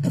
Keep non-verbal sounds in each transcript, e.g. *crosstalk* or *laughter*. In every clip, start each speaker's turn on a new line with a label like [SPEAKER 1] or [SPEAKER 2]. [SPEAKER 1] The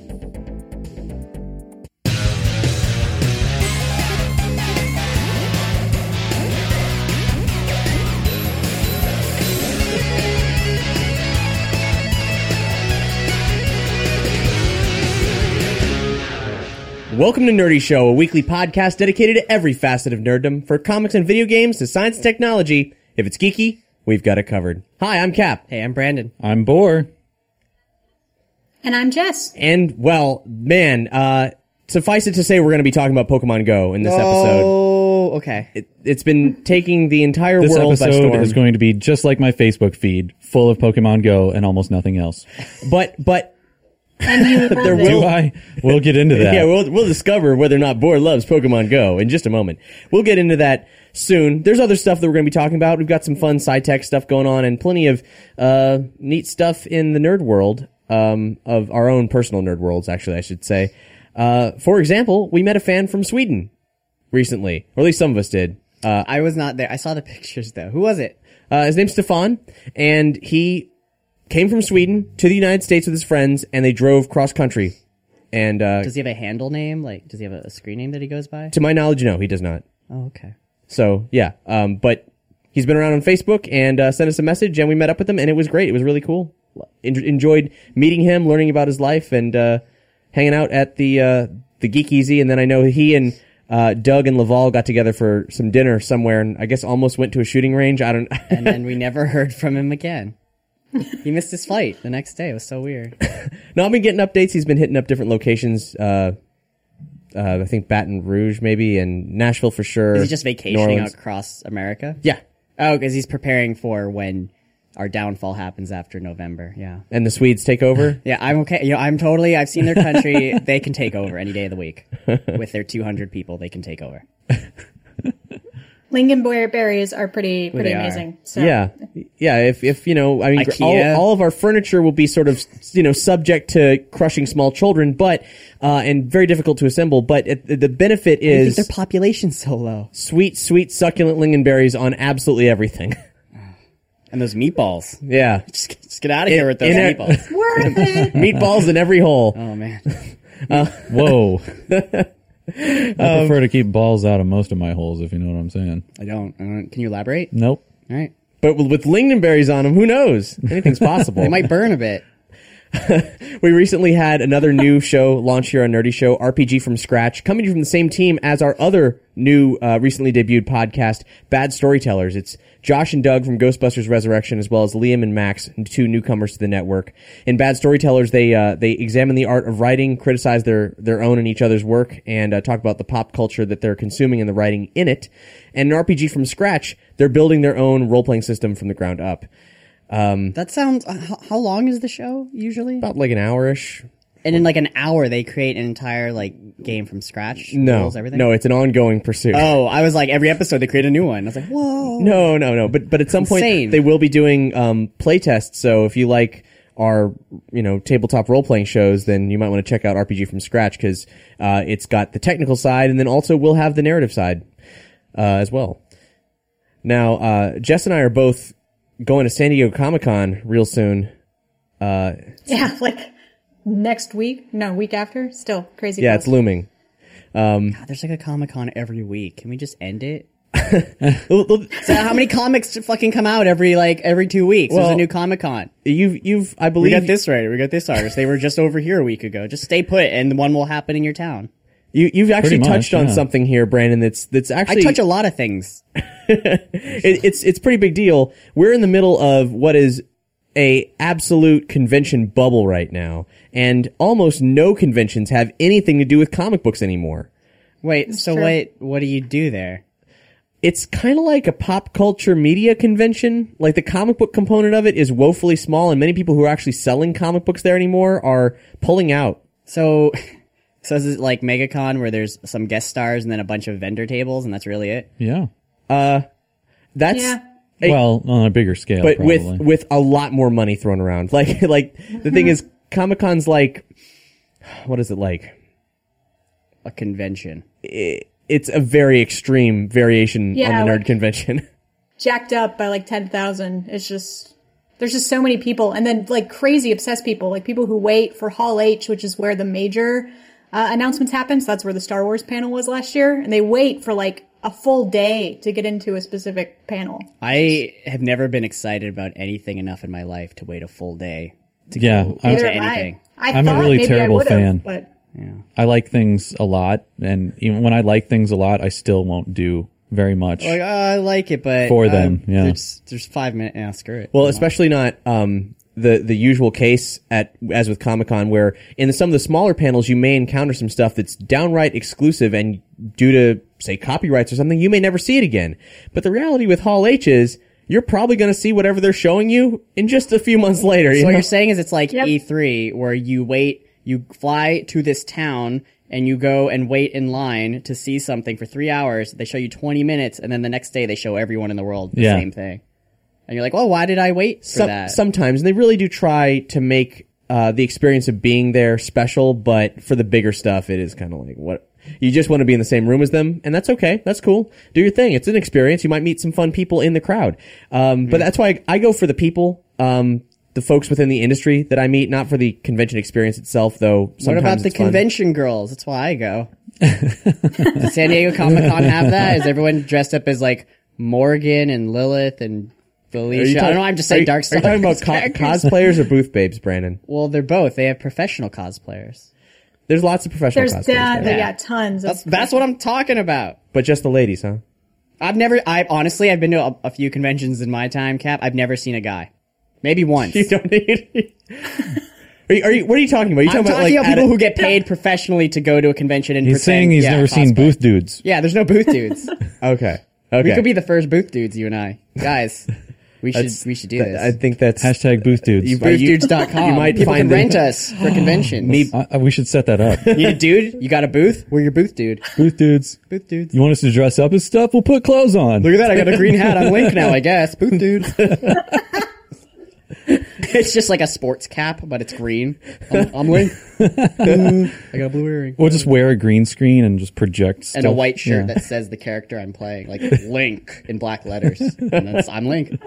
[SPEAKER 2] Welcome to Nerdy Show, a weekly podcast dedicated to every facet of nerddom, from comics and video games to science and technology. If it's geeky, we've got it covered. Hi, I'm Cap.
[SPEAKER 3] Hey, I'm Brandon.
[SPEAKER 4] I'm Boar.
[SPEAKER 1] And I'm Jess.
[SPEAKER 2] And, well, man, uh, suffice it to say we're going to be talking about Pokemon Go in this episode.
[SPEAKER 3] Oh, okay.
[SPEAKER 2] It, it's been taking the entire
[SPEAKER 4] This
[SPEAKER 2] world by
[SPEAKER 4] episode
[SPEAKER 2] storm.
[SPEAKER 4] is going to be just like my Facebook feed, full of Pokemon Go and almost nothing else.
[SPEAKER 2] but, but,
[SPEAKER 1] And you there
[SPEAKER 4] Do I? We'll get into
[SPEAKER 2] *laughs*
[SPEAKER 4] that.
[SPEAKER 2] yeah, we'll, we'll discover whether or not Boar loves Pokemon Go in just a moment. We'll get into that soon. There's other stuff that we're going to be talking about. We've got some fun sci tech stuff going on and plenty of uh, neat stuff in the nerd world, um, of our own personal nerd worlds, actually, I should say. Uh, for example, we met a fan from Sweden recently, or at least some of us did. Uh,
[SPEAKER 3] I was not there. I saw the *laughs* pictures though. Who was it?
[SPEAKER 2] uh, his name's Stefan, and he came from Sweden to the United States with his friends, and they drove cross country. And uh,
[SPEAKER 3] Does he have a handle name? Like, does he have a, a screen name that he goes by?
[SPEAKER 2] to my knowledge, no, he does not.
[SPEAKER 3] Oh, okay.
[SPEAKER 2] So yeah, um, but he's been around on Facebook and uh, sent us a message, and we met up with him, and it was great. It was really cool. En- enjoyed meeting him, learning about his life, and uh, hanging out at the uh, the Geek Easy. And then I know he and uh, Doug and Laval got together for some dinner somewhere, and I guess almost went to a shooting range. I don't. *laughs*
[SPEAKER 3] And then we *laughs* never heard from him again. he missed his flight the next day. It was so weird.
[SPEAKER 2] no, I've been getting updates. He's been hitting up different locations. Uh, uh, I think Baton Rouge, maybe, and Nashville for sure.
[SPEAKER 3] Is he just
[SPEAKER 2] New
[SPEAKER 3] vacationing
[SPEAKER 2] Orleans.
[SPEAKER 3] across America?
[SPEAKER 2] Yeah,
[SPEAKER 3] Oh, because he's preparing for when our downfall happens after November. Yeah.
[SPEAKER 2] and the Swedes take over.
[SPEAKER 3] Yeah, I'm okay. You know, I'm totally. I've seen
[SPEAKER 2] *laughs*
[SPEAKER 3] their country. they can take over any day of the week with their 200 people. They can take over.
[SPEAKER 1] Lingonberry berries are pretty pretty
[SPEAKER 3] they are.
[SPEAKER 1] amazing. So
[SPEAKER 2] Yeah, yeah. If if you know, I mean, gr- all,
[SPEAKER 3] IKEA.
[SPEAKER 2] all of our furniture will be sort of you know subject to crushing small children, but uh, and very difficult to assemble. But it, the benefit
[SPEAKER 3] I think their
[SPEAKER 2] is
[SPEAKER 3] population's so low.
[SPEAKER 2] sweet, sweet, succulent lingonberries on absolutely everything. *laughs*
[SPEAKER 3] And those meatballs.
[SPEAKER 2] yeah,
[SPEAKER 3] Just, just get out of here with those
[SPEAKER 2] in it-
[SPEAKER 3] meatballs.
[SPEAKER 1] worth it.
[SPEAKER 2] meatballs in every hole.
[SPEAKER 3] *laughs* Oh man.
[SPEAKER 2] *laughs*
[SPEAKER 4] Whoa. I
[SPEAKER 2] Um,
[SPEAKER 4] prefer to keep balls out of most of my holes, if you know what I'm saying.
[SPEAKER 3] I don't. I don't- Can you elaborate?
[SPEAKER 4] Nope.
[SPEAKER 3] All right.
[SPEAKER 2] But with- with lingonberries on them, who knows? Anything's possible.
[SPEAKER 3] It might burn a bit.
[SPEAKER 2] We recently had another new show launch here on Nerdy Show, RPG from Scratch, coming from the same team as our other new, uh, recently debuted podcast, Bad Storytellers. It's Josh and Doug from Ghostbusters Resurrection, as well as Liam and Max, two newcomers to the network. In Bad Storytellers, they uh, they examine the art of writing, criticize their their own and each other's work, and uh, talk about the pop culture that they're consuming and the writing in it. And in RPG from Scratch, they're building their own role playing system from the ground up.
[SPEAKER 3] That sounds. uh, How, how long is the show usually?
[SPEAKER 2] About like an hourish,
[SPEAKER 3] And in like an hour, they create an entire like game from scratch.
[SPEAKER 2] no,
[SPEAKER 3] rules, everything.
[SPEAKER 2] no, it's an ongoing pursuit.
[SPEAKER 3] Oh, I was like every episode they create a new one. I was like, whoa.
[SPEAKER 2] No, no, no. But but at some point
[SPEAKER 3] Insane.
[SPEAKER 2] they will be doing um, play tests. So if you like our you know tabletop role playing shows, then you might want to check out RPG from Scratch because uh, it's got the technical side, and then also we'll have the narrative side uh, as well. Now, uh, Jess and I are both going to San Diego Comic Con real soon. Uh,
[SPEAKER 1] Yeah, *laughs* like next week? No, week after? Still crazy.
[SPEAKER 2] yeah,
[SPEAKER 1] close.
[SPEAKER 2] it's looming.
[SPEAKER 3] God, there's like a Comic Con every week. Can we just
[SPEAKER 2] *laughs*
[SPEAKER 3] end it?
[SPEAKER 2] Well, well,
[SPEAKER 3] So how many comics fucking come out every like every two weeks? There's
[SPEAKER 2] Well,
[SPEAKER 3] a new Comic Con.
[SPEAKER 2] You've you've I
[SPEAKER 3] We
[SPEAKER 2] believe
[SPEAKER 3] got this writer. We got this artist. They were just over here a week ago. Just stay put, and one will happen in your town.
[SPEAKER 2] You, you've actually
[SPEAKER 4] much,
[SPEAKER 2] touched on
[SPEAKER 4] yeah.
[SPEAKER 2] something here, Brandon. That's that's
[SPEAKER 3] I
[SPEAKER 2] actually
[SPEAKER 3] touch a lot of things.
[SPEAKER 2] it, it's it's a pretty big deal. We're in the middle of what is a absolute convention bubble right now, and almost no conventions have anything to do with comic books anymore.
[SPEAKER 3] Wait, so
[SPEAKER 1] true.
[SPEAKER 3] what? What do you do there?
[SPEAKER 2] It's kind of like a pop culture media convention. Like the comic book component of it is woefully small, and many people who are actually selling comic books there anymore are pulling out.
[SPEAKER 3] So, *laughs* so is it like MegaCon where there's some guest stars and then a bunch of vendor tables and that's really it?
[SPEAKER 4] Yeah.
[SPEAKER 2] That's
[SPEAKER 1] Yeah.
[SPEAKER 4] well, on a bigger scale,
[SPEAKER 2] but
[SPEAKER 4] probably.
[SPEAKER 2] with with a lot more money thrown around. *laughs* Like like the thing is, Comic Con's like what is it like?
[SPEAKER 3] A convention.
[SPEAKER 2] It's a very extreme variation
[SPEAKER 1] Yeah,
[SPEAKER 2] on the nerd
[SPEAKER 1] like-
[SPEAKER 2] convention. *laughs*
[SPEAKER 1] jacked up by like 10,000. It's just, there's just so many people. And then like crazy obsessed people, like people who wait for Hall H, which is where the major uh, announcements happen. So that's where the Star Wars panel was last year. And they wait for like a full day to get into a specific panel.
[SPEAKER 3] I have never been excited about anything enough in my life to wait a full day.
[SPEAKER 4] yeah,
[SPEAKER 3] to
[SPEAKER 4] I,
[SPEAKER 1] Neither am
[SPEAKER 3] anything.
[SPEAKER 1] I, I
[SPEAKER 4] I'm a
[SPEAKER 1] thought
[SPEAKER 4] really
[SPEAKER 1] maybe
[SPEAKER 4] terrible
[SPEAKER 1] I would've,
[SPEAKER 4] fan.
[SPEAKER 1] But
[SPEAKER 4] I like things a lot, and even when I like things a lot, I still won't do very much.
[SPEAKER 3] Like, oh, I like it, but
[SPEAKER 4] For
[SPEAKER 3] uh,
[SPEAKER 4] them, yeah.
[SPEAKER 3] There's, there's five minutes. Yeah, screw it.
[SPEAKER 2] Well, especially not um, the the usual case at as with Comic Con, where in some of the smaller panels you may encounter some stuff that's downright exclusive, and due to say copyrights or something, you may never see it again. But the reality with Hall H is you're probably going to see whatever they're showing you in just a few months later. you
[SPEAKER 3] So what
[SPEAKER 2] know?
[SPEAKER 3] you're saying is it's like
[SPEAKER 1] Yep.
[SPEAKER 3] E3 where you wait, you fly to this town and you go and wait in line to see something for three hours. They show you 20 minutes and then the next day they show everyone in the world the
[SPEAKER 4] Yeah.
[SPEAKER 3] same thing. And you're like, well, why did I wait for
[SPEAKER 2] Some-
[SPEAKER 3] that?
[SPEAKER 2] Sometimes and they really do try to make uh, the experience of being there special, but for the bigger stuff, it is kind of like what you just want to be in the same room as them, and that's okay. That's cool. Do your thing. It's an experience. You might meet some fun people in the crowd, um,
[SPEAKER 3] Hmm.
[SPEAKER 2] but that's why I, I go for the people. Um, the folks within the industry that I meet, not for the convention experience itself, though.
[SPEAKER 3] what
[SPEAKER 2] sometimes
[SPEAKER 3] about the
[SPEAKER 2] it's fun.
[SPEAKER 3] convention girls? That's why I
[SPEAKER 2] *laughs*
[SPEAKER 3] go. Does San Diego Comic Con have that? Is everyone dressed up as like Morgan and Lilith and
[SPEAKER 2] Are you
[SPEAKER 3] Felicia? I
[SPEAKER 2] talking-
[SPEAKER 3] don't know. I'm just
[SPEAKER 2] are
[SPEAKER 3] saying
[SPEAKER 2] you-
[SPEAKER 3] dark
[SPEAKER 2] Are
[SPEAKER 3] stuff.
[SPEAKER 2] you talking about
[SPEAKER 3] *laughs*
[SPEAKER 2] co- cosplayers or booth babes, Brandon?
[SPEAKER 3] well, they're both. They have professional cosplayers.
[SPEAKER 2] There's lots of professional
[SPEAKER 1] there's
[SPEAKER 2] cosplayers,
[SPEAKER 1] that,
[SPEAKER 2] there,
[SPEAKER 1] they got tons
[SPEAKER 3] That's,
[SPEAKER 1] of.
[SPEAKER 3] that's what I'm talking about.
[SPEAKER 2] but just the ladies, huh?
[SPEAKER 3] I've never. I honestly, I've been to a, a few conventions in my time, Cap. I've never seen a guy. Maybe once.
[SPEAKER 2] *laughs* You don't need. are, you, are you? What are you talking about? You
[SPEAKER 3] I'm
[SPEAKER 2] talking
[SPEAKER 3] talking
[SPEAKER 2] about
[SPEAKER 3] about
[SPEAKER 2] like at
[SPEAKER 3] people
[SPEAKER 2] a-
[SPEAKER 3] who
[SPEAKER 2] *laughs*
[SPEAKER 3] get paid professionally to go to a convention and
[SPEAKER 4] He's
[SPEAKER 3] pretend,
[SPEAKER 4] saying he's
[SPEAKER 3] yeah,
[SPEAKER 4] never seen
[SPEAKER 3] cosplay.
[SPEAKER 4] booth dudes.
[SPEAKER 3] Yeah, there's no booth dudes.
[SPEAKER 2] Okay. Okay.
[SPEAKER 3] We could be the first booth dudes, you and I, guys. We should we should do
[SPEAKER 2] Th-
[SPEAKER 3] this.
[SPEAKER 2] I think that's
[SPEAKER 4] Hashtag booth dudes.
[SPEAKER 2] Are you-
[SPEAKER 3] Bootdudes.com.
[SPEAKER 2] you might
[SPEAKER 3] people
[SPEAKER 2] find
[SPEAKER 3] can
[SPEAKER 2] them-
[SPEAKER 3] rent us for conventions.
[SPEAKER 4] I, I- we should set that
[SPEAKER 2] *laughs*
[SPEAKER 4] up.
[SPEAKER 3] you a dude? You got a booth? We're your booth dude.
[SPEAKER 4] booth dudes.
[SPEAKER 3] Booth dudes.
[SPEAKER 4] You want us to dress up as stuff? We'll put clothes on.
[SPEAKER 3] Look at that! I got a green hat. I'm Link now, I guess. Booth dude. *laughs* it's just like a sports cap, but it's green. I'm, I'm Link. *laughs* I got a blue earring.
[SPEAKER 4] We'll just wear a green screen and just project stuff.
[SPEAKER 3] and a white shirt
[SPEAKER 4] Yeah.
[SPEAKER 3] that says the character I'm playing, like Link in black letters. And that's, I'm Link.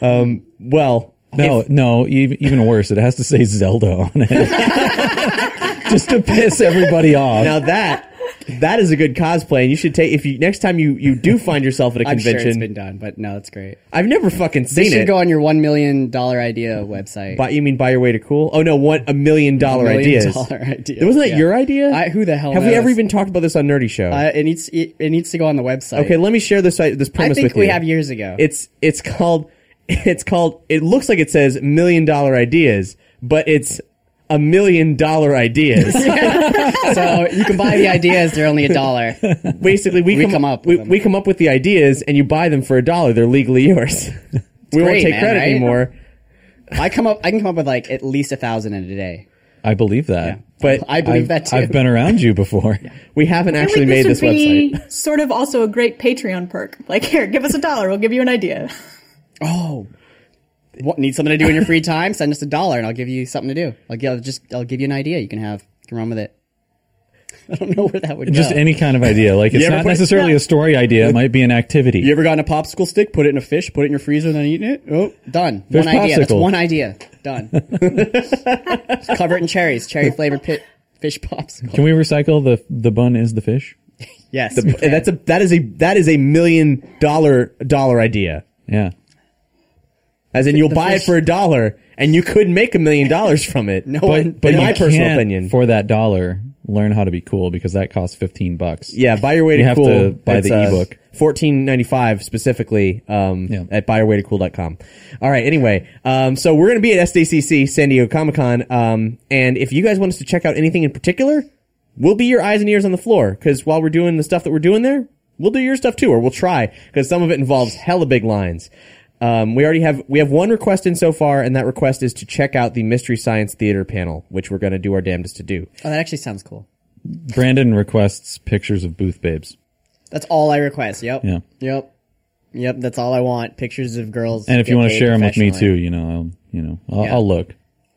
[SPEAKER 2] well.
[SPEAKER 4] No, no, even, even worse. It has to say Zelda on it. *laughs* just to piss everybody off.
[SPEAKER 2] Now *laughs* that that is a good cosplay, and you should take if you next time you you do find yourself at a *laughs*
[SPEAKER 3] I'm
[SPEAKER 2] convention.
[SPEAKER 3] sure it's been done, but no, it's great.
[SPEAKER 2] I've never fucking
[SPEAKER 3] This
[SPEAKER 2] seen
[SPEAKER 3] should
[SPEAKER 2] it.
[SPEAKER 3] go on your one million dollar idea website.
[SPEAKER 2] Buy- you mean buy your way to cool? Oh no, what a million dollar *laughs*
[SPEAKER 3] Million
[SPEAKER 2] ideas.
[SPEAKER 3] dollar ideas,
[SPEAKER 2] Wasn't that
[SPEAKER 3] yeah.
[SPEAKER 2] your idea?
[SPEAKER 3] I- who the hell
[SPEAKER 2] Have we
[SPEAKER 3] knows?
[SPEAKER 2] ever even talked about this on Nerdy Show?
[SPEAKER 3] Uh, it needs it, it needs to go on the website.
[SPEAKER 2] okay, let me share this this
[SPEAKER 3] I
[SPEAKER 2] premise
[SPEAKER 3] think
[SPEAKER 2] with you.
[SPEAKER 3] we have years ago.
[SPEAKER 2] It's it's called *laughs* it's called it looks like it says million dollar ideas, but it's a million dollar ideas.
[SPEAKER 3] *laughs* *laughs* so you can buy the ideas; they're only a *laughs* dollar.
[SPEAKER 2] Basically, we,
[SPEAKER 3] We come up
[SPEAKER 2] we,
[SPEAKER 3] with them.
[SPEAKER 2] we come up with the ideas and you buy them for a dollar. They're legally yours. *laughs* we won't
[SPEAKER 3] great,
[SPEAKER 2] take
[SPEAKER 3] man,
[SPEAKER 2] credit
[SPEAKER 3] right?
[SPEAKER 2] anymore.
[SPEAKER 3] I come up, I can come up with like at least a thousand in a day.
[SPEAKER 4] I believe that.
[SPEAKER 2] But
[SPEAKER 3] I believe that too.
[SPEAKER 4] I've been around
[SPEAKER 3] *laughs*
[SPEAKER 4] you before.
[SPEAKER 2] we haven't
[SPEAKER 1] I feel
[SPEAKER 2] actually
[SPEAKER 1] like
[SPEAKER 2] made this
[SPEAKER 1] would be
[SPEAKER 2] website.
[SPEAKER 1] sort of also a great Patreon perk. Like, here, give us a dollar. We'll give you an idea. *laughs*
[SPEAKER 3] Oh. What, need something to do in your free time? Send us a dollar, and I'll give you something to do. I'll, gi- I'll just I'll give you an idea you can have. You can run with it. *laughs* I don't know where that would
[SPEAKER 4] Just
[SPEAKER 3] go.
[SPEAKER 4] any kind of idea. Like it's
[SPEAKER 2] ever
[SPEAKER 4] not
[SPEAKER 2] put-
[SPEAKER 4] necessarily a story idea. It might be an activity.
[SPEAKER 3] You ever gotten a popsicle stick? Put it in a fish. Put it in your freezer, and then eating it. *laughs* Oh, done.
[SPEAKER 4] Fish
[SPEAKER 3] one idea. That's
[SPEAKER 4] popsicle.
[SPEAKER 3] one idea. Done. Just cover it in cherries. Cherry flavored pit fish popsicle.
[SPEAKER 4] Can we recycle the the bun is the fish?
[SPEAKER 3] Yes.
[SPEAKER 2] And that's a that is a that is a million dollar dollar idea.
[SPEAKER 4] Yeah.
[SPEAKER 2] As in, you'll
[SPEAKER 3] The
[SPEAKER 2] buy it
[SPEAKER 3] first-
[SPEAKER 2] for a dollar, and you could make a million dollars from it.
[SPEAKER 3] *laughs* no
[SPEAKER 4] But
[SPEAKER 3] one.
[SPEAKER 4] but
[SPEAKER 2] in
[SPEAKER 4] you
[SPEAKER 2] my personal
[SPEAKER 4] can't,
[SPEAKER 2] opinion.
[SPEAKER 4] for that dollar, learn how to be cool because that costs 15 bucks.
[SPEAKER 2] Yeah, buy your way to
[SPEAKER 4] You have
[SPEAKER 2] cool.
[SPEAKER 4] to buy the
[SPEAKER 2] uh,
[SPEAKER 4] ebook.
[SPEAKER 2] 14.95 specifically um,
[SPEAKER 4] Yeah.
[SPEAKER 2] at buyyourwaytocool.com. All right. Anyway, um, so we're going to be at SDCC San Diego Comic Con, um, and if you guys want us to check out anything in particular, we'll be your eyes and ears on the floor because while we're doing the stuff that we're doing there, we'll do your stuff too, or we'll try because some of it involves hella big lines. Um, we already have we have one request in so far, and that request is to check out the Mystery Science Theater panel, which we're going to do our damnedest to do.
[SPEAKER 3] Oh, that actually sounds cool.
[SPEAKER 4] Brandon requests pictures of booth babes.
[SPEAKER 3] That's all I request. Yep.
[SPEAKER 4] Yeah.
[SPEAKER 3] Yep. Yep. That's all I want. Pictures of girls.
[SPEAKER 4] And if you
[SPEAKER 3] get
[SPEAKER 4] want to
[SPEAKER 3] paid
[SPEAKER 4] share them with me too,
[SPEAKER 3] professionally.
[SPEAKER 4] you know, I'll, you know, I'll,
[SPEAKER 3] Yeah.
[SPEAKER 4] I'll look.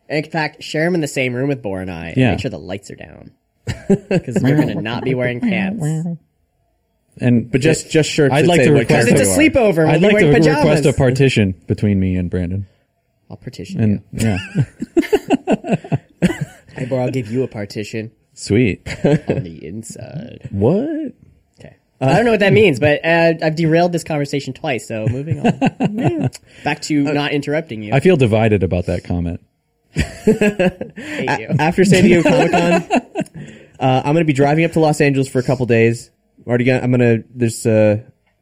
[SPEAKER 3] In fact, share them in the same room with Bor and I. and
[SPEAKER 4] Yeah.
[SPEAKER 3] Make sure the lights are down. *laughs* Because we're going to not be wearing pants.
[SPEAKER 4] And
[SPEAKER 2] But just just shirts.
[SPEAKER 4] I'd
[SPEAKER 2] that
[SPEAKER 4] like
[SPEAKER 2] say
[SPEAKER 4] to
[SPEAKER 2] what
[SPEAKER 4] request-
[SPEAKER 2] character
[SPEAKER 3] It's a
[SPEAKER 2] you are.
[SPEAKER 3] sleepover. We'll
[SPEAKER 4] I'd
[SPEAKER 3] be
[SPEAKER 4] like to
[SPEAKER 3] wearing
[SPEAKER 4] request a
[SPEAKER 3] pajamas.
[SPEAKER 4] partition between me and Brandon.
[SPEAKER 3] I'll partition
[SPEAKER 4] And yeah,
[SPEAKER 3] *laughs* you. Hey, Bor, I'll give you a partition
[SPEAKER 4] sweet.
[SPEAKER 3] on the
[SPEAKER 4] *laughs*
[SPEAKER 3] inside.
[SPEAKER 4] What?
[SPEAKER 3] Okay. I don't know what that means, but uh, I've derailed this conversation twice, so moving on. Yeah. Back to not interrupting you.
[SPEAKER 4] I feel divided about that comment.
[SPEAKER 3] hate you.
[SPEAKER 2] after San
[SPEAKER 3] *laughs*
[SPEAKER 2] Diego Comic Con, *laughs* uh, I'm going to be driving up to Los Angeles for a couple days. I'm already gonna, I'm going to there's uh,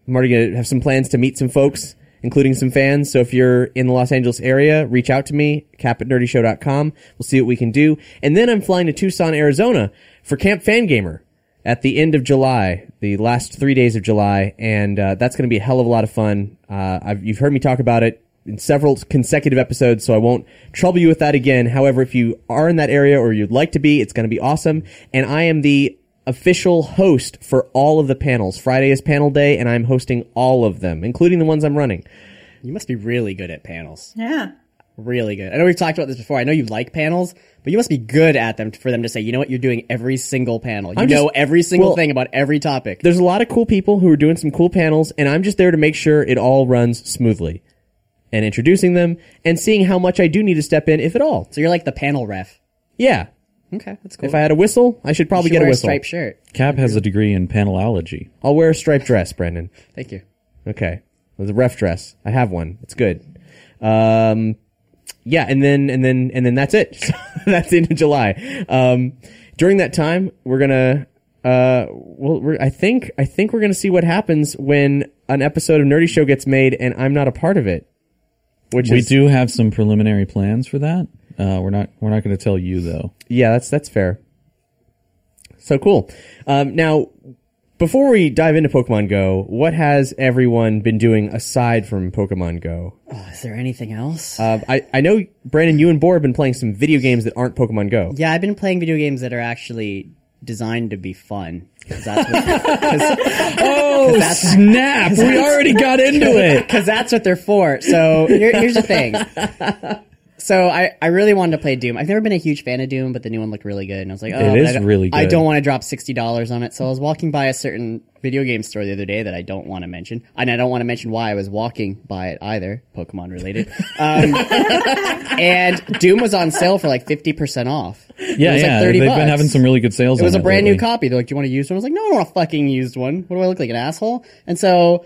[SPEAKER 2] I'm already going to have some plans to meet some folks, including some fans. So if you're in the Los Angeles area, reach out to me cap at nerdyshow.com. We'll see what we can do. And then I'm flying to Tucson, Arizona for Camp Fangamer at the end of July, the last three days of July, and uh, that's going to be a hell of a lot of fun. Uh, I've, you've heard me talk about it in several consecutive episodes, so I won't trouble you with that again. However, if you are in that area or you'd like to be, it's going to be awesome. And I am the official host for all of the panels. Friday is panel day, and I'm hosting all of them, including the ones I'm running.
[SPEAKER 3] You must be really good at panels.
[SPEAKER 1] Yeah.
[SPEAKER 3] Really good. I know we've talked about this before. I know you like panels, but you must be good at them for them to say, you know what, you're doing every single panel. You
[SPEAKER 2] I'm
[SPEAKER 3] know
[SPEAKER 2] just-
[SPEAKER 3] every single
[SPEAKER 2] well,
[SPEAKER 3] thing about every topic.
[SPEAKER 2] There's a lot of cool people who are doing some cool panels, and I'm just there to make sure it all runs smoothly. And introducing them and seeing how much I do need to step in, if at all.
[SPEAKER 3] So you're like the panel ref.
[SPEAKER 2] Yeah,
[SPEAKER 3] Okay, that's cool.
[SPEAKER 2] If I had a whistle, I should probably
[SPEAKER 3] should
[SPEAKER 2] get a
[SPEAKER 3] wear
[SPEAKER 2] whistle.
[SPEAKER 3] striped shirt.
[SPEAKER 4] Cap has a degree in panelology.
[SPEAKER 2] I'll wear a striped dress, Brendan.
[SPEAKER 3] Thank you.
[SPEAKER 2] Okay, with a ref dress. I have one. It's good. Um, yeah, and then and then and then that's it. *laughs* that's the end of July. Um, during that time, we're gonna. Uh, well, we're, I think I think we're gonna see what happens when an episode of Nerdy Show gets made and I'm not a part of it. Which
[SPEAKER 4] We
[SPEAKER 2] is,
[SPEAKER 4] do have some preliminary plans for that. Uh, we're not we're not going to tell you though.
[SPEAKER 2] Yeah, that's that's fair. So cool. Um, now, before we dive into Pokemon Go, what has everyone been doing aside from Pokemon Go?
[SPEAKER 3] Oh, is there anything else?
[SPEAKER 2] Uh, I I know Brandon, you and Bor have been playing some video games that aren't Pokemon Go.
[SPEAKER 3] yeah, I've been playing video games that are actually designed to be fun. 'Cause that's what- *laughs* 'cause-
[SPEAKER 4] Oh
[SPEAKER 3] *laughs*
[SPEAKER 4] snap! We already got into it.
[SPEAKER 3] Because that's what they're for. So here, here's the thing. So I, I really wanted to play Doom. I've never been a huge fan of Doom, but the new one looked really good, and I was like, oh, but
[SPEAKER 4] is
[SPEAKER 3] I don't-
[SPEAKER 4] really
[SPEAKER 3] I
[SPEAKER 4] good.
[SPEAKER 3] don't want to drop sixty dollars on it. So I was walking by a certain video game store the other day that I don't want to mention, and I don't want to mention why I was walking by it either, Pokemon related.
[SPEAKER 4] *laughs*
[SPEAKER 3] Um, and Doom was on sale for like fifty percent off.
[SPEAKER 4] Yeah,
[SPEAKER 3] it was
[SPEAKER 4] yeah.
[SPEAKER 3] Like 30
[SPEAKER 4] they've
[SPEAKER 3] bucks.
[SPEAKER 4] been having some really good sales.
[SPEAKER 3] It was
[SPEAKER 4] on
[SPEAKER 3] a brand new
[SPEAKER 4] lately.
[SPEAKER 3] copy. They're like, "Do you want to use one?" I was like, "No, I don't want a fucking used one. What do I look like, an asshole?" And so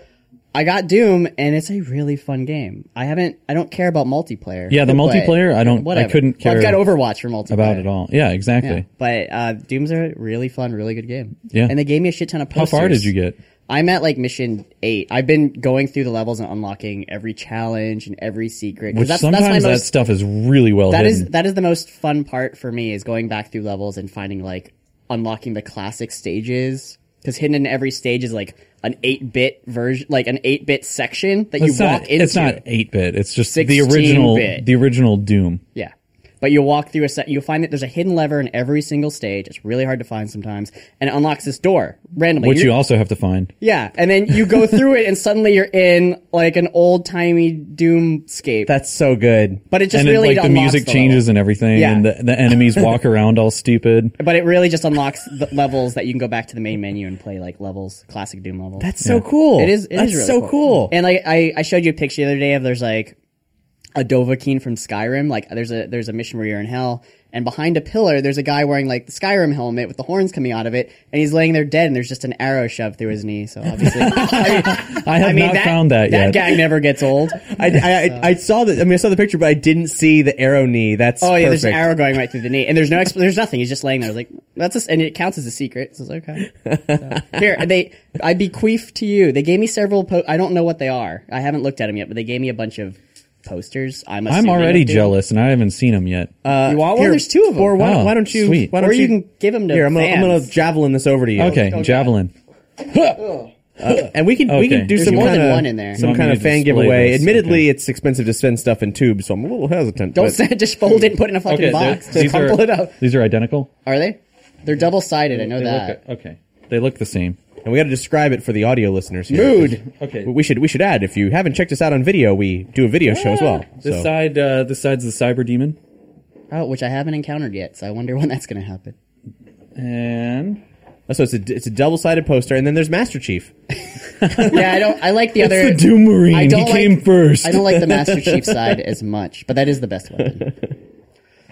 [SPEAKER 3] I got Doom, and it's a really fun game. I haven't. I don't care about multiplayer.
[SPEAKER 4] Yeah, the
[SPEAKER 3] Don't play it.
[SPEAKER 4] multiplayer, I don't-
[SPEAKER 3] Whatever.
[SPEAKER 4] I couldn't
[SPEAKER 3] Well, I've
[SPEAKER 4] care
[SPEAKER 3] got Overwatch for multiplayer
[SPEAKER 4] about it all. Yeah, exactly.
[SPEAKER 3] Yeah. But uh, Doom's a really fun, really good game.
[SPEAKER 4] Yeah.
[SPEAKER 3] and they gave me a shit ton of
[SPEAKER 4] How
[SPEAKER 3] posters.
[SPEAKER 4] far did you get?
[SPEAKER 3] I'm at like mission eight. I've been going through the levels and unlocking every challenge and every secret. 'cause
[SPEAKER 4] Which
[SPEAKER 3] that's,
[SPEAKER 4] sometimes
[SPEAKER 3] that's my
[SPEAKER 4] that
[SPEAKER 3] most,
[SPEAKER 4] stuff is really well
[SPEAKER 3] that
[SPEAKER 4] hidden.
[SPEAKER 3] is that is the most fun part for me is going back through levels and finding like unlocking the classic stages because hidden in every stage is like an eight bit version, like an eight bit section that
[SPEAKER 4] it's
[SPEAKER 3] you
[SPEAKER 4] not,
[SPEAKER 3] walk into.
[SPEAKER 4] It's not eight bit. It's just the original
[SPEAKER 3] 16-bit.
[SPEAKER 4] the original Doom.
[SPEAKER 3] Yeah. But you walk through a set, you'll find that there's a hidden lever in every single stage. It's really hard to find sometimes. And it unlocks this door randomly.
[SPEAKER 4] Which
[SPEAKER 3] You're-
[SPEAKER 4] you also have to find.
[SPEAKER 3] yeah. And then you go through it and suddenly you're in like an old timey doomscape.
[SPEAKER 2] That's so good.
[SPEAKER 3] but it just
[SPEAKER 4] and it,
[SPEAKER 3] really
[SPEAKER 4] like the
[SPEAKER 3] unlocks
[SPEAKER 4] music
[SPEAKER 3] the
[SPEAKER 4] changes
[SPEAKER 3] level.
[SPEAKER 4] and everything,
[SPEAKER 3] Yeah.
[SPEAKER 4] and the, the
[SPEAKER 3] *laughs*
[SPEAKER 4] enemies walk around all stupid.
[SPEAKER 3] But it really just unlocks the levels that you can go back to the main menu and play like levels, classic Doom levels.
[SPEAKER 2] That's so cool.
[SPEAKER 3] It is. it is
[SPEAKER 2] That's
[SPEAKER 3] really
[SPEAKER 2] so cool.
[SPEAKER 3] And like I, I showed you a picture the other day of there's like a Dovahkiin from Skyrim. Like there's a there's a mission where you're in hell, and behind a pillar there's a guy wearing like the Skyrim helmet with the horns coming out of it, and he's laying there dead, and there's just an arrow shoved through his knee. So
[SPEAKER 2] *laughs*
[SPEAKER 3] obviously, I mean,
[SPEAKER 4] I have
[SPEAKER 3] I mean,
[SPEAKER 4] not found that, yet.
[SPEAKER 3] gag never gets old.
[SPEAKER 2] *laughs* I, I, I, I saw the I mean I saw the picture, but I didn't see the arrow knee. That's
[SPEAKER 3] Oh yeah,
[SPEAKER 2] perfect.
[SPEAKER 3] there's an arrow going right through the knee, and there's no expl- there's nothing. He's just laying there, like That's a, s- and it counts as a secret. So it's okay. So, here, they I bequeath to you. They gave me several. Po- I don't know what they are. I haven't looked at them yet, but they gave me a bunch of posters. I'm
[SPEAKER 4] I'm
[SPEAKER 3] assuming
[SPEAKER 4] already
[SPEAKER 3] of them.
[SPEAKER 4] jealous, and I haven't seen them yet.
[SPEAKER 3] you want one?
[SPEAKER 2] Uh, Here,
[SPEAKER 3] There's two of them.
[SPEAKER 2] Or why,
[SPEAKER 4] Oh,
[SPEAKER 2] why don't you?
[SPEAKER 4] sweet.
[SPEAKER 2] Why don't
[SPEAKER 3] or you, can give them to
[SPEAKER 2] Here, I'm gonna, I'm
[SPEAKER 3] fans.
[SPEAKER 2] gonna javelin this over to you.
[SPEAKER 4] okay,
[SPEAKER 3] okay.
[SPEAKER 4] javelin.
[SPEAKER 2] and we can we
[SPEAKER 4] Okay.
[SPEAKER 2] can do
[SPEAKER 4] There's
[SPEAKER 2] some
[SPEAKER 3] more
[SPEAKER 2] kinda,
[SPEAKER 3] than one in there. You
[SPEAKER 2] Some
[SPEAKER 4] want
[SPEAKER 2] kind
[SPEAKER 4] me
[SPEAKER 2] of
[SPEAKER 4] to
[SPEAKER 2] fan
[SPEAKER 4] display
[SPEAKER 2] giveaway.
[SPEAKER 4] this?
[SPEAKER 2] Admittedly, it's expensive to send stuff in tubes, so I'm a little hesitant.
[SPEAKER 3] Don't
[SPEAKER 2] but-
[SPEAKER 3] send, *laughs* just fold it and put it in a fucking
[SPEAKER 4] they're-
[SPEAKER 3] box. Just crumple
[SPEAKER 4] are
[SPEAKER 3] it up.
[SPEAKER 4] these are identical.
[SPEAKER 3] Are they? They're double sided. I know
[SPEAKER 4] They
[SPEAKER 3] that.
[SPEAKER 4] look- okay, they look the same.
[SPEAKER 2] and we got to describe it for the audio listeners. Here. *laughs*
[SPEAKER 3] Mood.
[SPEAKER 4] Okay.
[SPEAKER 2] We should we should add if you haven't checked us out on video, we do a video show as well.
[SPEAKER 4] This
[SPEAKER 2] so.
[SPEAKER 4] side, uh, this side's the cyber demon,
[SPEAKER 3] Oh, which I haven't encountered yet. So I wonder when that's gonna happen. *laughs*
[SPEAKER 4] and
[SPEAKER 2] oh, So it's a it's a double sided poster, and then there's Master Chief.
[SPEAKER 3] Yeah, I don't. I like the other.
[SPEAKER 4] Doom Marine.
[SPEAKER 3] I don't like-
[SPEAKER 4] first.
[SPEAKER 3] I don't like the Master Chief side as much, but that is the best weapon.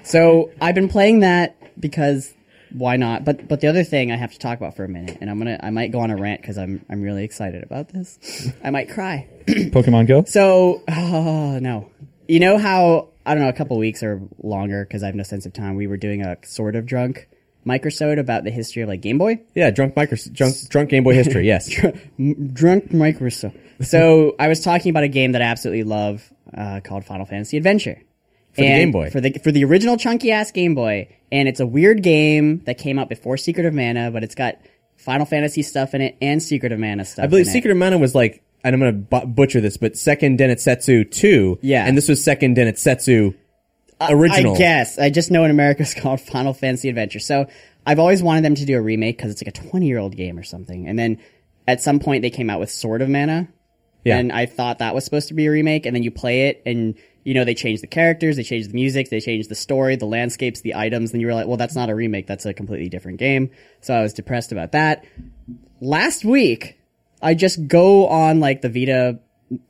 [SPEAKER 3] So I've been playing that because why not? But but the other thing I have to talk about for a minute, and I'm gonna I might go on a rant because I'm I'm really excited about this. I might cry.
[SPEAKER 4] Pokemon Go.
[SPEAKER 3] So, oh, no. You know how, I don't know, a couple weeks or longer, because I have no sense of time, we were doing a sort of drunk microsode about the history of like Game Boy?
[SPEAKER 2] Yeah, drunk micro drunk drunk Game Boy history.
[SPEAKER 3] *laughs*
[SPEAKER 2] Yes.
[SPEAKER 3] Drunk microsode. So, I was talking about a game that I absolutely love uh, called Final Fantasy Adventure. For
[SPEAKER 2] the Game Boy.
[SPEAKER 3] For the, for the original chunky ass Game Boy. And it's a weird game that came out before Secret of Mana, but it's got Final Fantasy stuff in it and Secret of Mana stuff.
[SPEAKER 2] I believe
[SPEAKER 3] in it.
[SPEAKER 2] Secret of Mana was like, and I'm gonna bu- butcher this, but second Denetsetsu two.
[SPEAKER 3] Yeah.
[SPEAKER 2] and this was second Denetsetsu original.
[SPEAKER 3] I guess. I just know in America it's *laughs* called Final Fantasy Adventure. So I've always wanted them to do a remake because it's like a 20 year old game or something. And then at some point they came out with Sword of Mana.
[SPEAKER 2] Yeah.
[SPEAKER 3] And I thought that was supposed to be a remake. And then you play it and, you know, they change the characters, they change the music, they change the story, the landscapes, the items. And you were like, well, that's not a remake. That's a completely different game. So I was depressed about that. Last week, I just go on like the Vita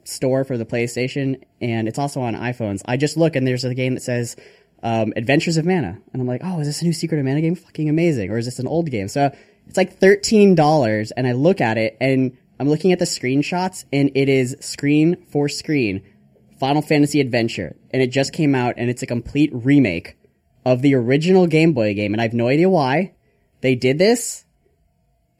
[SPEAKER 3] store for the PlayStation, and it's also on iPhones. I just look, and there's a game that says um, Adventures of Mana, and I'm like, oh, is this a new Secret of Mana game? Fucking amazing! Or is this an old game? So it's like thirteen dollars, and I look at it, and I'm looking at the screenshots, and it is screen for screen Final Fantasy Adventure, and it just came out, and it's a complete remake of the original Game Boy game, and I have no idea why they did this.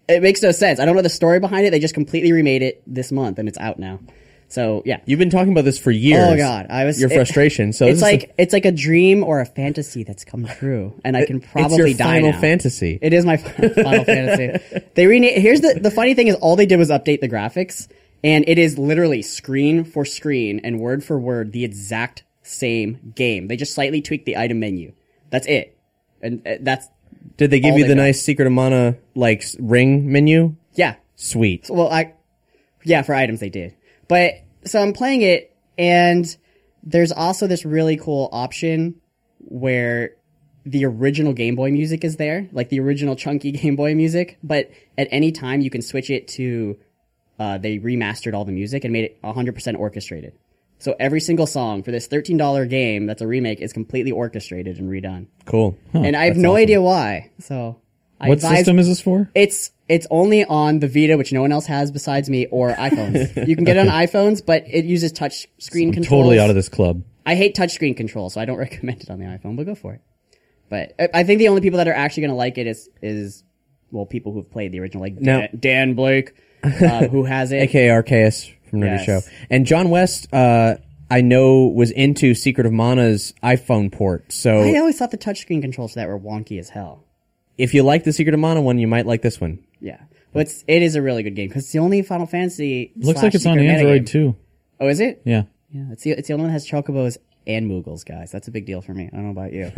[SPEAKER 3] It makes no sense. I don't know the story behind it. They just completely remade it this month, and it's out now. So yeah,
[SPEAKER 2] You've been talking about this for years.
[SPEAKER 3] Oh God, I was
[SPEAKER 2] your
[SPEAKER 3] it-
[SPEAKER 2] frustration. So
[SPEAKER 3] it's
[SPEAKER 2] this is
[SPEAKER 3] like it's like a dream or a fantasy that's come true, and I can
[SPEAKER 2] the, *laughs* it's
[SPEAKER 3] probably
[SPEAKER 2] your
[SPEAKER 3] die
[SPEAKER 2] Final
[SPEAKER 3] now.
[SPEAKER 2] Fantasy.
[SPEAKER 3] It is my *laughs* Final, Final Fantasy. They rename. Here's the the funny thing is all they did was update the graphics, and it is literally screen for screen and word for word the exact same game. They just slightly tweaked the item menu. That's it, and uh, that's
[SPEAKER 2] Did they give
[SPEAKER 3] all
[SPEAKER 2] you
[SPEAKER 3] they
[SPEAKER 2] the
[SPEAKER 3] got.
[SPEAKER 2] nice Secret of Mana like s- ring menu?
[SPEAKER 3] yeah.
[SPEAKER 2] Sweet.
[SPEAKER 3] Well, I, yeah, for items they did. But so I'm playing it, and there's also this really cool option where the original Game Boy music is there, like the original chunky *laughs* Game Boy music. But at any time, you can switch it to. Uh, they remastered all the music and made it 100% orchestrated. So every single song for this $13 game that's a remake is completely orchestrated and redone.
[SPEAKER 2] Cool.
[SPEAKER 3] and I have no idea why. So I
[SPEAKER 4] What
[SPEAKER 3] advise-
[SPEAKER 4] system is this for?
[SPEAKER 3] it's it's only on the Vita, which no one else has besides me, or
[SPEAKER 4] *laughs*
[SPEAKER 3] iPhones. you can get it on iPhones, but it uses touch screen controls.
[SPEAKER 4] Totally out of this club.
[SPEAKER 3] I hate touch screen controls, so I don't *laughs* recommend it on the iPhone. But go for it. But I- I think the only people that are actually going to like it is is well, people who've played the original, like
[SPEAKER 2] Now-
[SPEAKER 3] Dan, Dan Blake,
[SPEAKER 4] *laughs*
[SPEAKER 3] uh, who has it.
[SPEAKER 2] aka Arceus from Nerdy
[SPEAKER 3] Yes.
[SPEAKER 2] Show. And John West, uh, I know was into Secret of Mana's iPhone port.
[SPEAKER 3] I
[SPEAKER 2] So
[SPEAKER 3] always thought the touch screen controls for that were wonky as hell.
[SPEAKER 2] if you like the Secret of Mana one, you might like this one.
[SPEAKER 3] Yeah, but it's, it is a really good game because it's the only Final Fantasy.
[SPEAKER 4] Looks
[SPEAKER 3] slash
[SPEAKER 4] like it's on
[SPEAKER 3] Secret of Mana
[SPEAKER 4] Android
[SPEAKER 3] game.
[SPEAKER 4] too.
[SPEAKER 3] Oh, is it?
[SPEAKER 4] Yeah.
[SPEAKER 3] Yeah, it's the, it's the only one that has chocobos and moogles, guys. That's a big deal for me. I don't know about you.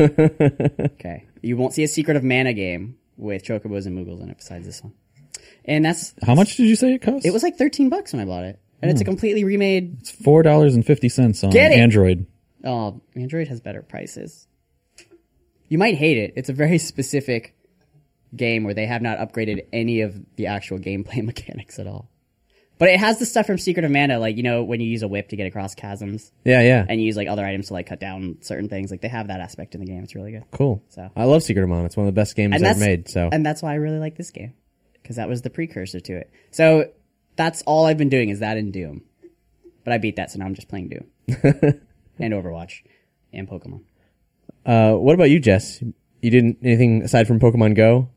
[SPEAKER 3] okay. You won't see a Secret of Mana game with chocobos and moogles in it besides this one. And that's,
[SPEAKER 4] How much did you say it cost?
[SPEAKER 3] it was like 13 bucks when I bought it. And it's a completely remade,
[SPEAKER 4] it's four dollars and fifty cents on
[SPEAKER 3] Get it!
[SPEAKER 4] Android.
[SPEAKER 3] oh, Android has better prices. You might hate it. It's a very *laughs* specific game where they have not upgraded any of the actual gameplay *laughs* mechanics at all. But it has the stuff from Secret of Mana, like, you know, when you use a whip to get across chasms.
[SPEAKER 2] Yeah, yeah.
[SPEAKER 3] and you use like other items to like cut down certain things. Like they have that aspect in the game. It's really good.
[SPEAKER 2] cool.
[SPEAKER 3] So-
[SPEAKER 2] I love Secret of Mana. It's one of the best games
[SPEAKER 3] And
[SPEAKER 2] ever made. So
[SPEAKER 3] and that's why I really like this game because that was the precursor to it. So that's all I've been doing is that in Doom, but I beat that, so now I'm just
[SPEAKER 2] *laughs*
[SPEAKER 3] playing Doom and Overwatch and Pokemon.
[SPEAKER 2] uh, what about you, Jess? You didn't anything aside from Pokemon Go?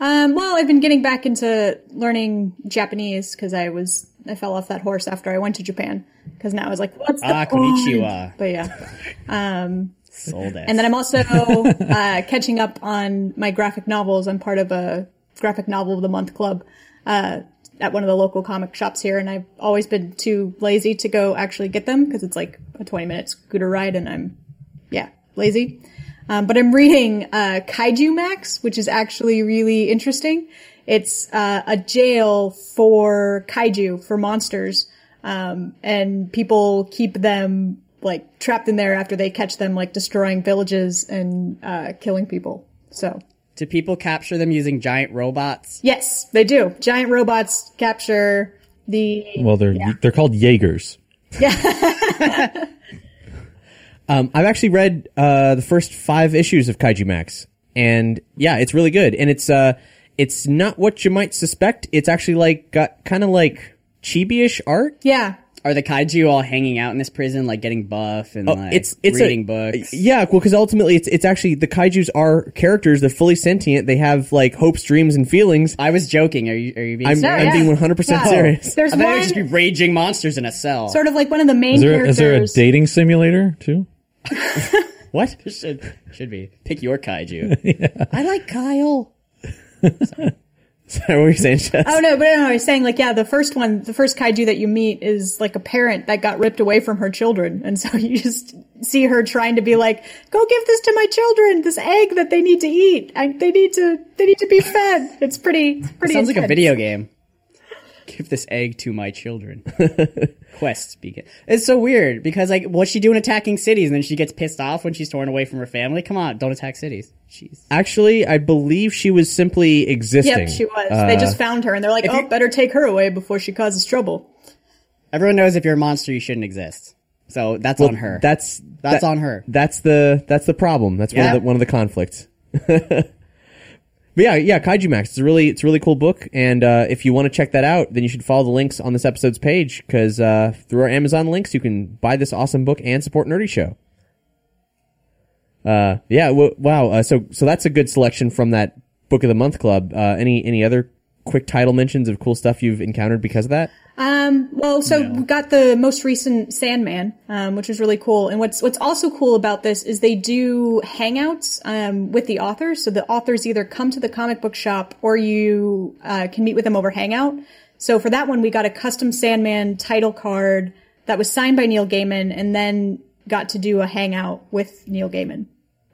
[SPEAKER 1] Um, well, I've been getting back into learning Japanese because I was I fell off that horse after I went to Japan because now I was like, what's the
[SPEAKER 3] Ah, konnichiwa.
[SPEAKER 1] point? But yeah,
[SPEAKER 3] Sold
[SPEAKER 1] and then I'm also uh, catching up on my graphic novels. I'm part of a graphic novel of the month club uh, at one of the local comic shops here, and I've always been too lazy to go actually get them because it's like a 20 minute scooter ride, and I'm yeah lazy. Um, but I'm reading uh, Kaiju Max, which is actually really interesting. It's uh, a jail for kaiju, for monsters, um, and people keep them like trapped in there after they catch them, like destroying villages and uh, killing people. So
[SPEAKER 3] Do people capture them using giant robots?
[SPEAKER 1] yes, they do. Giant robots capture the
[SPEAKER 4] Well, they're they're called Jaegers.
[SPEAKER 2] Um, I've actually read uh, the first five issues of Kaiju Max, and yeah, it's really good. And it's uh, it's not what you might suspect. It's actually like got kind of like chibi-ish art.
[SPEAKER 1] yeah.
[SPEAKER 3] Are the kaiju all hanging out in this prison, like getting buff and like
[SPEAKER 2] Oh, it's it's a-
[SPEAKER 3] reading books?
[SPEAKER 2] Yeah, well, because ultimately it's it's actually the kaiju's are characters. They're fully sentient. They have like hopes, dreams, and feelings.
[SPEAKER 3] I was joking. Are you are you being
[SPEAKER 2] I'm,
[SPEAKER 3] serious?
[SPEAKER 2] I'm
[SPEAKER 1] yeah.
[SPEAKER 2] being 100 percent
[SPEAKER 1] Yeah.
[SPEAKER 2] serious.
[SPEAKER 1] There's
[SPEAKER 3] I thought it would
[SPEAKER 1] one
[SPEAKER 3] just be raging monsters in a cell.
[SPEAKER 1] sort of like one of the main
[SPEAKER 4] Is there
[SPEAKER 1] characters.
[SPEAKER 4] is there a dating simulator too?
[SPEAKER 2] What?
[SPEAKER 3] *laughs* should should be pick
[SPEAKER 2] *laughs*
[SPEAKER 3] your kaiju. I like Kyle.
[SPEAKER 2] Is that what you're saying, Jess?
[SPEAKER 1] Oh no, but no, I was saying like yeah, the first one, the first kaiju that you meet is like a parent that got ripped away from her children, and so *laughs* you just see her trying to be like, "Go give this to my children, this egg that they need to eat. I, they need to, they need to be fed." It's pretty, it's pretty.
[SPEAKER 3] Sounds like a
[SPEAKER 1] intense.
[SPEAKER 3] video game. Give this egg to
[SPEAKER 2] *laughs*
[SPEAKER 3] my children. Quests begin. It's so weird because like, what's she doing attacking cities? And then she gets pissed off when she's torn away from her family. Come on, don't attack cities. Jeez.
[SPEAKER 2] Actually, I believe she was simply existing.
[SPEAKER 1] Yep, she was. they just found her, and they're like, "Oh, better take her away before she causes trouble."
[SPEAKER 3] Everyone knows if you're a monster, you shouldn't exist. So that's on her.
[SPEAKER 2] That's
[SPEAKER 3] That's on her.
[SPEAKER 2] That's the that's the problem. That's one
[SPEAKER 3] Yeah.
[SPEAKER 2] of the one of the conflicts. *laughs* but yeah, yeah, Kaiju Max. It's a really it's a really cool book, and uh, if you want to check that out, then you should follow the links on this episode's page because uh, through our Amazon links, you can buy this awesome book and support Nerdy Show. Uh, yeah, w- wow. Uh, so so that's a good selection from that book of the month club. Uh, any any other quick title mentions of cool stuff you've encountered because of that?
[SPEAKER 1] Um, well, so we got the most recent Sandman, um, which is really cool. And what's what's also cool about this is they do hangouts um, with the authors. So the authors either come to the comic book shop or you uh, can meet with them over Hangout. So for that one, we got a custom Sandman title card that was signed by Neil Gaiman, and then got to do a hangout with Neil Gaiman,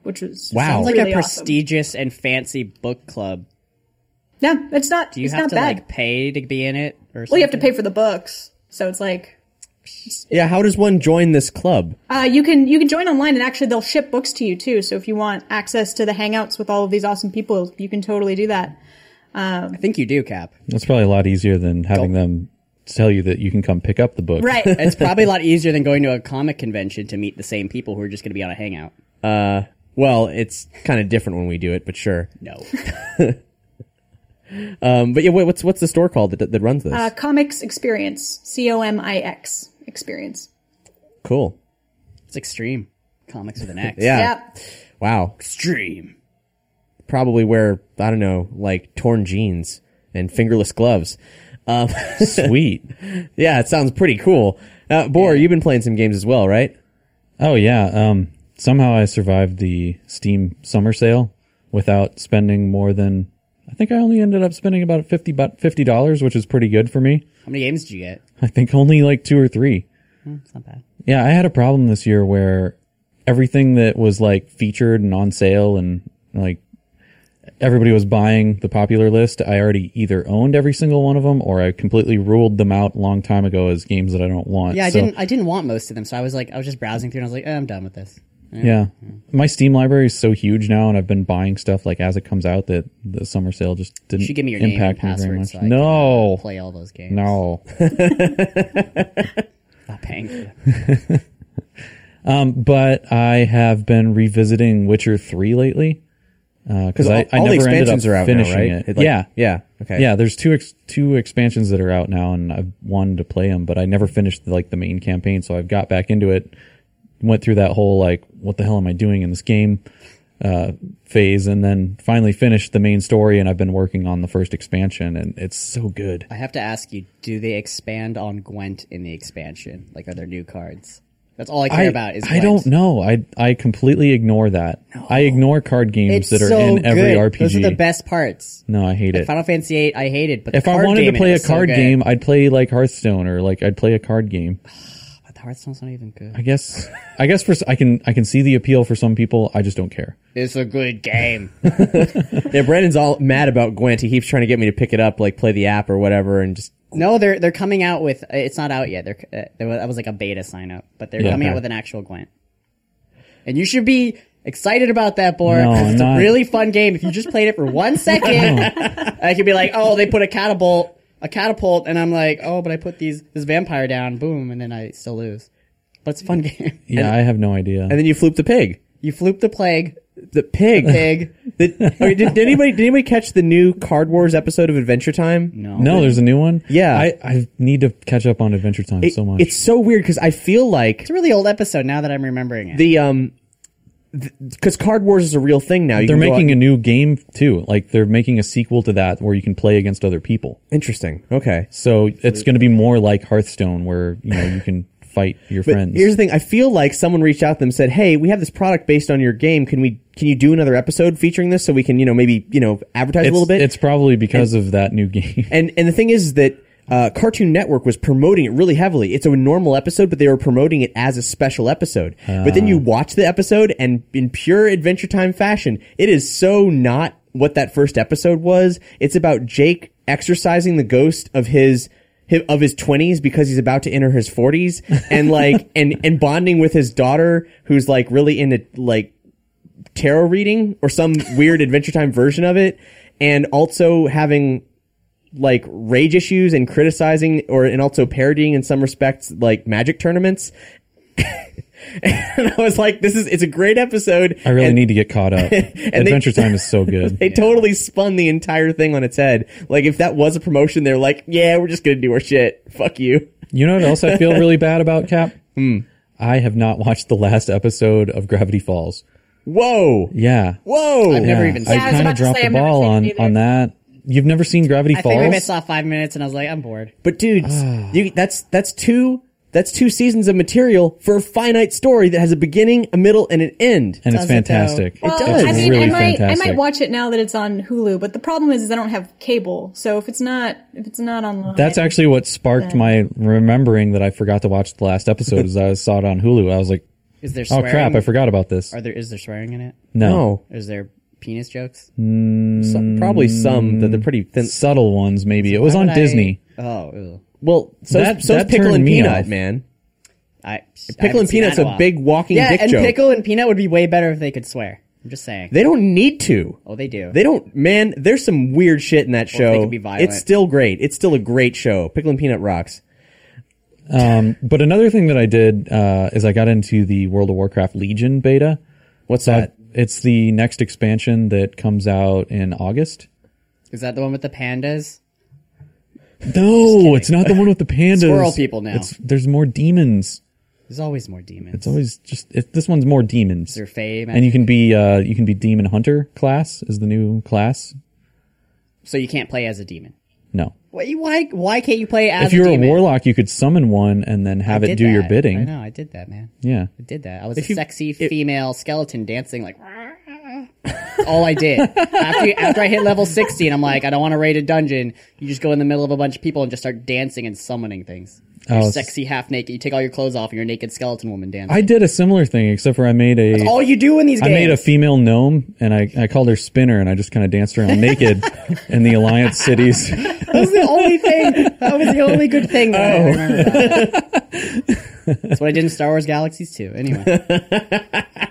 [SPEAKER 1] which was
[SPEAKER 2] Wow.
[SPEAKER 3] Sounds like
[SPEAKER 1] really
[SPEAKER 3] a
[SPEAKER 1] awesome.
[SPEAKER 3] prestigious and fancy book club.
[SPEAKER 1] Yeah, it's not.
[SPEAKER 3] Do you
[SPEAKER 1] it's
[SPEAKER 3] have
[SPEAKER 1] not
[SPEAKER 3] to
[SPEAKER 1] bad.
[SPEAKER 3] like pay to be in it? Or
[SPEAKER 1] well, you have to pay for the books, so it's like
[SPEAKER 2] Yeah, how does one join this club?
[SPEAKER 1] Uh, you can you can join online, and actually they'll ship books to you too. So if you want access to the Hangouts with all of these awesome people, you can totally do that.
[SPEAKER 3] I think you do, Cap.
[SPEAKER 4] That's probably a lot easier than having them tell you that you can come pick up the
[SPEAKER 3] *laughs*
[SPEAKER 4] book.
[SPEAKER 1] Right.
[SPEAKER 3] It's probably a lot easier than going to a comic convention to meet the same people who are just going to be on a hangout.
[SPEAKER 2] Well, it's kind of different when we do it, but sure.
[SPEAKER 4] *laughs*
[SPEAKER 3] No.
[SPEAKER 2] Um, but yeah, wait, what's what's the store called that, that runs this?
[SPEAKER 1] uh, comics Experience, C O M I X Experience.
[SPEAKER 2] cool.
[SPEAKER 3] It's extreme. Comics with an X.
[SPEAKER 2] Yeah.
[SPEAKER 1] Yep.
[SPEAKER 2] Wow.
[SPEAKER 3] Extreme.
[SPEAKER 2] Probably wear I don't know, like torn jeans and fingerless gloves. Um, *laughs*
[SPEAKER 4] Sweet.
[SPEAKER 2] yeah, it sounds pretty cool. Uh, Boar, you've been playing some games as well, right?
[SPEAKER 4] Oh yeah. Um, somehow I survived the Steam summer sale without spending more than I think I only ended up spending about fifty but fifty dollars, which is pretty good for me.
[SPEAKER 3] How many games did you get?
[SPEAKER 4] I think only like two or three.
[SPEAKER 3] Hmm, It's not bad.
[SPEAKER 4] Yeah, I had a problem this year where everything that was like featured and on sale and like everybody was buying the popular list, I already either owned every single one of them or I completely ruled them out a long time ago as games that I don't want.
[SPEAKER 3] Yeah, I
[SPEAKER 4] So-
[SPEAKER 3] didn't. I didn't want most of them, so I was like, I was just browsing through, and I was like, eh, I'm done with this.
[SPEAKER 4] Yeah.
[SPEAKER 3] Hmm.
[SPEAKER 4] My Steam library is so huge now, and I've been buying stuff like as it comes out that the summer sale just didn't
[SPEAKER 3] You should give me your name and
[SPEAKER 4] impact me
[SPEAKER 3] password
[SPEAKER 4] very much.
[SPEAKER 3] so I can uh,
[SPEAKER 4] no.
[SPEAKER 3] play all those games.
[SPEAKER 4] No.
[SPEAKER 3] not paying. For them.
[SPEAKER 4] but I have been revisiting Witcher 3 lately. Because I, I
[SPEAKER 2] all
[SPEAKER 4] never
[SPEAKER 2] the expansions
[SPEAKER 4] ended up
[SPEAKER 2] are out
[SPEAKER 4] finishing
[SPEAKER 2] now, right?
[SPEAKER 4] it.
[SPEAKER 2] Like-
[SPEAKER 4] yeah.
[SPEAKER 2] yeah, okay.
[SPEAKER 4] Yeah, there's two ex- two expansions that are out now, and I've wanted to play them, but I never finished like the main campaign, so I've got back into it. Went through that whole like, what the hell am I doing in this game? uh, phase, and then finally finished the main story. And I've been working on the first expansion, and it's so good.
[SPEAKER 3] I have to ask you: Do they expand on Gwent in the expansion? Like, are there new cards? That's all I care about. Is
[SPEAKER 4] I
[SPEAKER 3] Gwent.
[SPEAKER 4] don't know. I I completely ignore that. I ignore card games
[SPEAKER 3] It's
[SPEAKER 4] that are
[SPEAKER 3] so
[SPEAKER 4] in every
[SPEAKER 3] good.
[SPEAKER 4] RPG.
[SPEAKER 3] Those are the best parts.
[SPEAKER 4] No, I hate it.
[SPEAKER 3] Final Fantasy VIII, I hated. But the
[SPEAKER 4] if I
[SPEAKER 3] card
[SPEAKER 4] wanted
[SPEAKER 3] game in
[SPEAKER 4] to
[SPEAKER 3] it
[SPEAKER 4] play a
[SPEAKER 3] was so
[SPEAKER 4] card
[SPEAKER 3] good.
[SPEAKER 4] game, I'd play like Hearthstone or like I'd play a card game.
[SPEAKER 3] but the Hearthstone's not even good.
[SPEAKER 4] I guess I guess for s- I can I can see the appeal for some people. I just don't care.
[SPEAKER 3] It's a good game.
[SPEAKER 2] Yeah, Brandon's all mad about Gwent. He keeps trying to get me to pick it up, like play the app or whatever, and just
[SPEAKER 3] no, they're they're coming out with. It's not out yet. They're uh, there was, that was like a beta sign up, but they're
[SPEAKER 4] Yeah.
[SPEAKER 3] coming out with an actual Gwent. And you should be excited about that, boy.
[SPEAKER 4] No,
[SPEAKER 3] 'cause
[SPEAKER 4] I'm
[SPEAKER 3] it's
[SPEAKER 4] not.
[SPEAKER 3] a really fun game. If you just played it for one
[SPEAKER 4] *laughs*
[SPEAKER 3] second, I could be like, oh, they put a catapult, a catapult, and I'm like, oh, but I put these this vampire down, boom, and then I still lose. But it's a fun *laughs* game.
[SPEAKER 4] Yeah, I have no idea.
[SPEAKER 2] and then you floop the pig.
[SPEAKER 3] You floop the plague,
[SPEAKER 2] The pig.
[SPEAKER 3] pig.
[SPEAKER 2] *laughs* The- okay, did, did anybody did anybody catch the new Card Wars episode of Adventure Time?
[SPEAKER 3] No.
[SPEAKER 4] no, there's a new one.
[SPEAKER 2] Yeah.
[SPEAKER 4] I, I need to catch up on Adventure Time
[SPEAKER 2] It-
[SPEAKER 4] so much.
[SPEAKER 2] It's so weird because I feel like
[SPEAKER 3] It's a really old episode now that I'm remembering it.
[SPEAKER 2] the um because Card Wars is a real thing now. You
[SPEAKER 4] they're
[SPEAKER 2] can go
[SPEAKER 4] making
[SPEAKER 2] out-
[SPEAKER 4] a new game too. Like they're making a sequel to that where you can play against other people.
[SPEAKER 2] interesting. Okay.
[SPEAKER 4] So it's going to be more like Hearthstone, where you know you can *laughs* fight your
[SPEAKER 2] But
[SPEAKER 4] friends.
[SPEAKER 2] here's the thing. I feel like someone reached out to them and said, "Hey, we have this product based on your game. Can we? Can you do another episode featuring this so we can, you know, maybe you know, advertise a
[SPEAKER 4] it's,
[SPEAKER 2] little bit?"
[SPEAKER 4] It's probably because of that new *laughs* game.
[SPEAKER 2] And and the thing is that uh, Cartoon Network was promoting it really heavily. It's a normal episode, but they were promoting it as a special episode. but then you watch the episode, and in pure Adventure Time fashion, it is so not what that first episode was. It's about Jake exercising the ghost of his. hi- Of his twenties because he's about to enter his forties, and like and and bonding with his daughter who's like really into like tarot reading or some weird Adventure Time version of it, and also having like rage issues and criticizing or and also parodying in some respects like magic tournaments. *laughs* and I was like, this is it's a great episode.
[SPEAKER 4] I
[SPEAKER 2] *laughs*
[SPEAKER 4] really
[SPEAKER 2] and
[SPEAKER 4] need to get caught up. Adventure Time is so good.
[SPEAKER 2] They totally spun the entire thing on its head. Like if that was a promotion, they're like, yeah, we're just gonna do our shit. Fuck you.
[SPEAKER 4] You know what else I
[SPEAKER 2] *laughs*
[SPEAKER 4] feel really bad about, Cap?
[SPEAKER 2] Hmm.
[SPEAKER 4] I have not watched the last episode of Gravity Falls.
[SPEAKER 2] Whoa.
[SPEAKER 4] Yeah.
[SPEAKER 2] Whoa.
[SPEAKER 3] I've never
[SPEAKER 4] Yeah,
[SPEAKER 3] even
[SPEAKER 4] I
[SPEAKER 1] Yeah,
[SPEAKER 3] seen
[SPEAKER 1] I was
[SPEAKER 4] kind
[SPEAKER 1] about
[SPEAKER 4] of
[SPEAKER 1] to
[SPEAKER 4] dropped
[SPEAKER 1] say,
[SPEAKER 4] the
[SPEAKER 1] I've never
[SPEAKER 4] ball
[SPEAKER 1] seen it
[SPEAKER 4] on,
[SPEAKER 1] either.
[SPEAKER 4] on that. You've never seen Gravity
[SPEAKER 3] I
[SPEAKER 4] Falls?
[SPEAKER 3] think maybe I saw five minutes and I was like, I'm bored.
[SPEAKER 2] But dude,
[SPEAKER 4] *sighs*
[SPEAKER 2] you, that's that's two that's two seasons of material for a finite story that has a beginning, a middle, and an end.
[SPEAKER 4] and
[SPEAKER 3] Does
[SPEAKER 4] it's
[SPEAKER 3] it, though?
[SPEAKER 4] fantastic.
[SPEAKER 2] Well,
[SPEAKER 4] It's-
[SPEAKER 2] does.
[SPEAKER 4] It's
[SPEAKER 1] I mean,
[SPEAKER 4] really
[SPEAKER 1] I might
[SPEAKER 4] fantastic.
[SPEAKER 1] I might watch it now that it's on Hulu, but the problem is, is I don't have cable. So if it's not if it's not online,
[SPEAKER 4] That's actually what sparked my remembering that I forgot to watch the last episode is I saw it on Hulu. I was like,
[SPEAKER 3] Is there
[SPEAKER 4] oh
[SPEAKER 3] swearing?
[SPEAKER 4] crap, I forgot about this.
[SPEAKER 3] Are there is there swearing in it?
[SPEAKER 4] No.
[SPEAKER 3] Is there penis jokes?
[SPEAKER 4] Hmm.
[SPEAKER 2] Some- probably some that they're pretty thin.
[SPEAKER 4] Subtle ones, maybe. It was on
[SPEAKER 3] Would I-
[SPEAKER 4] Disney.
[SPEAKER 3] Oh, ew.
[SPEAKER 2] Well, so
[SPEAKER 4] That-
[SPEAKER 2] so
[SPEAKER 4] that
[SPEAKER 2] pickle
[SPEAKER 4] turned
[SPEAKER 2] and
[SPEAKER 4] me
[SPEAKER 2] peanut,
[SPEAKER 4] off.
[SPEAKER 2] man.
[SPEAKER 3] I I
[SPEAKER 2] Pickle
[SPEAKER 3] haven't
[SPEAKER 2] and
[SPEAKER 3] seen
[SPEAKER 2] Peanut's
[SPEAKER 3] that in
[SPEAKER 2] a
[SPEAKER 3] while.
[SPEAKER 2] big walking
[SPEAKER 3] yeah,
[SPEAKER 2] dick
[SPEAKER 3] and
[SPEAKER 2] joke.
[SPEAKER 3] pickle and peanut would be way better if they could swear. I'm just saying.
[SPEAKER 2] They don't need to.
[SPEAKER 3] oh, they do.
[SPEAKER 2] They don't, man. There's some weird shit in that
[SPEAKER 3] if they
[SPEAKER 2] show.
[SPEAKER 3] could be violent.
[SPEAKER 2] It's still great. It's still a great show. Pickle and Peanut rocks.
[SPEAKER 4] But another thing that I did uh, is I got into the World of Warcraft Legion beta.
[SPEAKER 2] What's
[SPEAKER 4] So
[SPEAKER 2] that?
[SPEAKER 4] it's the next expansion that comes out in August.
[SPEAKER 3] Is that the one with the pandas?
[SPEAKER 4] No, it's not the one with the pandas.
[SPEAKER 3] Squirrel people now.
[SPEAKER 4] It's, there's more demons.
[SPEAKER 3] There's always more demons.
[SPEAKER 4] It's always just it, this one's more demons.
[SPEAKER 3] Their fame.
[SPEAKER 4] And you can be uh, you can be demon hunter class is the new class.
[SPEAKER 3] so you can't play as a demon.
[SPEAKER 4] No,
[SPEAKER 3] Why? Why, why can't you play as
[SPEAKER 4] if you're a,
[SPEAKER 3] demon?
[SPEAKER 4] warlock, you could summon one and then
[SPEAKER 3] I
[SPEAKER 4] have it
[SPEAKER 3] did
[SPEAKER 4] do your
[SPEAKER 3] that.
[SPEAKER 4] bidding.
[SPEAKER 3] I know. I did that, man.
[SPEAKER 4] Yeah,
[SPEAKER 3] I did that. I was
[SPEAKER 2] If
[SPEAKER 3] a
[SPEAKER 2] you-
[SPEAKER 3] sexy
[SPEAKER 2] if-
[SPEAKER 3] female skeleton dancing like. all I did after after I hit level sixty, and I'm like, I don't want to raid a dungeon. You just go in the middle of a bunch of people and just start dancing and summoning things. You're
[SPEAKER 4] Oh, it's-
[SPEAKER 3] sexy, half naked. You take all your clothes off, and you're a naked skeleton woman dancing.
[SPEAKER 4] I did a similar thing except for I made a
[SPEAKER 3] all you do in these
[SPEAKER 4] I
[SPEAKER 3] games.
[SPEAKER 4] made a female gnome and I, I called her Spinner and I just kind of danced
[SPEAKER 3] *laughs*
[SPEAKER 4] around naked in the Alliance cities.
[SPEAKER 3] that was the
[SPEAKER 4] *laughs*
[SPEAKER 3] only thing. That was the only good thing. That
[SPEAKER 4] Oh.
[SPEAKER 3] I remember about it.
[SPEAKER 4] *laughs*
[SPEAKER 3] That's what I did in Star Wars Galaxies too. Anyway,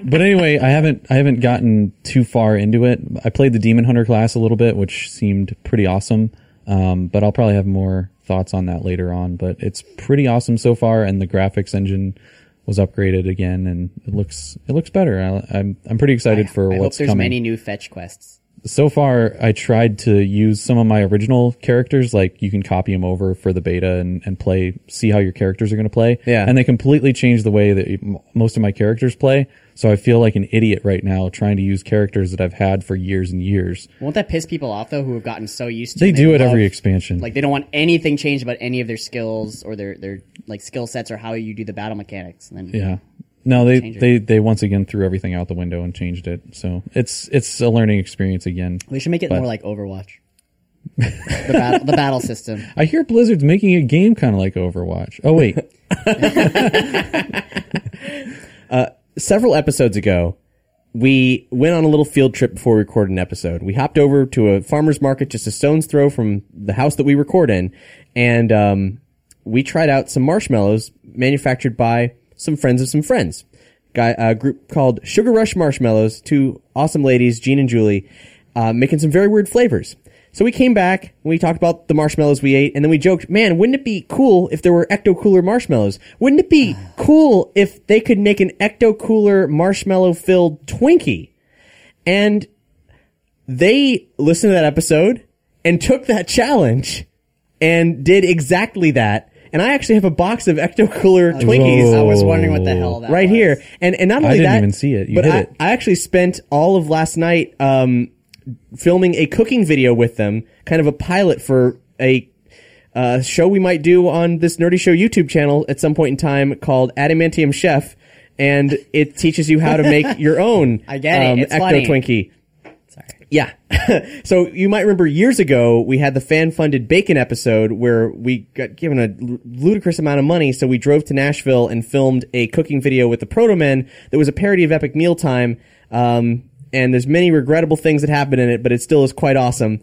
[SPEAKER 4] But anyway, I haven't I haven't gotten too far into it. I played the Demon Hunter class a little bit, which seemed pretty awesome. Um, but I'll probably have more thoughts on that later on. But it's pretty awesome so far, and the graphics engine was upgraded again, and it looks it looks better. I, I'm I'm pretty excited for
[SPEAKER 3] I hope
[SPEAKER 4] what's
[SPEAKER 3] there's
[SPEAKER 4] coming.
[SPEAKER 3] many new fetch quests.
[SPEAKER 4] so far I tried to use some of my original characters. Like you can copy them over for the beta and, and play, see how your characters are going to play.
[SPEAKER 2] Yeah.
[SPEAKER 4] And they completely changed the way that m- most of my characters play. So I feel like an idiot right now trying to use characters that I've had for years and years.
[SPEAKER 3] Won't that piss people off though, who have gotten so used to?
[SPEAKER 4] They
[SPEAKER 3] and
[SPEAKER 4] do it
[SPEAKER 3] love-
[SPEAKER 4] every expansion.
[SPEAKER 3] Like they don't want anything changed about any of their skills or their their like skill sets or how you do the battle mechanics. And then
[SPEAKER 4] yeah. No, they,
[SPEAKER 3] Change it.
[SPEAKER 4] they, they once again threw everything out the window and changed it. So it's, it's a learning experience again.
[SPEAKER 3] we should make it
[SPEAKER 4] But-
[SPEAKER 3] more like Overwatch.
[SPEAKER 2] *laughs*
[SPEAKER 3] the battle the battle system.
[SPEAKER 4] I hear Blizzard's making a game kind of like Overwatch. Oh
[SPEAKER 3] *laughs*
[SPEAKER 4] wait.
[SPEAKER 2] several episodes ago, we went on a little field trip before we recorded an episode. We hopped over to a farmer's market just a stone's throw from the house that we record in, and um, we tried out some marshmallows manufactured by some friends of some friends. Guy, a group called Sugar Rush Marshmallows, two awesome ladies, Jean and Julie, uh, making some very weird flavors. So we came back, and we talked about the marshmallows we ate, and then we joked, man, wouldn't it be cool if there were Ecto Cooler marshmallows? Wouldn't it be cool if they could make an Ecto Cooler marshmallow filled Twinkie? And they listened to that episode and took that challenge and did exactly that. And I actually have a box of Ecto Cooler Twinkies
[SPEAKER 4] Whoa.
[SPEAKER 3] I was wondering what the hell that
[SPEAKER 2] right
[SPEAKER 3] was.
[SPEAKER 2] here. And and not only
[SPEAKER 4] didn't
[SPEAKER 2] that,
[SPEAKER 4] even see it. You
[SPEAKER 2] but
[SPEAKER 4] hid
[SPEAKER 2] I,
[SPEAKER 4] it.
[SPEAKER 2] I actually spent all of last night um, filming a cooking video with them, kind of a pilot for a uh, show we might do on this Nerdy Show YouTube channel at some point in time called Adamantium Chef, and it teaches you how to
[SPEAKER 3] *laughs*
[SPEAKER 2] make your own um,
[SPEAKER 3] I get it. It's
[SPEAKER 2] Ecto
[SPEAKER 3] funny.
[SPEAKER 2] Twinkie. Yeah. *laughs* so you might remember years ago we had the fan funded bacon episode where we got given a l- ludicrous amount of money, so we drove to Nashville and filmed a cooking video with the Proto Men that was a parody of Epic Mealtime. Um, and there's many regrettable things that happened in it, but it still is quite awesome.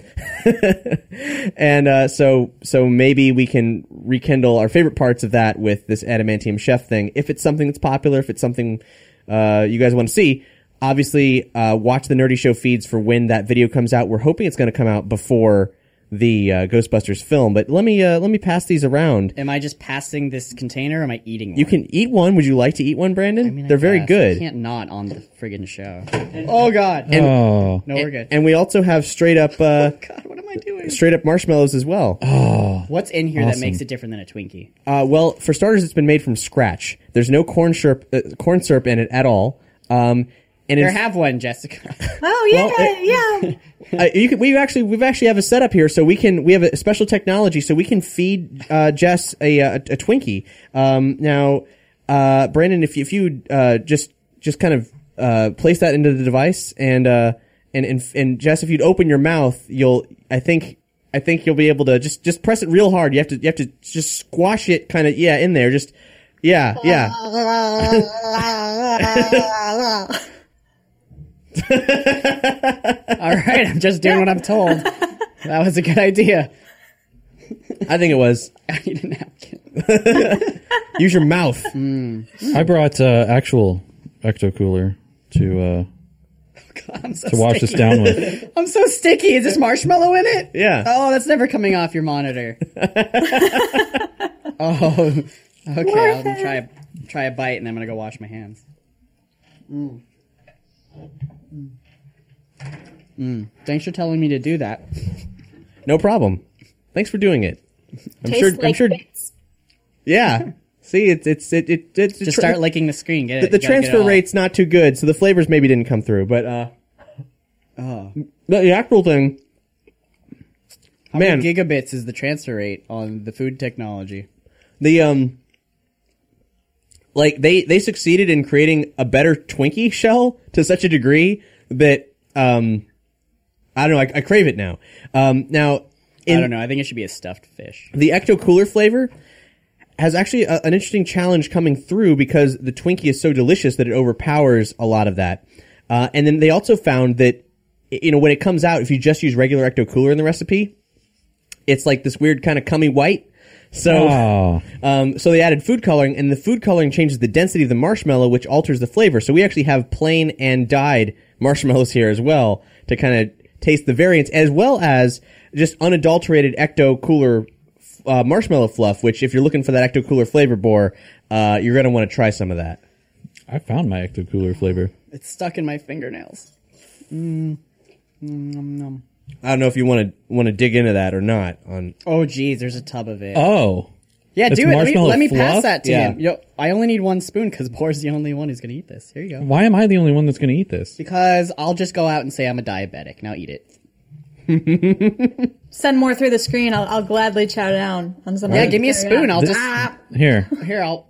[SPEAKER 2] and uh, so, so maybe we can rekindle our favorite parts of that with this adamantium chef thing. If it's something that's popular, if it's something uh, you guys want to see, obviously uh, watch the Nerdy Show feeds for when that video comes out. We're hoping it's going to come out before the uh, Ghostbusters film. But let me uh, let me pass these around.
[SPEAKER 3] Am I just passing this container? or Am I eating? One?
[SPEAKER 2] You can eat one. Would you like to eat one, Brandon? They're very
[SPEAKER 3] You
[SPEAKER 2] good.
[SPEAKER 3] can't not on the friggin' show. oh God!
[SPEAKER 4] Oh,
[SPEAKER 3] no, we're good.
[SPEAKER 2] And we also have straight up uh,
[SPEAKER 3] *laughs* Oh, God, what am I doing?
[SPEAKER 2] straight up marshmallows as well.
[SPEAKER 3] What's in here that makes it different than a Twinkie?
[SPEAKER 2] Uh, well, for starters, it's been made from scratch. There's no corn syrup, uh, corn syrup in it at all. Um, and
[SPEAKER 3] There
[SPEAKER 2] it's,
[SPEAKER 3] have one, Jessica. *laughs*
[SPEAKER 1] Oh yeah, yeah.
[SPEAKER 2] uh, you can, we actually we've actually have a setup here, so we can we have a special technology, so we can feed uh, Jess a, uh, a a Twinkie. Um, now, uh, Brandon, if you, if you uh, just just kind of uh, place that into the device, and uh, and and and Jess, if you'd open your mouth, you'll I think. I think you'll be able to just just press it real hard. You have to you have to just squash it kind of yeah in there. Just yeah yeah.
[SPEAKER 3] All right, I'm just doing what
[SPEAKER 2] *laughs*
[SPEAKER 3] I'm told. That was a good idea. *laughs*
[SPEAKER 2] I think it was
[SPEAKER 3] I need a napkin.
[SPEAKER 2] Use your
[SPEAKER 3] *laughs*
[SPEAKER 2] mouth.
[SPEAKER 3] Mm.
[SPEAKER 4] I brought uh, actual ecto cooler to uh,
[SPEAKER 3] God, I'm so
[SPEAKER 4] to wash this
[SPEAKER 3] sticky. *laughs*
[SPEAKER 4] down with.
[SPEAKER 3] I'm so sticky. Is this marshmallow in it?
[SPEAKER 2] Yeah.
[SPEAKER 3] Oh, that's never coming off your monitor. oh, okay. I'll try a, try a bite, and I'm gonna go wash my hands. Mm. Mm. Thanks for telling me to do that.
[SPEAKER 2] No problem. Thanks for doing it. I'm
[SPEAKER 5] Tastes
[SPEAKER 2] sure.
[SPEAKER 5] like
[SPEAKER 2] I'm sure.
[SPEAKER 5] bits.
[SPEAKER 2] Yeah. See, it's it's it it. it's
[SPEAKER 3] Just start licking the screen. Get
[SPEAKER 2] the,
[SPEAKER 3] it.
[SPEAKER 2] the
[SPEAKER 3] You gotta get it
[SPEAKER 2] transfer
[SPEAKER 3] all.
[SPEAKER 2] rate's not too good, so the flavors maybe didn't come through. But uh,
[SPEAKER 3] Oh.
[SPEAKER 2] the, the actual thing.
[SPEAKER 3] How
[SPEAKER 2] man,
[SPEAKER 3] many gigabits is the transfer rate on the food technology?
[SPEAKER 2] the um like they they succeeded in creating a better twinkie shell to such a degree that um i don't know i, I crave it now um now
[SPEAKER 3] I
[SPEAKER 2] in
[SPEAKER 3] don't know. I think it should be a stuffed fish.
[SPEAKER 2] the ecto cooler flavor has actually a, an interesting challenge coming through because the Twinkie is so delicious that it overpowers a lot of that. Uh, and then they also found that, y- you know, when it comes out, if you just use regular ecto cooler in the recipe, it's like this weird kind of cummy white. So,
[SPEAKER 4] Oh,
[SPEAKER 2] um, so they added food coloring, and the food coloring changes the density of the marshmallow, which alters the flavor. So we actually have plain and dyed marshmallows here as well to kind of taste the variance, as well as just unadulterated ecto cooler uh, marshmallow fluff. Which, if you're looking for that ecto cooler flavor bore, uh, you're gonna want to try some of that.
[SPEAKER 4] I found my ecto cooler flavor.
[SPEAKER 3] It's stuck in my fingernails.
[SPEAKER 2] I don't know if you want to want to dig into that or not. On
[SPEAKER 3] Oh, geez, there's a tub of it.
[SPEAKER 4] Oh,
[SPEAKER 3] yeah,
[SPEAKER 4] it's
[SPEAKER 3] do it. Let me,
[SPEAKER 4] marshmallow
[SPEAKER 3] let me
[SPEAKER 4] fluff?
[SPEAKER 3] pass that to
[SPEAKER 4] Yeah.
[SPEAKER 3] him. Yo, I only need one spoon because Boar's the only one who's going to eat this. Here you go.
[SPEAKER 4] why am I the only one that's going to eat this?
[SPEAKER 3] Because I'll just go out and say I'm a diabetic. Now eat it.
[SPEAKER 1] Send more through the screen. I'll, I'll gladly chow down on something.
[SPEAKER 3] Yeah, give me a
[SPEAKER 1] Fair
[SPEAKER 3] spoon.
[SPEAKER 1] enough. Ah.
[SPEAKER 3] I'll just
[SPEAKER 4] Here,
[SPEAKER 3] here. I'll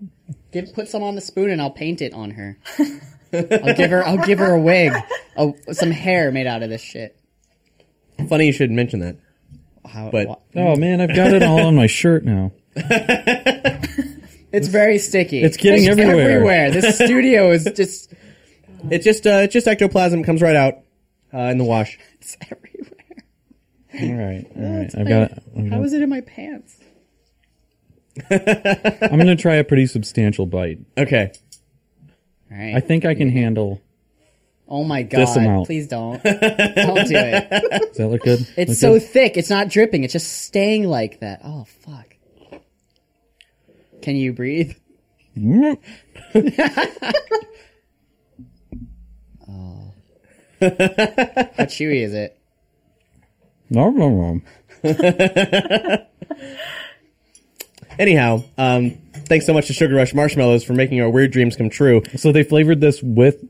[SPEAKER 3] give put some on the spoon and I'll paint it
[SPEAKER 1] *laughs*
[SPEAKER 3] on her. I'll give her. I'll give her a wig. Oh, some hair made out of this shit.
[SPEAKER 2] funny you should mention that.
[SPEAKER 3] How,
[SPEAKER 2] But-
[SPEAKER 3] wha-
[SPEAKER 4] oh man, I've got it all on my shirt now.
[SPEAKER 3] it's very sticky.
[SPEAKER 4] It's getting everywhere.
[SPEAKER 3] Everywhere.
[SPEAKER 4] *laughs*
[SPEAKER 3] This studio is just
[SPEAKER 2] It's just uh, it's just ectoplasm comes right out uh, in the wash.
[SPEAKER 3] it's everywhere.
[SPEAKER 4] All right, all right. I've got. it.
[SPEAKER 3] How is it in my pants?
[SPEAKER 4] I'm going to try a pretty substantial bite.
[SPEAKER 2] Okay,
[SPEAKER 3] All right.
[SPEAKER 4] I think I can handle.
[SPEAKER 3] oh my
[SPEAKER 4] This
[SPEAKER 3] god!
[SPEAKER 4] amount.
[SPEAKER 3] Please don't. don't do it.
[SPEAKER 4] Does that look good?
[SPEAKER 3] It's
[SPEAKER 4] Look
[SPEAKER 3] so
[SPEAKER 4] good?
[SPEAKER 3] thick. It's not dripping. It's just staying like that. Oh fuck. Can you breathe?
[SPEAKER 4] Mm-hmm.
[SPEAKER 3] How chewy is it?
[SPEAKER 4] Nom, nom, nom.
[SPEAKER 2] Anyhow, um, thanks so much to Sugar Rush Marshmallows for making our weird dreams come true.
[SPEAKER 4] So they flavored this with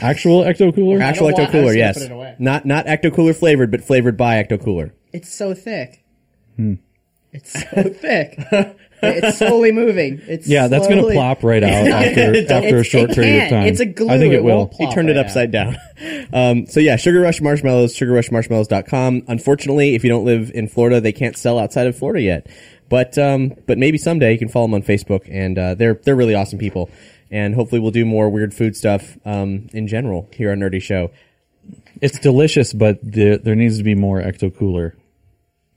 [SPEAKER 4] actual ecto cooler.
[SPEAKER 2] Actual
[SPEAKER 3] know why
[SPEAKER 2] Ecto
[SPEAKER 3] I was
[SPEAKER 2] Cooler,
[SPEAKER 3] gonna
[SPEAKER 2] yes,
[SPEAKER 3] put it away.
[SPEAKER 2] not not Ecto Cooler flavored, but flavored by Ecto Cooler.
[SPEAKER 3] It's so thick. It's so thick. It's slowly moving. It's
[SPEAKER 4] yeah, that's going to
[SPEAKER 3] slowly-
[SPEAKER 4] plop right
[SPEAKER 3] *laughs*
[SPEAKER 4] out after, after a
[SPEAKER 3] It's-
[SPEAKER 4] short
[SPEAKER 3] it
[SPEAKER 4] period of
[SPEAKER 3] can't.
[SPEAKER 4] time.
[SPEAKER 3] It's a glue.
[SPEAKER 4] I think
[SPEAKER 3] It
[SPEAKER 4] it will.
[SPEAKER 3] won't
[SPEAKER 2] He
[SPEAKER 3] Plop
[SPEAKER 2] turned it
[SPEAKER 3] right
[SPEAKER 2] upside down. *laughs* Um, so yeah, Sugar Rush Marshmallows, sugarrushmarshmallows.com. Unfortunately, if you don't live in Florida, they can't sell outside of Florida yet. But um, but maybe someday you can follow them on Facebook, and uh, they're they're really awesome people. And hopefully we'll do more weird food stuff um, in general here on Nerdy Show.
[SPEAKER 4] It's delicious, but there, there needs to be more ecto cooler.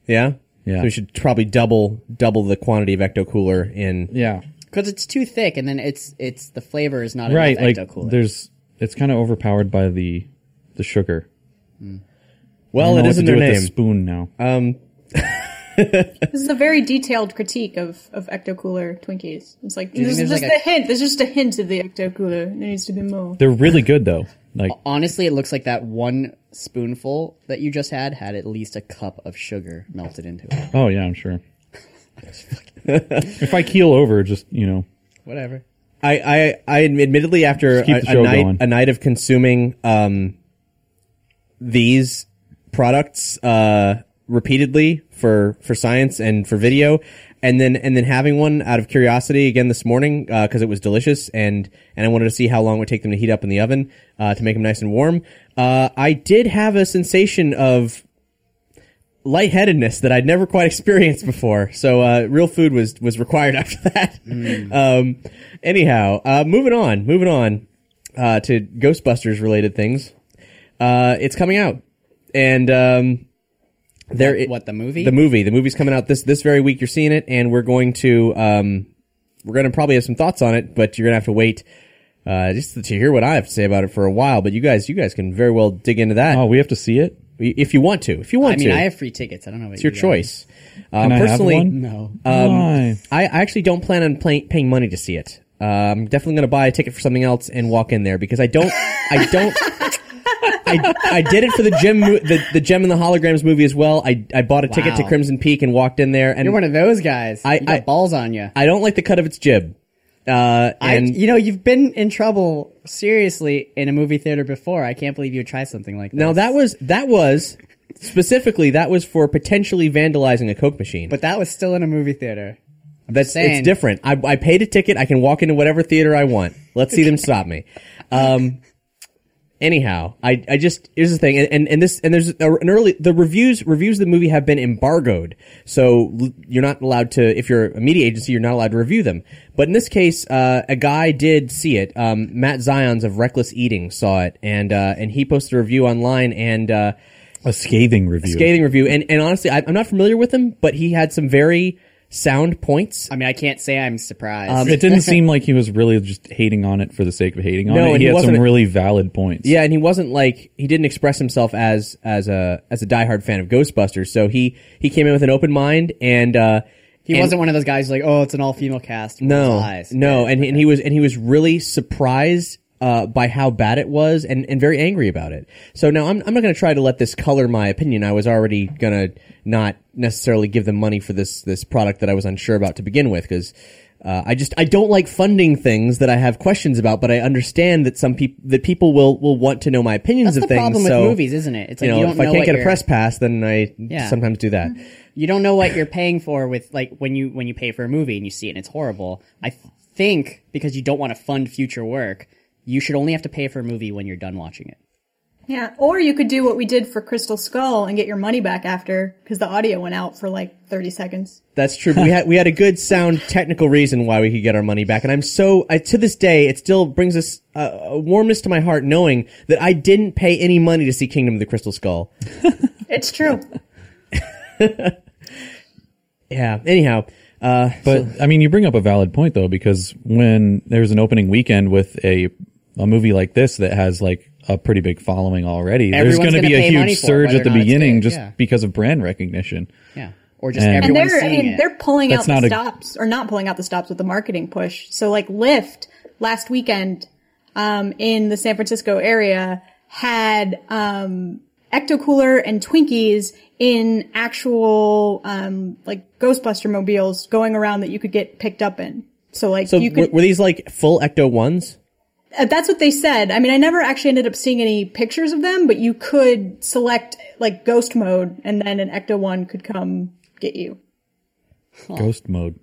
[SPEAKER 2] Yeah,
[SPEAKER 4] Yeah.
[SPEAKER 2] So we should probably double double the quantity of Ecto Cooler in.
[SPEAKER 4] Yeah,
[SPEAKER 3] because it's too thick, and then it's it's the flavor is not
[SPEAKER 4] right.
[SPEAKER 3] Enough
[SPEAKER 4] Like
[SPEAKER 3] Ecto-Cooler.
[SPEAKER 4] there's, it's kind of overpowered by the the sugar. I
[SPEAKER 2] Well, it
[SPEAKER 4] don't know what
[SPEAKER 2] is
[SPEAKER 4] to
[SPEAKER 2] in
[SPEAKER 4] do
[SPEAKER 2] their
[SPEAKER 4] with
[SPEAKER 2] name. Uh,
[SPEAKER 4] this spoon now.
[SPEAKER 1] This is a very detailed critique of, of Ecto Cooler Twinkies. It's like, this is
[SPEAKER 3] there's
[SPEAKER 1] just
[SPEAKER 3] like a-
[SPEAKER 1] a hint. There's just a hint of the Ecto Cooler. There needs to be more.
[SPEAKER 4] They're really good though. Like
[SPEAKER 3] Honestly, it looks like that one spoonful that you just had had at least a cup of sugar melted into it.
[SPEAKER 4] Oh yeah,
[SPEAKER 2] *laughs*
[SPEAKER 4] I'm sure. if I keel over, just you know,
[SPEAKER 3] Whatever.
[SPEAKER 2] I, I, I admittedly after
[SPEAKER 4] keep
[SPEAKER 2] a,
[SPEAKER 4] the
[SPEAKER 2] a
[SPEAKER 4] show
[SPEAKER 2] night
[SPEAKER 4] going.
[SPEAKER 2] a night of consuming um, these products uh, repeatedly for for science and for video, and then and then having one out of curiosity again this morning because it was delicious and and I wanted to see how long it would take them to heat up in the oven uh, to make them nice and warm. Uh, I did have a sensation of lightheadedness that I'd never quite *laughs* experienced before. So uh, real food was was required *laughs* after that.
[SPEAKER 3] Mm.
[SPEAKER 2] Um, anyhow, uh, moving on, moving on uh, to Ghostbusters related things. Uh, it's coming out, and um, there it-
[SPEAKER 3] What the movie?
[SPEAKER 2] the movie the movie's coming out this this very week. You're seeing it, and we're going to um, we're going to probably have some thoughts on it, but you're going to have to wait. Uh, just to hear what I have to say about it for a while, but you guys, you guys can very well dig into that
[SPEAKER 4] oh, we have to see it.
[SPEAKER 2] if you want to. If you want
[SPEAKER 3] I mean,
[SPEAKER 2] to,
[SPEAKER 3] I have free tickets. I don't know. What
[SPEAKER 2] it's your
[SPEAKER 3] you guys-
[SPEAKER 2] choice. Uh,
[SPEAKER 4] Can I have
[SPEAKER 2] personally, Um,
[SPEAKER 4] one?
[SPEAKER 3] No.
[SPEAKER 4] Why?
[SPEAKER 2] I I actually don't plan on play, paying money to see it. Uh, I'm definitely going to buy a ticket for something else and walk in there because I don't, I
[SPEAKER 3] *laughs*
[SPEAKER 2] don't, I, I did it for the gem, mo- the, the gem and the holograms movie as well. I, I bought a ticket to
[SPEAKER 3] Wow.
[SPEAKER 2] Crimson Peak and walked in there and
[SPEAKER 3] You're one of those guys.
[SPEAKER 2] I-
[SPEAKER 3] you got
[SPEAKER 2] I-
[SPEAKER 3] balls on you.
[SPEAKER 2] I don't like the cut of its jib. Uh,
[SPEAKER 3] I,
[SPEAKER 2] and
[SPEAKER 3] you know, you've been in trouble seriously in a movie theater before. I can't believe you would try something like that.
[SPEAKER 2] now that was, that was specifically, that was for potentially vandalizing a Coke machine.
[SPEAKER 3] but that was still in a movie theater.
[SPEAKER 2] That's
[SPEAKER 3] saying.
[SPEAKER 2] it's different. I, I paid a ticket. I can walk into whatever theater I want. Let's see them stop me. Um, anyhow, I, I just here's the thing, and, and, and this and there's a, an early the reviews reviews of the movie have been embargoed, so l- you're not allowed to if you're a media agency you're not allowed to review them. But in this case, uh, a guy did see it. Um, Matt Zion's of Reckless Eating saw it, and uh, and he posted a review online and. Uh,
[SPEAKER 4] A scathing review.
[SPEAKER 2] Scathing review, and, and honestly, I, I'm not familiar with him, but he had some very sound points.
[SPEAKER 3] I mean, I can't say I'm surprised.
[SPEAKER 4] Um,
[SPEAKER 2] Um, *laughs*
[SPEAKER 4] it didn't seem like he was really just hating on it for the sake of hating on
[SPEAKER 2] No,
[SPEAKER 4] it.
[SPEAKER 2] and
[SPEAKER 4] he,
[SPEAKER 2] he
[SPEAKER 4] had some
[SPEAKER 2] wasn't-
[SPEAKER 4] really valid points.
[SPEAKER 2] Yeah, and he wasn't like he didn't express himself as as a as a diehard fan of Ghostbusters. So he he came in with an open mind, and uh,
[SPEAKER 3] he wasn't one of those guys who's like, oh, it's an all female cast.
[SPEAKER 2] no
[SPEAKER 3] Lies.
[SPEAKER 2] no, and and he was and he was really surprised uh, uh, by how bad it was and, and very angry about it. So now I'm, I'm not going to try to let this color my opinion. I was already going to not necessarily give them money for this, this product that I was unsure about to begin with because uh, I just I don't like funding things that I have questions about, but I understand that some people that people will will want to know my opinions
[SPEAKER 3] That's
[SPEAKER 2] of
[SPEAKER 3] the
[SPEAKER 2] things.
[SPEAKER 3] problem with
[SPEAKER 2] so,
[SPEAKER 3] movies, isn't it? It's like
[SPEAKER 2] you know,
[SPEAKER 3] you don't
[SPEAKER 2] if
[SPEAKER 3] know
[SPEAKER 2] I can't
[SPEAKER 3] what
[SPEAKER 2] get a
[SPEAKER 3] you're-
[SPEAKER 2] press pass, then I
[SPEAKER 3] Yeah. Mm-hmm.
[SPEAKER 2] sometimes do that.
[SPEAKER 3] you don't know what you're paying for with like when you when you pay for a movie and you see it and it's horrible. I th- think because you don't want to fund future work, you should only have to pay for a movie when you're done watching it.
[SPEAKER 1] Yeah, or you could do what we did for Crystal Skull and get your money back after because the audio went out for like 30 seconds.
[SPEAKER 2] That's true. we had we had a good sound technical reason why we could get our money back, and I'm so I, to this day it still brings us uh, a warmness to my heart knowing that I didn't pay any money to see Kingdom of the Crystal Skull.
[SPEAKER 1] It's true.
[SPEAKER 2] Yeah. Anyhow, uh,
[SPEAKER 4] But I mean, you bring up a valid point though, because when there's an opening weekend with a a movie like this that has like a pretty big following already,
[SPEAKER 3] Everyone's
[SPEAKER 4] there's going
[SPEAKER 3] gonna
[SPEAKER 4] to be a
[SPEAKER 3] pay money
[SPEAKER 4] huge
[SPEAKER 3] for it,
[SPEAKER 4] surge
[SPEAKER 3] whether
[SPEAKER 4] at the
[SPEAKER 3] or not it's
[SPEAKER 4] beginning
[SPEAKER 3] big,
[SPEAKER 4] just
[SPEAKER 3] yeah.
[SPEAKER 4] because of brand recognition.
[SPEAKER 3] Yeah, or just
[SPEAKER 4] And-
[SPEAKER 1] And
[SPEAKER 3] everyone's
[SPEAKER 1] they're I
[SPEAKER 3] seeing
[SPEAKER 1] mean,
[SPEAKER 3] it.
[SPEAKER 1] they're pulling
[SPEAKER 4] That's
[SPEAKER 1] out
[SPEAKER 4] not
[SPEAKER 1] the
[SPEAKER 4] a-
[SPEAKER 1] stops or not pulling out the stops with the marketing push. So like Lyft last weekend um, in the San Francisco area had um, Ecto Cooler and Twinkies in actual um, like Ghostbuster mobiles going around that you could get picked up in. So like
[SPEAKER 2] so
[SPEAKER 1] you
[SPEAKER 2] were,
[SPEAKER 1] could
[SPEAKER 2] were these like full Ecto ones?
[SPEAKER 1] Uh, that's what they said. I mean, I never actually ended up seeing any pictures of them, but you could select like ghost mode and then an Ecto one could come get you.
[SPEAKER 4] Ghost mode.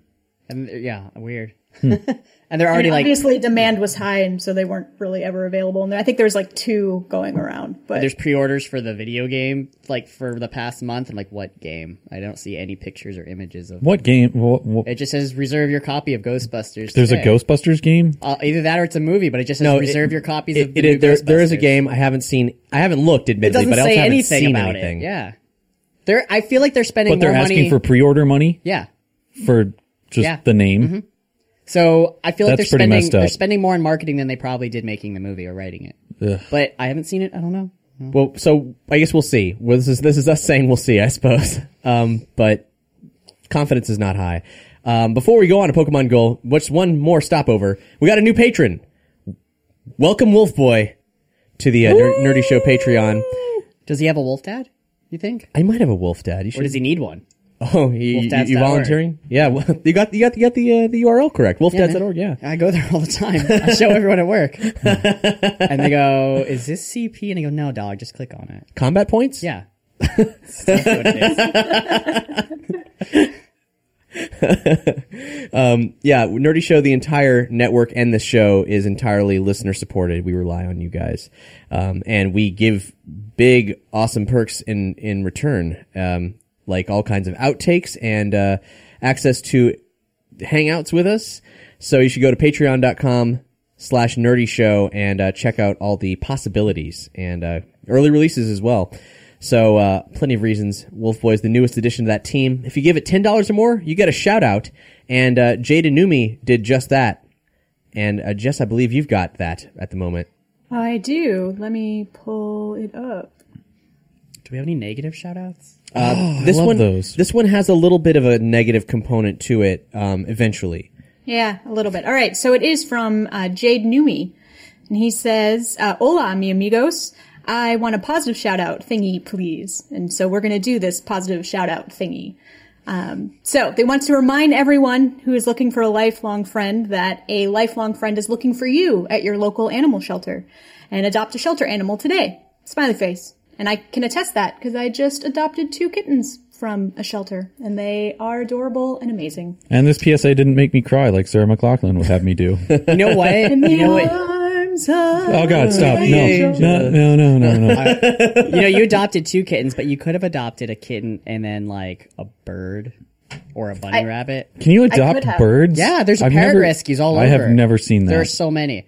[SPEAKER 3] And they're- yeah, weird.
[SPEAKER 2] Hmm.
[SPEAKER 3] *laughs* and they're already
[SPEAKER 1] And
[SPEAKER 3] like
[SPEAKER 1] obviously demand was high and so they weren't really ever available. And I think there was like two going around, but
[SPEAKER 3] there's pre-orders for the video game like for the past month and like what game? I don't see any pictures or images of.
[SPEAKER 4] What game? What, what,
[SPEAKER 3] It just says reserve your copy of Ghostbusters.
[SPEAKER 4] there's a
[SPEAKER 3] today."
[SPEAKER 4] Ghostbusters game.
[SPEAKER 3] Uh, either that or it's a movie, but it just says
[SPEAKER 2] No, it-
[SPEAKER 3] reserve your copies
[SPEAKER 2] It,
[SPEAKER 3] of the
[SPEAKER 2] it,
[SPEAKER 3] new
[SPEAKER 2] is- there, there is a
[SPEAKER 3] Ghostbusters.
[SPEAKER 2] game I haven't seen. I haven't looked,
[SPEAKER 3] It
[SPEAKER 2] admittedly,
[SPEAKER 3] doesn't
[SPEAKER 2] but I also
[SPEAKER 3] say
[SPEAKER 2] haven't
[SPEAKER 3] anything
[SPEAKER 2] seen
[SPEAKER 3] about
[SPEAKER 2] anything.
[SPEAKER 3] it. Yeah, they're. I feel like they're spending
[SPEAKER 4] But they're
[SPEAKER 3] more
[SPEAKER 4] asking
[SPEAKER 3] money.
[SPEAKER 4] for pre-order money
[SPEAKER 3] yeah.
[SPEAKER 4] for just
[SPEAKER 3] Yeah. Mm-hmm.
[SPEAKER 4] the name.
[SPEAKER 3] So I feel like they're
[SPEAKER 4] That's pretty
[SPEAKER 3] spending
[SPEAKER 4] messed up.
[SPEAKER 3] they're spending more on marketing than they probably did making the movie or writing it. But I haven't seen it. I don't know.
[SPEAKER 2] Well, so I guess we'll see. Well, this is this is us saying we'll see, I suppose. *laughs* Um, but confidence is not high. Um, before we go on to Pokemon Go, what's one more stopover? We got a new patron. Welcome, Wolf Boy, to the uh, Ner- Nerdy Show Patreon.
[SPEAKER 3] Does he have a wolf dad? You think,
[SPEAKER 2] I might have a wolf dad. You
[SPEAKER 3] or
[SPEAKER 2] should.
[SPEAKER 3] does he need one?
[SPEAKER 2] *laughs* oh, you, you,
[SPEAKER 3] wolfdads
[SPEAKER 2] you
[SPEAKER 3] dot org.
[SPEAKER 2] volunteering? Yeah, well, *laughs* you got you got you got the uh, the URL correct.
[SPEAKER 3] man.
[SPEAKER 2] Wolfdads.org. Yeah.
[SPEAKER 3] I go there all the time. I show everyone at
[SPEAKER 4] *laughs*
[SPEAKER 3] work, and they go, "Is this CP?" And I go, "No, dog. Just click on it."
[SPEAKER 2] Combat points.
[SPEAKER 3] Yeah. That's what it is.
[SPEAKER 2] yeah, Nerdy Show, the entire network and the show is entirely listener supported. We rely on you guys, um, and we give big, awesome perks in in return, um, like all kinds of outtakes and uh, access to hangouts with us. So you should go to patreon.com slash nerdy show and uh, check out all the possibilities and uh, early releases as well. So uh, plenty of reasons. Wolf Boy is the newest addition to that team. If you give it $10 or more, you get a shout out. And uh, Jada Numi did just that. And uh, Jess, I believe you've got that at the moment.
[SPEAKER 1] I do. Let me pull it up.
[SPEAKER 3] Do we have any negative shout outs?
[SPEAKER 2] this
[SPEAKER 4] love
[SPEAKER 2] one,
[SPEAKER 4] those.
[SPEAKER 2] this one has a little bit of a negative component to it. Um, eventually,
[SPEAKER 1] Yeah, a little bit. All right, so it is from uh, Jade Numi, and he says, uh, "Hola, mi amigos. I want a positive shout out thingy, please." And so we're going to do this positive shout out thingy. Um, so they want to remind everyone who is looking for a lifelong friend that a lifelong friend is looking for you at your local animal shelter, and adopt a shelter animal today. Smiley face. And I can attest that because I just adopted two kittens from a shelter, and they are adorable and amazing.
[SPEAKER 4] And this PSA didn't make me cry like Sarah McLaughlin would have
[SPEAKER 3] *laughs*
[SPEAKER 4] me do.
[SPEAKER 3] You know what?
[SPEAKER 1] *laughs*
[SPEAKER 3] you know what?
[SPEAKER 1] Arms of-
[SPEAKER 4] oh God, stop! No, no, no, no, no, no.
[SPEAKER 3] you know, you adopted two kittens, but you could have adopted a kitten and then like a bird or a bunny rabbit.
[SPEAKER 4] Can you
[SPEAKER 1] could
[SPEAKER 4] adopt
[SPEAKER 1] have.
[SPEAKER 4] birds?
[SPEAKER 3] Yeah, there's
[SPEAKER 4] I've
[SPEAKER 3] parrot
[SPEAKER 4] never-
[SPEAKER 3] rescues all
[SPEAKER 4] I have
[SPEAKER 3] over.
[SPEAKER 4] never seen that.
[SPEAKER 3] There are so many.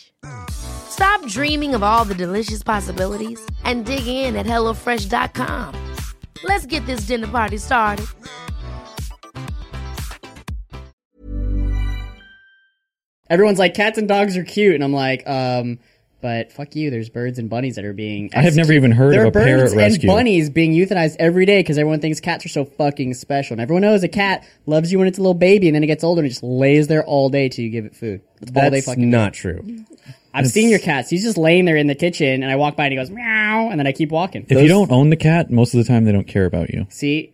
[SPEAKER 6] Stop dreaming of all the delicious possibilities and dig in at HelloFresh.com. Let's get this dinner party started.
[SPEAKER 3] Everyone's like, cats and dogs are cute, and I'm like, um, but fuck you. There's birds and bunnies that are being.
[SPEAKER 4] I have never even heard
[SPEAKER 3] there
[SPEAKER 4] of
[SPEAKER 3] are
[SPEAKER 4] a parrot
[SPEAKER 3] birds
[SPEAKER 4] rescue.
[SPEAKER 3] and bunnies being euthanized every day because everyone thinks cats are so fucking special, and everyone knows a cat loves you when it's a little baby, and then it gets older and it just lays there all day till you give it food. That's, all they
[SPEAKER 2] That's
[SPEAKER 3] fucking.
[SPEAKER 2] not true.
[SPEAKER 3] I've seen your cats. He's just laying there in the kitchen, and I walk by and he goes meow, and then I keep walking.
[SPEAKER 4] If you don't own the cat, most of the time they don't care about
[SPEAKER 3] *laughs*
[SPEAKER 4] you.
[SPEAKER 3] See,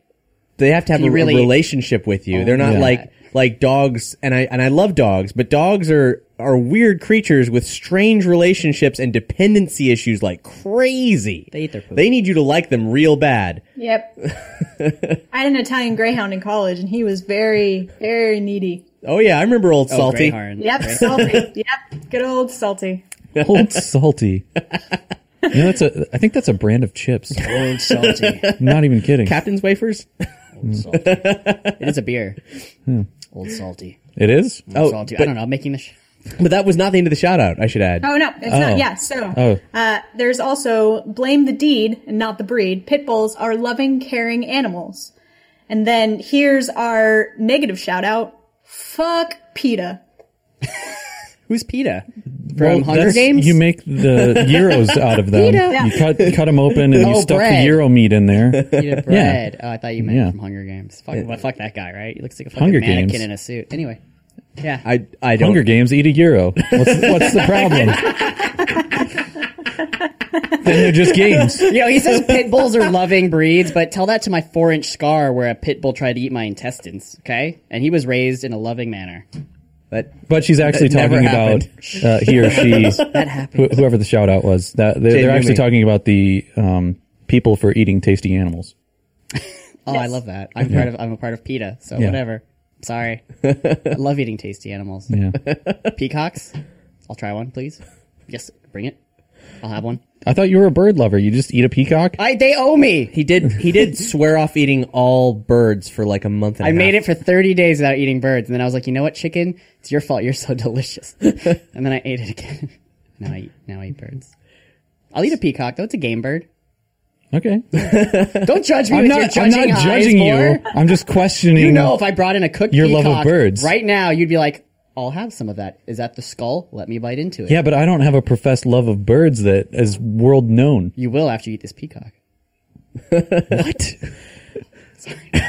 [SPEAKER 2] They have to have
[SPEAKER 3] Can
[SPEAKER 2] a,
[SPEAKER 3] you really-
[SPEAKER 2] a relationship with you. They're not
[SPEAKER 4] yeah.
[SPEAKER 2] like like dogs. And I and I love dogs, but dogs are are weird creatures with strange relationships and dependency issues like crazy.
[SPEAKER 3] They eat their poop.
[SPEAKER 2] They need you to like them real bad.
[SPEAKER 1] Yep. I had an Italian greyhound in college, and he was very, very needy.
[SPEAKER 2] Oh yeah, I remember old
[SPEAKER 3] Oh,
[SPEAKER 2] salty.
[SPEAKER 3] Greyhound.
[SPEAKER 1] Yep, salty. Yep, good old salty.
[SPEAKER 4] Old salty. You know, that's a. I think that's a brand of chips.
[SPEAKER 3] Old
[SPEAKER 4] *laughs*
[SPEAKER 3] salty.
[SPEAKER 4] I'm not even kidding.
[SPEAKER 2] Captain's wafers. *laughs*
[SPEAKER 3] Old salty. it is a beer.
[SPEAKER 4] Hmm.
[SPEAKER 3] Old salty.
[SPEAKER 4] It is.
[SPEAKER 3] Old
[SPEAKER 2] Oh,
[SPEAKER 3] salty. I
[SPEAKER 2] but-
[SPEAKER 3] don't know. I'm making this.
[SPEAKER 2] But that was not the end of the shout out. I should add.
[SPEAKER 1] Oh no, it's not. Yeah, so
[SPEAKER 4] Oh.
[SPEAKER 1] uh, there's also blame the deed and not the breed. Pit bulls are loving, caring animals. And then here's our negative shout out. Fuck PETA.
[SPEAKER 3] Who's PETA? From
[SPEAKER 4] Well,
[SPEAKER 3] Hunger
[SPEAKER 4] that's-
[SPEAKER 3] Games?
[SPEAKER 4] You make the gyros out of them. You cut cut them open and you
[SPEAKER 3] Oh,
[SPEAKER 4] stuck
[SPEAKER 3] bread.
[SPEAKER 4] the gyro meat in there.
[SPEAKER 3] PETA bread. Oh, I thought you meant
[SPEAKER 4] Yeah.
[SPEAKER 3] from Hunger Games. Fuck, well, fuck that guy, right? He looks like a fucking
[SPEAKER 4] Hunger
[SPEAKER 3] mannequin
[SPEAKER 4] Games.
[SPEAKER 3] in a suit. Anyway. Yeah.
[SPEAKER 2] I I don't.
[SPEAKER 4] Hunger Games, eat a gyro. What's, what's
[SPEAKER 3] *laughs*
[SPEAKER 4] the problem? then they're just games.
[SPEAKER 3] you know, he says pit bulls are loving breeds, but tell that to my four inch scar where a pit bull tried to eat my intestines, okay? And he was raised in a loving manner.
[SPEAKER 2] But
[SPEAKER 4] But she's actually
[SPEAKER 2] That never
[SPEAKER 4] talking about uh, he or she,
[SPEAKER 3] *laughs*
[SPEAKER 4] wh- whoever the shout out was. That they're,
[SPEAKER 2] Jane
[SPEAKER 4] they're actually
[SPEAKER 2] Newman.
[SPEAKER 4] talking about the um, people for eating tasty animals.
[SPEAKER 3] Oh, I love that. I'm part of I'm a part of PETA, so
[SPEAKER 4] Yeah.
[SPEAKER 3] whatever. Sorry. I love eating tasty animals.
[SPEAKER 4] Yeah,
[SPEAKER 3] Peacocks? I'll try one, please. Yes, bring it. I'll have one.
[SPEAKER 4] I thought you were a bird lover. You just eat a peacock.
[SPEAKER 3] I they owe me.
[SPEAKER 2] he did he did swear off eating all birds for like a month. And a
[SPEAKER 3] I
[SPEAKER 2] half.
[SPEAKER 3] made it for 30 days without eating birds. And then I was like, you know what, chicken? It's your fault. You're so *laughs* delicious.
[SPEAKER 4] *laughs*
[SPEAKER 3] and then I ate it again. *laughs* Now I eat, now I eat birds. I'll eat a peacock, though. It's a game bird. *laughs*
[SPEAKER 4] Okay,
[SPEAKER 3] Don't judge me.
[SPEAKER 4] I'm
[SPEAKER 3] with
[SPEAKER 4] not.
[SPEAKER 3] your
[SPEAKER 4] I'm not
[SPEAKER 3] judging eyes,
[SPEAKER 4] judging you.
[SPEAKER 3] boy. *laughs*
[SPEAKER 4] I'm just questioning.
[SPEAKER 3] You know, if I brought in a cooked
[SPEAKER 4] Your
[SPEAKER 3] peacock
[SPEAKER 4] love of birds.
[SPEAKER 3] right now, you'd be like, I'll have some of that. Is that the skull? Let me bite into it.
[SPEAKER 4] yeah, but I don't have a professed love of birds that is world known.
[SPEAKER 3] You will after you eat this
[SPEAKER 4] *laughs*
[SPEAKER 3] peacock. *laughs*
[SPEAKER 4] What? *laughs*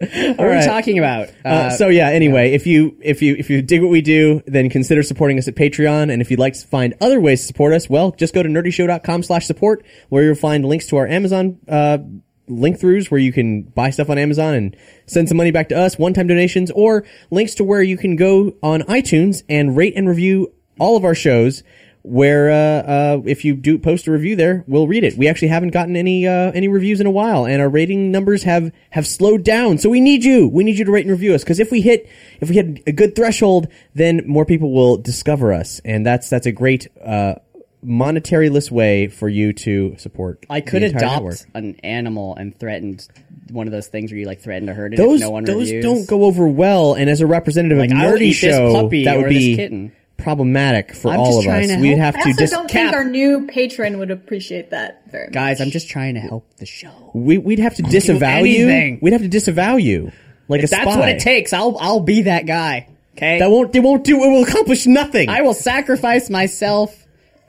[SPEAKER 3] What are we talking about? Uh,
[SPEAKER 2] Uh, so yeah. Anyway, if you if you if you dig what we do, then consider supporting us at Patreon. And if you'd like to find other ways to support us, well, just go to nerdyshow.com/support, where you'll find links to our Amazon uh, link throughs, where you can buy stuff on Amazon and send some money back to us, one-time donations, or links to where you can go on iTunes and rate and review all of our shows. Where uh, uh, if you do post a review there, we'll read it. We actually haven't gotten any uh, any reviews in a while, and our rating numbers have have slowed down. So we need you. We need you to rate and review us because if we hit if we hit a good threshold, then more people will discover us, and that's that's a great uh, monetary-less way for you to support.
[SPEAKER 3] I could
[SPEAKER 2] the entire
[SPEAKER 3] adopt
[SPEAKER 2] network.
[SPEAKER 3] an animal and threatened one of those things where you like threaten to hurt it.
[SPEAKER 2] Those
[SPEAKER 3] if no one
[SPEAKER 2] those
[SPEAKER 3] reviews.
[SPEAKER 2] don't go over well, and as a representative
[SPEAKER 3] Like,
[SPEAKER 2] of
[SPEAKER 3] I will
[SPEAKER 2] Nerdy
[SPEAKER 3] eat this
[SPEAKER 2] Show,
[SPEAKER 3] puppy
[SPEAKER 2] that
[SPEAKER 3] or
[SPEAKER 2] would
[SPEAKER 3] this
[SPEAKER 2] be
[SPEAKER 3] kitten.
[SPEAKER 2] problematic for
[SPEAKER 3] I'm
[SPEAKER 2] all
[SPEAKER 3] just
[SPEAKER 2] of
[SPEAKER 3] trying
[SPEAKER 2] us.
[SPEAKER 3] to
[SPEAKER 2] We'd
[SPEAKER 3] help.
[SPEAKER 2] have
[SPEAKER 1] I
[SPEAKER 2] to
[SPEAKER 1] also
[SPEAKER 2] just
[SPEAKER 1] don't think our new patron would appreciate that very much.
[SPEAKER 3] Guys, I'm just trying to help the show.
[SPEAKER 2] we, we'd have to disavow you.
[SPEAKER 3] anything.
[SPEAKER 2] We'd have to disavow you like a
[SPEAKER 3] If that's
[SPEAKER 2] spy.
[SPEAKER 3] what it takes. I'll I'll be that guy. Okay.
[SPEAKER 2] That won't. They won't do. It will accomplish nothing.
[SPEAKER 3] I will sacrifice myself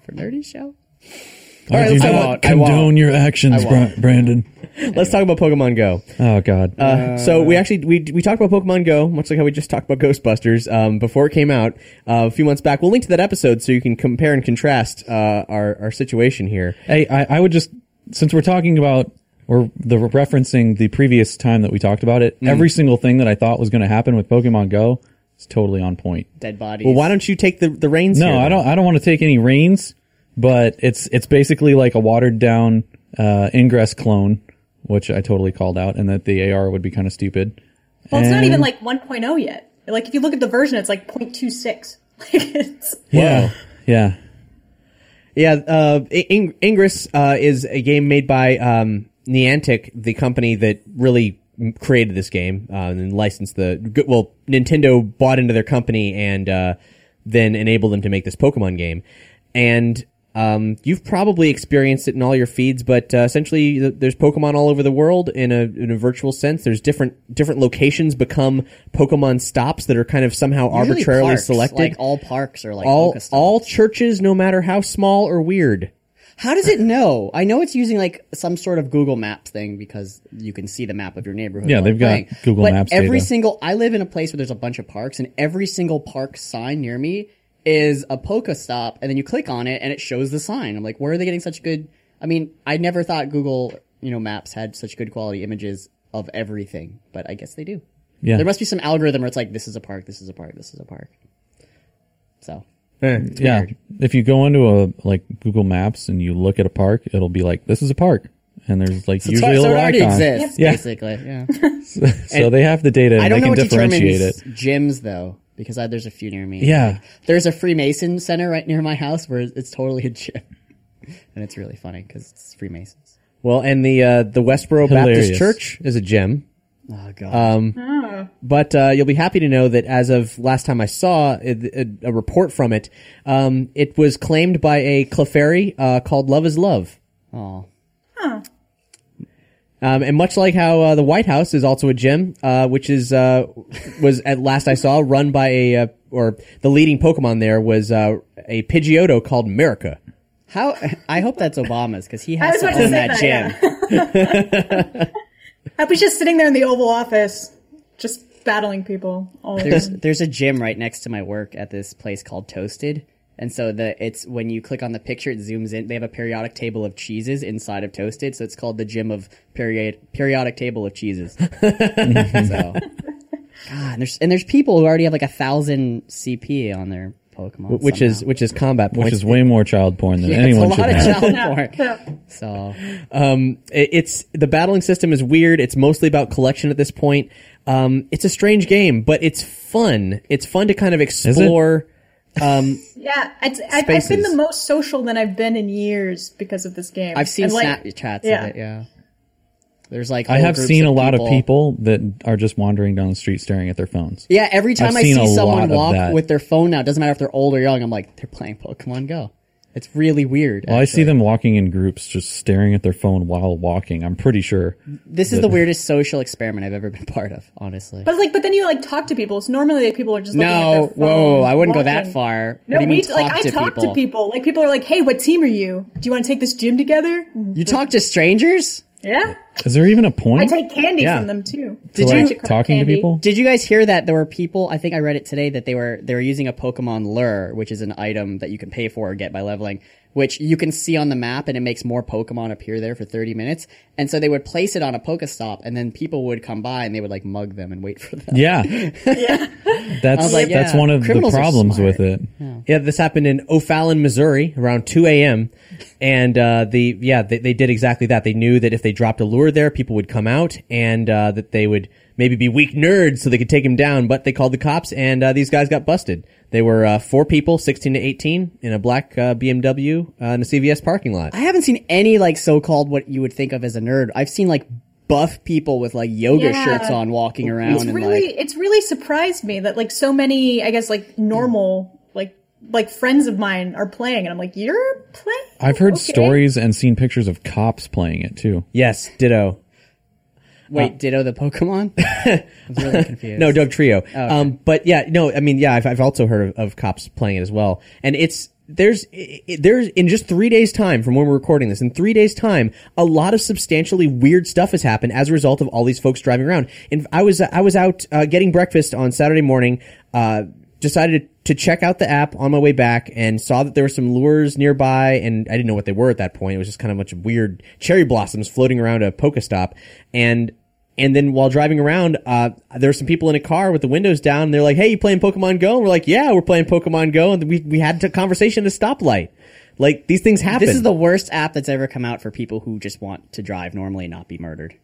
[SPEAKER 3] for nerdy show.
[SPEAKER 4] I
[SPEAKER 3] right,
[SPEAKER 4] do
[SPEAKER 3] let's- I
[SPEAKER 4] not
[SPEAKER 3] won't, I
[SPEAKER 4] condone
[SPEAKER 3] won't.
[SPEAKER 4] your actions, Bra- Brandon.
[SPEAKER 2] Let's talk about Pokemon Go.
[SPEAKER 4] Oh God.
[SPEAKER 2] Uh, so we actually we, we talked about Pokemon Go, much like how we just talked about Ghostbusters um, before it came out uh, a few months back. We'll link to that episode so you can compare and contrast uh, our our situation here.
[SPEAKER 4] Hey, I, I would just since we're talking about or the referencing the previous time that we talked about it, every single thing that I thought was going to happen with Pokemon Go is totally on point.
[SPEAKER 3] Dead bodies.
[SPEAKER 2] Well, why don't you take the the reins?
[SPEAKER 4] No,
[SPEAKER 2] here,
[SPEAKER 4] I
[SPEAKER 2] then?
[SPEAKER 4] don't. I don't want to take any reins. but it's it's basically like a watered down uh, Ingress clone, which I totally called out, and that the AR would be kind of stupid.
[SPEAKER 1] Well, it's not even
[SPEAKER 4] And-
[SPEAKER 1] like 1.0 yet. Like if you look at the version, it's like 0.26. *laughs* Like it's
[SPEAKER 4] yeah, yeah.
[SPEAKER 2] Yeah, uh, In- Ingress uh, is a game made by um, Niantic, the company that really m- created this game uh, and licensed the. g- Well, Nintendo bought into their company and uh, then enabled them to make this Pokemon game. And um, you've probably experienced it in all your feeds, but uh, essentially, th- there's Pokemon all over the world in a in a virtual sense. There's different different locations become Pokemon stops that are kind of somehow
[SPEAKER 3] Usually
[SPEAKER 2] arbitrarily
[SPEAKER 3] parks,
[SPEAKER 2] selected.
[SPEAKER 3] Like all parks are like
[SPEAKER 2] all
[SPEAKER 3] Pokestops.
[SPEAKER 2] all churches, no matter how small or weird.
[SPEAKER 3] How does it know? I know it's using like some sort of Google Maps thing because you can see the map of your neighborhood.
[SPEAKER 4] Yeah,
[SPEAKER 3] while
[SPEAKER 4] they've got
[SPEAKER 3] playing.
[SPEAKER 4] Google
[SPEAKER 3] but
[SPEAKER 4] Maps
[SPEAKER 3] Every
[SPEAKER 4] data.
[SPEAKER 3] single I live in a place where there's a bunch of parks, and every single park sign near me is a Pokestop, and then you click on it and it shows the sign. I'm like, where are they getting such good? I mean, I never thought Google, you know, Maps had such good quality images of everything, but I guess they do.
[SPEAKER 4] Yeah.
[SPEAKER 3] There must be some algorithm where it's like, this is a park, this is a park, this is a park. So
[SPEAKER 4] yeah. If you go into a like Google Maps and you look at a park, it'll be like this is a park, and there's like
[SPEAKER 3] so,
[SPEAKER 4] usually a
[SPEAKER 3] so it
[SPEAKER 4] little
[SPEAKER 3] already
[SPEAKER 4] icon.
[SPEAKER 3] exists,
[SPEAKER 4] Yeah.
[SPEAKER 3] basically. Yeah.
[SPEAKER 4] So they have the data and
[SPEAKER 3] I don't
[SPEAKER 4] they
[SPEAKER 3] know
[SPEAKER 4] can
[SPEAKER 3] what
[SPEAKER 4] differentiate
[SPEAKER 3] determines
[SPEAKER 4] it.
[SPEAKER 3] gyms though, because I, there's a few near me.
[SPEAKER 4] Yeah,
[SPEAKER 3] There's a Freemason center right near my house where it's totally a gym, *laughs* and it's really funny because it's Freemasons.
[SPEAKER 2] Well, and the uh, the Westboro Baptist
[SPEAKER 4] Hilarious.
[SPEAKER 2] Church is a gem,
[SPEAKER 3] Oh god. Um,
[SPEAKER 2] but uh, you'll be happy to know that as of last time I saw a, a, a report from it, um, it was claimed by a Clefairy uh, called "Love Is Love."
[SPEAKER 3] oh,
[SPEAKER 2] Um, and much like how uh, the White House is also a gem, uh, which is uh, was at last I saw run by a uh, or the leading Pokemon there was uh, a Pidgeotto called Merica.
[SPEAKER 3] how? I hope that's Obama's because he
[SPEAKER 1] I was
[SPEAKER 3] has to
[SPEAKER 1] about to
[SPEAKER 3] own
[SPEAKER 1] say
[SPEAKER 3] that,
[SPEAKER 1] that,
[SPEAKER 3] gym.
[SPEAKER 1] *laughs* I was just sitting there in the Oval Office, just battling people. All the *laughs*
[SPEAKER 3] There's
[SPEAKER 4] *laughs*
[SPEAKER 1] time.
[SPEAKER 3] there's a gym right next to my work at this place called Toasted. And so the it's when you click on the picture, it zooms in. They have a periodic table of cheeses inside of Toasted, so it's called the gym of period periodic table of
[SPEAKER 4] *laughs*
[SPEAKER 3] cheeses. so, God, and there's and there's people who already have like a thousand CP on their Pokemon,
[SPEAKER 2] Which is which is combat points.
[SPEAKER 4] which is way more child porn than
[SPEAKER 3] somehow. It's
[SPEAKER 4] anyone
[SPEAKER 3] a
[SPEAKER 4] should
[SPEAKER 3] lot of
[SPEAKER 4] have.
[SPEAKER 1] *laughs*
[SPEAKER 3] child porn. So
[SPEAKER 2] Um, It- it's the battling system is weird. It's mostly about collection at this point. Um, it's a strange game, but it's fun. It's fun to kind of explore.
[SPEAKER 1] yeah, it's, I've, I've been
[SPEAKER 2] Spaces.
[SPEAKER 1] the most social than I've been in years because of this game.
[SPEAKER 3] I've seen
[SPEAKER 1] And, like,
[SPEAKER 3] Snapchats
[SPEAKER 1] yeah.
[SPEAKER 3] of it. Yeah, there's like
[SPEAKER 4] I
[SPEAKER 3] whole
[SPEAKER 4] have
[SPEAKER 3] groups
[SPEAKER 4] seen a lot of people that are just wandering down the street staring at their phones.
[SPEAKER 3] Yeah, every time
[SPEAKER 4] I've
[SPEAKER 3] I
[SPEAKER 4] seen
[SPEAKER 3] see
[SPEAKER 4] a lot
[SPEAKER 3] someone
[SPEAKER 4] of
[SPEAKER 3] walk
[SPEAKER 4] that.
[SPEAKER 3] with their phone now, it doesn't matter if they're old or young, I'm like, they're playing Pokemon Go. It's really weird.
[SPEAKER 4] Well, I see
[SPEAKER 3] actually.
[SPEAKER 4] them walking in groups, just staring at their phone while walking. I'm pretty sure.
[SPEAKER 3] This is the weirdest social experiment I've ever been *laughs* part of, honestly.
[SPEAKER 1] But like, but then you like talk to people. So normally like, people are just looking at their
[SPEAKER 3] No,
[SPEAKER 1] phone,
[SPEAKER 3] whoa, I wouldn't go that
[SPEAKER 1] watching.
[SPEAKER 3] far.
[SPEAKER 1] No,
[SPEAKER 3] what do you
[SPEAKER 1] we
[SPEAKER 3] mean
[SPEAKER 1] like I talk to people. Like people are like, "Hey, what team are you? Do you want to take this gym together?"
[SPEAKER 3] You talk to strangers?
[SPEAKER 1] Yeah,
[SPEAKER 4] Is there even a
[SPEAKER 1] I
[SPEAKER 4] point?
[SPEAKER 1] take candy
[SPEAKER 2] Yeah.
[SPEAKER 1] from them too.
[SPEAKER 4] to,
[SPEAKER 3] Mm-hmm. Did you-
[SPEAKER 4] like, talking
[SPEAKER 1] Candy. *laughs*
[SPEAKER 4] to people?
[SPEAKER 3] Did you guys hear that there were people? I think I read it today that they were they were using a Pokemon lure, which is an item that you can pay for or get by leveling, which you can see on the map, and it makes more Pokemon appear there for thirty minutes. And so they would place it on a Pokestop, and then people would come by and they would like mug them and wait for them.
[SPEAKER 4] Yeah, that's
[SPEAKER 3] like,
[SPEAKER 4] that's
[SPEAKER 3] yeah,
[SPEAKER 4] one of the
[SPEAKER 3] criminals are
[SPEAKER 4] problems
[SPEAKER 3] smart.
[SPEAKER 4] with it.
[SPEAKER 2] Yeah, this happened in O'Fallon, Missouri, around 2 a.m. And uh, the yeah, they, they did exactly that. They knew that if they dropped a lure there, people would come out, and uh, that they would maybe be weak nerds, so they could take him down. But they called the cops, and uh, these guys got busted. They were uh, four people, 16 to 18, in a black uh, BMW uh, in a CVS parking lot.
[SPEAKER 3] I haven't seen any like so-called what you would think of as a nerd. I've seen like buff people with like yoga
[SPEAKER 1] Yeah.
[SPEAKER 3] shirts on walking around
[SPEAKER 1] It's
[SPEAKER 3] and
[SPEAKER 1] really,
[SPEAKER 3] like
[SPEAKER 1] it's really surprised me that like so many, I guess, like normal, like like friends of mine are playing, and I'm like, "You're playing."
[SPEAKER 4] I've heard
[SPEAKER 1] Okay. Oh,
[SPEAKER 4] stories and seen pictures of cops playing it too.
[SPEAKER 2] Yes, ditto.
[SPEAKER 3] wait, Ditto the Pokemon? *laughs* I'm really confused.
[SPEAKER 2] No, Doug Trio. Um, but yeah, no, I mean, yeah, I've, I've also heard of, of cops playing it as well. And it's, there's, i- i- there's, in just three days time from when we're recording this, in three days time, a lot of substantially weird stuff has happened as a result of all these folks driving around. And I was, I was out, uh, getting breakfast on Saturday morning, uh, decided to check out the app on my way back and saw that there were some lures nearby and I didn't know what they were at that point. It was just kind of a bunch of weird cherry blossoms floating around a Pokestop. And and then while driving around, uh, there were some people in a car with the windows down. And they're like, "Hey, you playing Pokemon Go?" And we're like, "Yeah, we're playing Pokemon Go." And we we had a conversation at a stoplight. Like these things happen.
[SPEAKER 3] This is the worst app that's ever come out for people who just want to drive normally and not be murdered.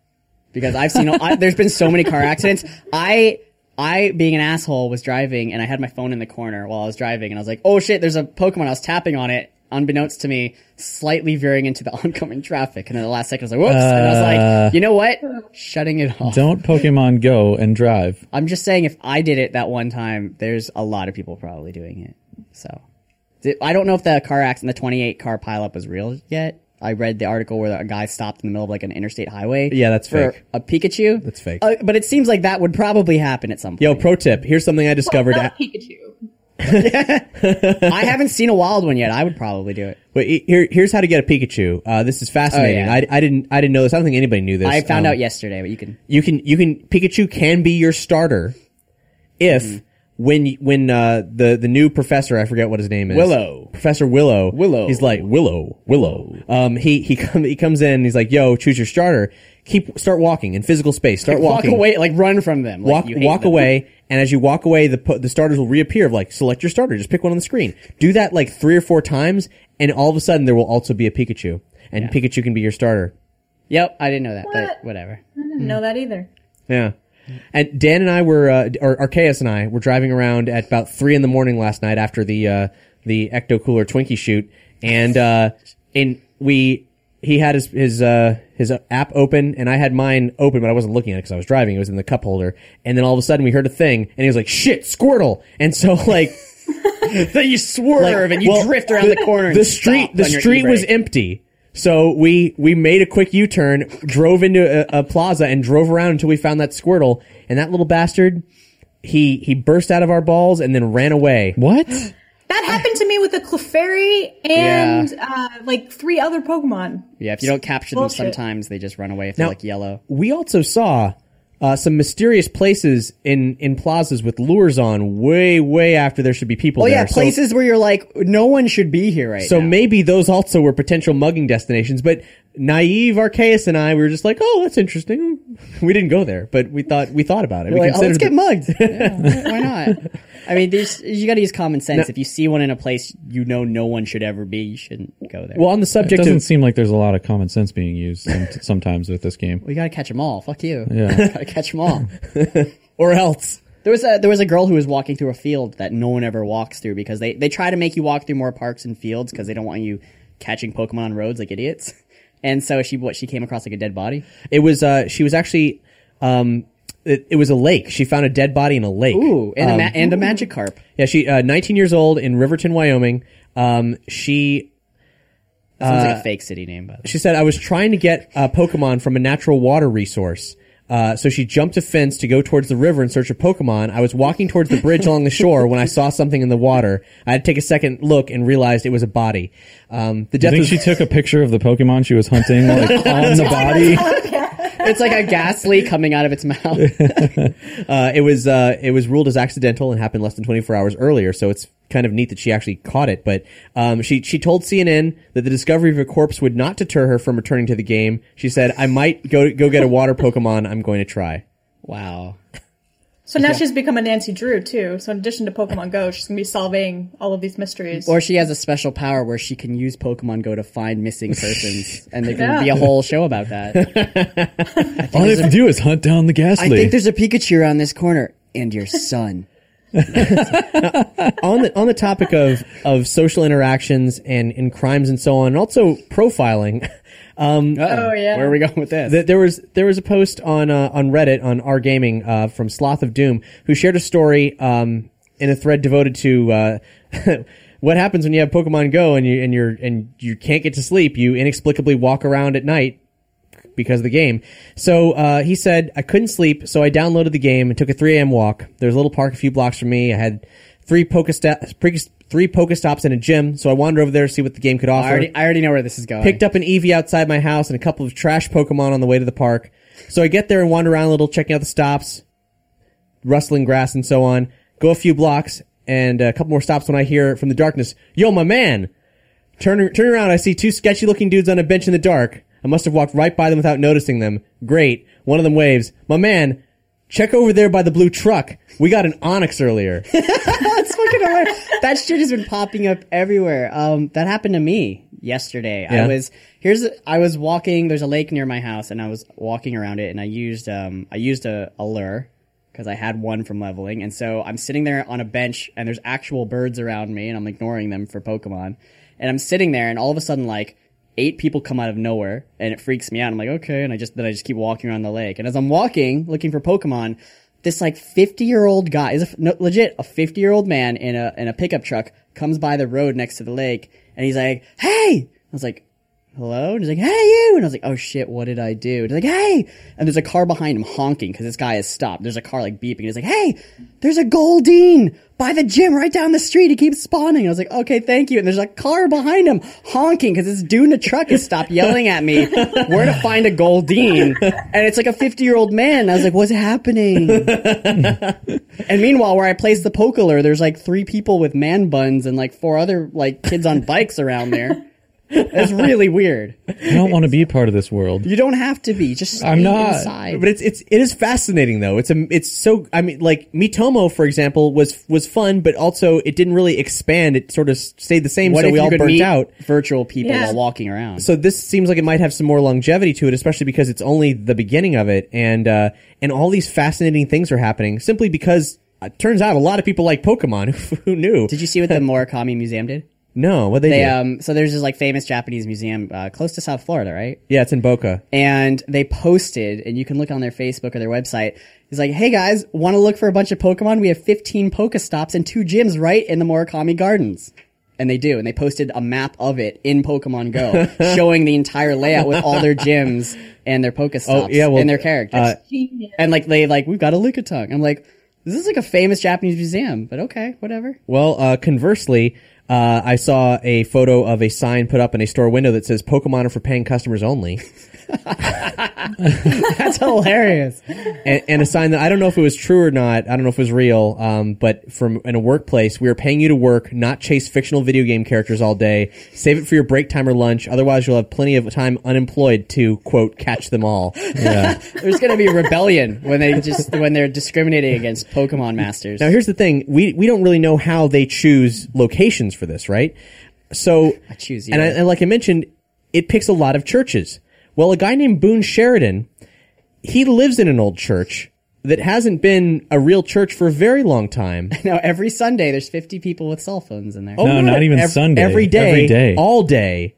[SPEAKER 3] Because I've seen, I, there's been so many car accidents. I, I, being an asshole, was driving and I had my phone in the corner while I was driving and I was like, oh shit, there's a Pokemon. I was tapping on it, unbeknownst to me, slightly veering into the *laughs* oncoming traffic. And then the last second I was like, whoops. and I was like, you know what? Shutting it off.
[SPEAKER 4] Don't Pokemon Go and drive.
[SPEAKER 3] I'm just saying, if I did it that one time, there's a lot of people probably doing it. So, Th- I don't know if the car accident, the 28 car pileup, is real yet. I read the article where a guy stopped in the middle of like an interstate highway.
[SPEAKER 2] Yeah, that's
[SPEAKER 3] for
[SPEAKER 2] fake.
[SPEAKER 3] A Pikachu.
[SPEAKER 2] That's fake.
[SPEAKER 3] Uh, but it seems like that would probably happen at some point.
[SPEAKER 2] Yo, pro tip. Here's something I discovered.
[SPEAKER 1] Well,
[SPEAKER 2] at-
[SPEAKER 1] not Pikachu.
[SPEAKER 2] *laughs*
[SPEAKER 3] I haven't seen a wild one yet. I would probably do it.
[SPEAKER 2] Wait, he- here, here's how to get a Pikachu. Uh, this is fascinating.
[SPEAKER 3] Oh, yeah.
[SPEAKER 2] I, I didn't, I didn't know this. I don't think anybody knew this.
[SPEAKER 3] I found
[SPEAKER 2] Um,
[SPEAKER 3] out yesterday, but you can.
[SPEAKER 2] You can, you can. Pikachu can be your starter if
[SPEAKER 3] Mm-hmm.
[SPEAKER 2] when y- when uh, the the new professor, I forget what his name is,
[SPEAKER 3] Willow.
[SPEAKER 2] Professor Willow.
[SPEAKER 3] Willow.
[SPEAKER 2] He's like Willow, Willow. Um, he he come, he comes in. He's like, yo, choose your starter. Keep start walking in physical space. Start
[SPEAKER 3] Walk
[SPEAKER 2] walking.
[SPEAKER 3] away, like run from them. Like,
[SPEAKER 2] walk
[SPEAKER 3] you hate
[SPEAKER 2] walk
[SPEAKER 3] them.
[SPEAKER 2] away and as you walk away the po- the starters will reappear of like select your starter just pick one on the screen do that like three or four times and all of a sudden there will also be a pikachu and pikachu can be your starter
[SPEAKER 3] Yep, I didn't know that,
[SPEAKER 1] What?
[SPEAKER 3] but whatever.
[SPEAKER 1] I
[SPEAKER 4] Mm.
[SPEAKER 1] didn't know that either.
[SPEAKER 2] yeah and dan and i were uh, or arceus and i were driving around at about three in the morning last night after the uh the ecto cooler twinkie shoot and uh and we he had his his uh his app open and I had mine open, but I wasn't looking at it because I was driving. It was in the cup holder, and then all of a sudden we heard a thing, and he was like, "Shit, Squirtle!" And so *laughs* like
[SPEAKER 3] Then you swerve and you
[SPEAKER 2] well,
[SPEAKER 3] drift around the, corner. And
[SPEAKER 2] the street
[SPEAKER 3] stop
[SPEAKER 2] the
[SPEAKER 3] on your
[SPEAKER 2] street was
[SPEAKER 3] e-brake.
[SPEAKER 2] empty so we we made a quick u-turn drove into a, a plaza and drove around until we found that squirtle and that little bastard he he burst out of our balls and then ran away
[SPEAKER 4] What?
[SPEAKER 1] That happened to me with a Clefairy and uh, like three other Pokemon.
[SPEAKER 3] Yeah, if you don't capture
[SPEAKER 1] Bullshit.
[SPEAKER 3] them, sometimes they just run away if they're
[SPEAKER 2] Now-
[SPEAKER 3] like yellow.
[SPEAKER 2] we also saw uh, some mysterious places in in plazas with lures on way way after there should be people
[SPEAKER 3] Oh
[SPEAKER 2] there
[SPEAKER 3] yeah,
[SPEAKER 2] So-
[SPEAKER 3] places where you're like, no one should be here right
[SPEAKER 2] So
[SPEAKER 3] now.
[SPEAKER 2] maybe those also were potential mugging destinations, but naive Archaeus and I, we were just like, oh, that's interesting. *laughs* We didn't go there, but we thought, we thought about it.
[SPEAKER 3] You're
[SPEAKER 2] we
[SPEAKER 3] like, oh, let's
[SPEAKER 2] considered
[SPEAKER 3] get
[SPEAKER 2] it. *laughs*
[SPEAKER 3] mugged. Yeah, why not? I mean, there's, you got to use common sense. if you see one in a place you know no one should ever be, you shouldn't go there.
[SPEAKER 2] Well, on the
[SPEAKER 4] It
[SPEAKER 2] subject
[SPEAKER 4] doesn't
[SPEAKER 2] of,
[SPEAKER 4] seem like there's a lot of common sense being used some- *laughs* sometimes with this game.
[SPEAKER 3] we got to catch them all. Fuck you.
[SPEAKER 4] Yeah.
[SPEAKER 3] *laughs* gotta catch them all.
[SPEAKER 2] or else.
[SPEAKER 3] There was a there was a girl who was walking through a field that no one ever walks through because they they try to make you walk through more parks and fields because they don't want you catching Pokemon on roads like idiots. And so she what she came across like a dead body.
[SPEAKER 2] It was, uh, she was actually, um, it, it was a lake. She found a dead body in a lake.
[SPEAKER 3] Ooh, and
[SPEAKER 2] Um,
[SPEAKER 3] a ma- and a Magikarp.
[SPEAKER 2] Yeah, she, uh, 19 years old in Riverton, Wyoming. Um, she,
[SPEAKER 3] That sounds
[SPEAKER 2] uh,
[SPEAKER 3] like a fake city name, by the way.
[SPEAKER 2] she said, I was trying to get a Pokemon from a natural water resource. Uh, so she jumped a fence to go towards the river in search of Pokemon. I was walking towards the bridge along the shore when I saw something in the water. I had to take a second look and realized it was a body. Um, the
[SPEAKER 4] I
[SPEAKER 2] death
[SPEAKER 4] think
[SPEAKER 2] was,
[SPEAKER 4] she took a picture of the Pokemon she was
[SPEAKER 3] *laughs*
[SPEAKER 4] hunting, like on the body.
[SPEAKER 3] It's like a ghastly coming out of its mouth. *laughs*
[SPEAKER 2] uh, it was uh, it was ruled as accidental and happened less than 24 hours earlier. So it's kind of neat that she actually caught it. But um, she she told CNN that the discovery of a corpse would not deter her from returning to the game. She said, "I might go go get a water Pokemon. I'm going to try."
[SPEAKER 3] Wow.
[SPEAKER 1] So now she's become a Nancy Drew too. So in addition to Pokemon Go, she's gonna be solving all of these mysteries.
[SPEAKER 3] Or she has a special power where she can use Pokemon Go to find missing persons, and there can
[SPEAKER 1] Yeah.
[SPEAKER 3] be a whole show about that.
[SPEAKER 4] All I have to do is hunt down
[SPEAKER 3] I
[SPEAKER 4] the ghastly.
[SPEAKER 3] think there's a Pikachu around this corner, and your son.
[SPEAKER 2] on the on the topic of of social interactions and and crimes and so on, and also profiling,
[SPEAKER 3] oh
[SPEAKER 1] yeah.
[SPEAKER 3] Where are we going with this?
[SPEAKER 2] that there was there was a post on uh, on Reddit on our gaming uh, from Sloth of Doom who shared a story um, in a thread devoted to. Uh, *laughs* What happens when you have Pokemon Go and you and you're and you can't get to sleep? You inexplicably walk around at night because of the game. So uh, he said, I couldn't sleep, so I downloaded the game and took a 3 a.m. walk. There's a little park a few blocks from me. I had three Pokestops, pre- three Pokestops and a gym, so I wandered over there to see what the game could offer.
[SPEAKER 3] I already, I already know where this is going.
[SPEAKER 2] Picked up an Eevee outside my house and a couple of trash Pokemon on the way to the park. So I get there and wander around a little, checking out the stops, rustling grass and so on. Go a few blocks and a couple more stops when I hear from the darkness, "Yo, my man!" Turn turn around, I see two sketchy looking dudes on a bench in the dark. I must have walked right by them without noticing them. Great. One of them waves, "My man, Check over there by the blue truck. We got an Onyx earlier.
[SPEAKER 3] That's fucking hilarious. that shit has been popping up everywhere. Um, that happened to me yesterday.
[SPEAKER 2] Yeah.
[SPEAKER 3] I was here's I was walking. There's a lake near my house, and I was walking around it, and I used um I used a, a lure because I had one from leveling, and so I'm sitting there on a bench, and there's actual birds around me, and I'm ignoring them for Pokemon, and I'm sitting there, and all of a sudden like. Eight people come out of nowhere, and it freaks me out. I'm like, okay, and I just then I just keep walking around the lake. And as I'm walking, looking for Pokemon, this like 50 year old guy is a, f- no, legit a 50 year old man in a in a pickup truck comes by the road next to the lake and he's like hey i was like hello and he's like hey you and i was like oh shit what did i do and he's like hey and there's a car behind him honking because this guy has stopped there's a car like beeping he's like hey there's a goldine by the gym right down the street he keeps spawning and i was like okay thank you and there's a car behind him honking because this dude in a truck has stopped yelling at me where to find a goldine and it's like a 50 year old man i was like what's happening and meanwhile, where I placed the pokeler, there's like three people with man buns and like four other like kids on bikes around there. It's really weird.
[SPEAKER 4] I don't want to be a part of this world.
[SPEAKER 3] You don't have to be. Just stay
[SPEAKER 4] I'm not.
[SPEAKER 3] inside.
[SPEAKER 2] But it's it's it is fascinating though. It's a it's so I mean like Mitomo for example was was fun, but also it didn't really expand. It sort of stayed the same,
[SPEAKER 3] what
[SPEAKER 2] so
[SPEAKER 3] if
[SPEAKER 2] we
[SPEAKER 3] you
[SPEAKER 2] all
[SPEAKER 3] could
[SPEAKER 2] burnt
[SPEAKER 3] meet
[SPEAKER 2] out.
[SPEAKER 3] virtual people
[SPEAKER 1] Yeah.
[SPEAKER 3] while walking around?
[SPEAKER 2] So this seems like it might have some more longevity to it, especially because it's only the beginning of it, and uh, and all these fascinating things are happening simply because it turns out a lot of people like Pokemon. *laughs* Who knew?
[SPEAKER 3] Did you see
[SPEAKER 2] *laughs*
[SPEAKER 3] what the Murakami Museum did?
[SPEAKER 2] No, what they,
[SPEAKER 3] They
[SPEAKER 2] do?
[SPEAKER 3] um. So there's this like famous Japanese museum uh, close to South Florida, right?
[SPEAKER 2] yeah, it's in Boca.
[SPEAKER 3] and they posted, and you can look on their Facebook or their website. It's like, hey guys, want to look for a bunch of Pokemon? We have 15 Pokestops and two gyms right in the Murakami Gardens. And they do, and they posted a map of it in
[SPEAKER 2] *laughs*
[SPEAKER 3] Pokemon Go, showing the entire layout with all their gyms and their Pokestops
[SPEAKER 2] Oh, yeah, well,
[SPEAKER 3] and their characters.
[SPEAKER 2] uh,
[SPEAKER 3] and like they like, we've got a Lickitung. I'm like, this is like a famous Japanese museum, but okay, whatever. *laughs*
[SPEAKER 2] Well, uh, conversely, uh, I saw a photo of a sign put up in a store window that says "Pokemon are for paying customers only,"
[SPEAKER 3] That's hilarious.
[SPEAKER 2] and, and a sign that I don't know if it was true or not. I don't know if it was real, um, but from in a workplace, we are paying you to work, not chase fictional video game characters all day. Save it for your break time or lunch. Otherwise, you'll have plenty of time unemployed to quote catch them all.
[SPEAKER 4] Yeah.
[SPEAKER 3] There's gonna be a rebellion when they just when they're discriminating against Pokemon masters.
[SPEAKER 2] *laughs* Now, here's the thing: we we don't really know how they choose locations for this, right? So I
[SPEAKER 3] choose
[SPEAKER 2] and, I,
[SPEAKER 3] you.
[SPEAKER 2] and like I mentioned, it picks a lot of churches. Well, a guy named Boone Sheridan, he lives in an old church that hasn't been a real church for a very long time.
[SPEAKER 3] No, every Sunday there's 50 people with cell phones in there.
[SPEAKER 4] No, not even Sunday.
[SPEAKER 2] Oh, Every day,
[SPEAKER 4] Every day.
[SPEAKER 2] all day.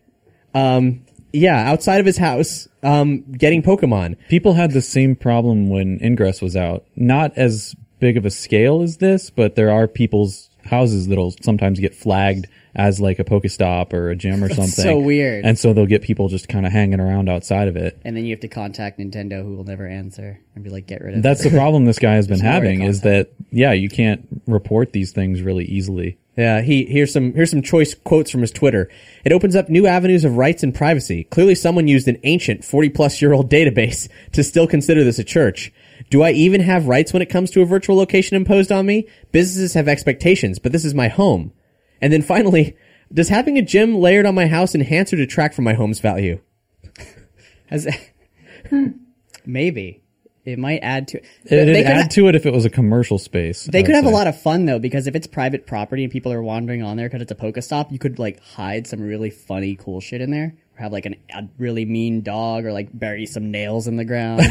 [SPEAKER 2] Um, yeah, outside of his house, um, getting Pokemon.
[SPEAKER 4] People had the same problem when Ingress was out. Not as big of a scale as this, but there are people's houses that'll sometimes get flagged as like a Pokestop or a gym or something.
[SPEAKER 3] so weird.
[SPEAKER 4] And so they'll get people just kind of hanging around outside of it.
[SPEAKER 3] And then you have to contact Nintendo, who will never answer, and be like, "Get rid of
[SPEAKER 4] That's the
[SPEAKER 3] it."
[SPEAKER 4] problem this guy has been
[SPEAKER 3] There's nowhere to
[SPEAKER 4] having is that yeah, you can't report these things really easily.
[SPEAKER 2] Yeah, he here's some here's some choice quotes from his Twitter. It opens up new avenues of rights and privacy. Clearly, someone used an ancient, forty plus year old database *laughs* to still consider this a church. Do I even have rights when it comes to a virtual location imposed on me? Businesses have expectations, but this is my home. And then finally, *laughs* does having a gym layered on my house enhance or detract from my home's value?
[SPEAKER 3] Has- *laughs* Maybe it might add to.
[SPEAKER 4] It'd
[SPEAKER 3] they could,
[SPEAKER 4] add to it if it was a commercial space.
[SPEAKER 3] they
[SPEAKER 4] I
[SPEAKER 3] could
[SPEAKER 4] would
[SPEAKER 3] have a
[SPEAKER 4] say.
[SPEAKER 3] lot of fun though, because if it's private property and people are wandering on there because it's a Pokestop, you could like hide some really funny, cool shit in there. Or have like an, a really mean dog, or like bury some nails in the
[SPEAKER 4] *laughs*
[SPEAKER 3] ground,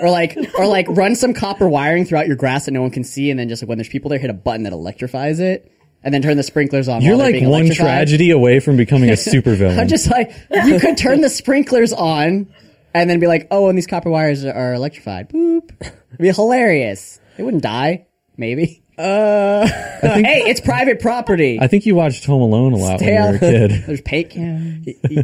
[SPEAKER 3] or like or like run some copper wiring throughout your grass that no one can see, and then just like when there's people there, hit a button that electrifies it, and then turn the sprinklers on.
[SPEAKER 4] You're
[SPEAKER 3] while they're
[SPEAKER 4] like
[SPEAKER 3] being
[SPEAKER 4] one
[SPEAKER 3] electrified.
[SPEAKER 4] tragedy away from becoming
[SPEAKER 3] *laughs*
[SPEAKER 4] a supervillain.
[SPEAKER 3] I'm just like, you could turn the sprinklers on and then be like, oh, and these copper wires are- are electrified. Boop. It'd be hilarious. They wouldn't die. Maybe.
[SPEAKER 4] *laughs*
[SPEAKER 3] hey, it's private property.
[SPEAKER 4] Uh, I think you watched Home Alone a lot when you were a kid.
[SPEAKER 3] *laughs* There's paint cans.
[SPEAKER 2] They're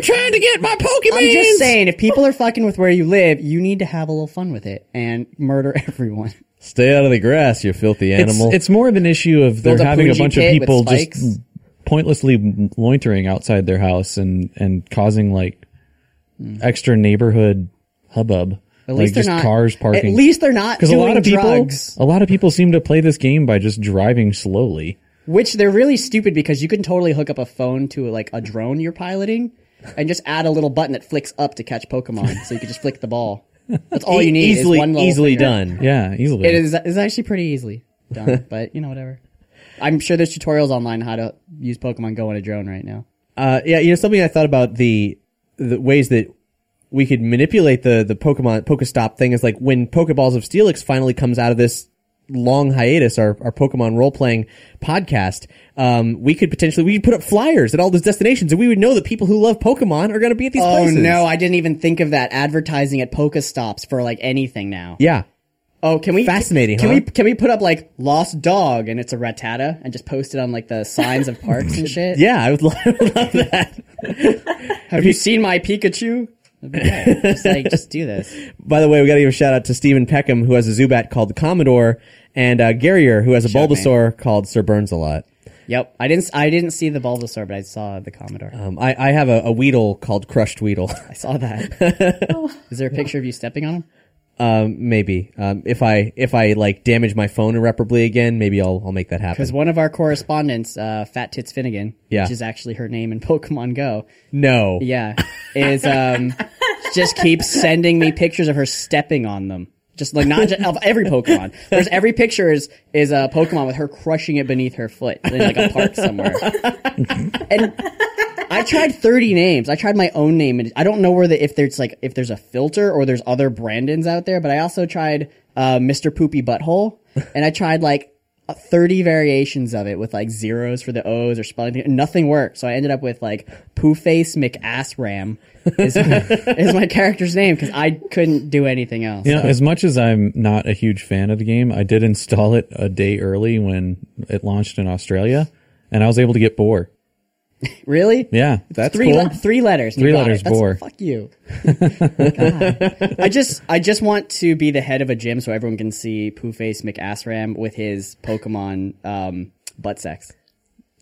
[SPEAKER 2] trying to get my Pokemon.
[SPEAKER 3] I'm just saying, if people are fucking with where you live, you need to have a little fun with it and murder *laughs* everyone.
[SPEAKER 2] Stay out of the grass, you filthy
[SPEAKER 4] *laughs* It's,
[SPEAKER 2] animal.
[SPEAKER 4] it's more of an issue of they're
[SPEAKER 3] Build a
[SPEAKER 4] having a
[SPEAKER 3] Fuji
[SPEAKER 4] bunch of
[SPEAKER 3] kit with
[SPEAKER 4] people just
[SPEAKER 3] spikes.
[SPEAKER 4] pointlessly loitering outside their house and and causing like extra neighborhood hubbub.
[SPEAKER 3] Hmm. At
[SPEAKER 4] like
[SPEAKER 3] least they're
[SPEAKER 4] just
[SPEAKER 3] not
[SPEAKER 4] cars parking.
[SPEAKER 3] At least they're not
[SPEAKER 4] because
[SPEAKER 3] doing
[SPEAKER 4] a lot of people,
[SPEAKER 3] drugs.
[SPEAKER 4] a lot of people seem to play this game by just driving slowly.
[SPEAKER 3] Which they're really stupid because you can totally hook up a phone to like a drone you're piloting and just add a little button that flicks up to catch Pokemon, so you can just flick the ball. That's all you need.
[SPEAKER 2] E- Easily,
[SPEAKER 3] is one little
[SPEAKER 2] easily
[SPEAKER 3] finger.
[SPEAKER 2] done.
[SPEAKER 4] Yeah, easily.
[SPEAKER 3] It is it's actually pretty easily
[SPEAKER 2] *laughs*
[SPEAKER 3] done, but you know whatever. I'm sure there's tutorials online how to use Pokemon Go on a drone right now.
[SPEAKER 2] Uh, yeah, you know something I thought about the the ways that we could manipulate the the Pokemon Pokestop thing is like when Pokeballs of Steelix finally comes out of this long hiatus, our our Pokemon role playing podcast, um, we could potentially we could put up flyers at all those destinations, and we would know that people who love Pokemon are going to be at these
[SPEAKER 3] Oh
[SPEAKER 2] places.
[SPEAKER 3] no, I didn't even think of that advertising at Pokestops for like anything now.
[SPEAKER 2] yeah,
[SPEAKER 3] Oh, can we
[SPEAKER 2] Fascinating,
[SPEAKER 3] Can
[SPEAKER 2] huh?
[SPEAKER 3] we can we put up like lost dog and it's a ratata and just post it on like the signs
[SPEAKER 2] *laughs*
[SPEAKER 3] of parks and shit?
[SPEAKER 2] yeah, I would love, *laughs* I would love that.
[SPEAKER 3] Have you seen my *laughs* Pikachu? That'd be great. just like just do this.
[SPEAKER 2] By the way, we got to give a shout out to Stephen Peckham who has a Zubat called the Commodore, and uh, Garrier who has a
[SPEAKER 3] Shout out, man.
[SPEAKER 2] Bulbasaur called Sir Burns a lot.
[SPEAKER 3] *laughs* Yep. I didn't I didn't see the Bulbasaur, but I saw the Commodore.
[SPEAKER 2] Um, I, I have a, a Weedle called Crushed Weedle.
[SPEAKER 3] *laughs* I saw that. Is there a picture of you stepping on him?
[SPEAKER 2] Um, *laughs* maybe. Um, if I if I like damage my phone irreparably again, maybe I'll I'll make that happen.
[SPEAKER 3] Because one of our correspondents, uh, Fat Tits Finnegan,
[SPEAKER 2] Yeah.
[SPEAKER 3] which is actually her name in *laughs* Pokemon Go,
[SPEAKER 2] No.
[SPEAKER 3] yeah, is um, just keeps sending me pictures of her stepping on them. Just like not just, of every Pokemon. There's every picture is is a Pokemon with her crushing it beneath her foot in like a park somewhere. and I tried 30 names. I tried my own name, and I don't know where the if there's like if there's a filter or there's other Brandons out there. But I also tried uh, Mr. Poopy Butthole, and I tried like 30 variations of it with like zeros for the O's or spelling. and Nothing worked, so I ended up with like Pooface McAssram is my, is my character's name because I couldn't do anything else.
[SPEAKER 4] You know, as much as I'm not a huge fan of the game, I did install it a day early when it launched in Australia, and I was able to get Boar.
[SPEAKER 3] Really?
[SPEAKER 4] Yeah, that's
[SPEAKER 3] three le- three letters. You
[SPEAKER 4] Three
[SPEAKER 3] got
[SPEAKER 4] letters,
[SPEAKER 3] it. That's-
[SPEAKER 4] bore.
[SPEAKER 3] Fuck
[SPEAKER 4] *laughs*
[SPEAKER 3] you. *laughs* God. I just I just want to be the head of a gym so everyone can see Pooface McAssram with his Pokemon um, butt sex.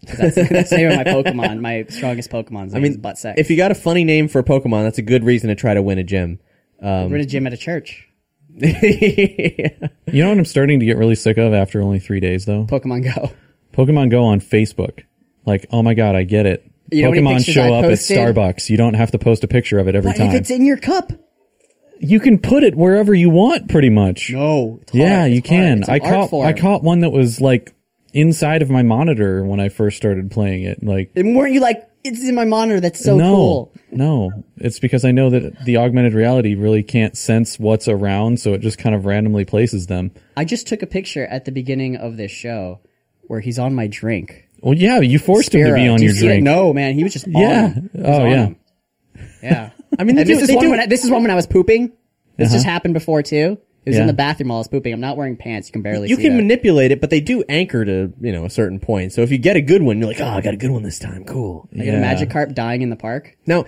[SPEAKER 3] 'Cause That's, that's
[SPEAKER 4] *laughs*
[SPEAKER 3] the name of my Pokemon. My strongest Pokemon's name I mean, is butt sex.
[SPEAKER 2] If you got a funny name for a Pokemon, that's a good reason to try to win a gym.
[SPEAKER 3] we're in a gym at a
[SPEAKER 4] *laughs*
[SPEAKER 3] church,
[SPEAKER 4] You know what I'm starting to get really sick of after only three days though?
[SPEAKER 3] Pokemon Go.
[SPEAKER 4] Pokemon Go on Facebook. Like, oh my god, I get it.
[SPEAKER 3] You know how many
[SPEAKER 4] Pokemon
[SPEAKER 3] pictures
[SPEAKER 4] show
[SPEAKER 3] I
[SPEAKER 4] up
[SPEAKER 3] posted?
[SPEAKER 4] at Starbucks. You don't have to post a picture of it every
[SPEAKER 3] But
[SPEAKER 4] time.
[SPEAKER 3] if it's in your cup,
[SPEAKER 4] you can put it wherever you want, pretty much.
[SPEAKER 3] no. It's
[SPEAKER 4] yeah,
[SPEAKER 3] hard.
[SPEAKER 4] you
[SPEAKER 3] It's hard.
[SPEAKER 4] can.
[SPEAKER 3] It's an
[SPEAKER 4] I
[SPEAKER 3] art
[SPEAKER 4] caught
[SPEAKER 3] form.
[SPEAKER 4] I caught one that was like inside of my monitor when I first started playing it. Like,
[SPEAKER 3] And weren't you like? It's in my monitor. That's so
[SPEAKER 4] no,
[SPEAKER 3] cool.
[SPEAKER 4] no, it's because I know that the augmented reality really can't sense what's around, so it just kind of randomly places them.
[SPEAKER 3] I just took a picture at the beginning of this show where he's on my drink.
[SPEAKER 4] Well, yeah, you forced him to be
[SPEAKER 3] Spiro.
[SPEAKER 4] on
[SPEAKER 3] Do you
[SPEAKER 4] your
[SPEAKER 3] see it?
[SPEAKER 4] drink.
[SPEAKER 3] No, man, he was just on
[SPEAKER 4] Yeah.
[SPEAKER 3] him. He was
[SPEAKER 4] Oh,
[SPEAKER 3] on
[SPEAKER 4] yeah.
[SPEAKER 3] him.
[SPEAKER 2] *laughs*
[SPEAKER 3] Yeah. I
[SPEAKER 2] mean, they do-
[SPEAKER 3] this is
[SPEAKER 2] they
[SPEAKER 3] one
[SPEAKER 2] do- Uh-huh.
[SPEAKER 3] when I, this is one when I was pooping. This just happened before too. It was in
[SPEAKER 4] Yeah.
[SPEAKER 3] the bathroom while I was pooping. I'm not wearing pants. You can barely.
[SPEAKER 2] You
[SPEAKER 3] see
[SPEAKER 2] can
[SPEAKER 3] that.
[SPEAKER 2] manipulate it, but they do anchor to you know a certain point. So if you get a good one, you're like, oh, I got a good one this time. Cool.
[SPEAKER 3] I got a Magikarp dying in the park.
[SPEAKER 2] Now,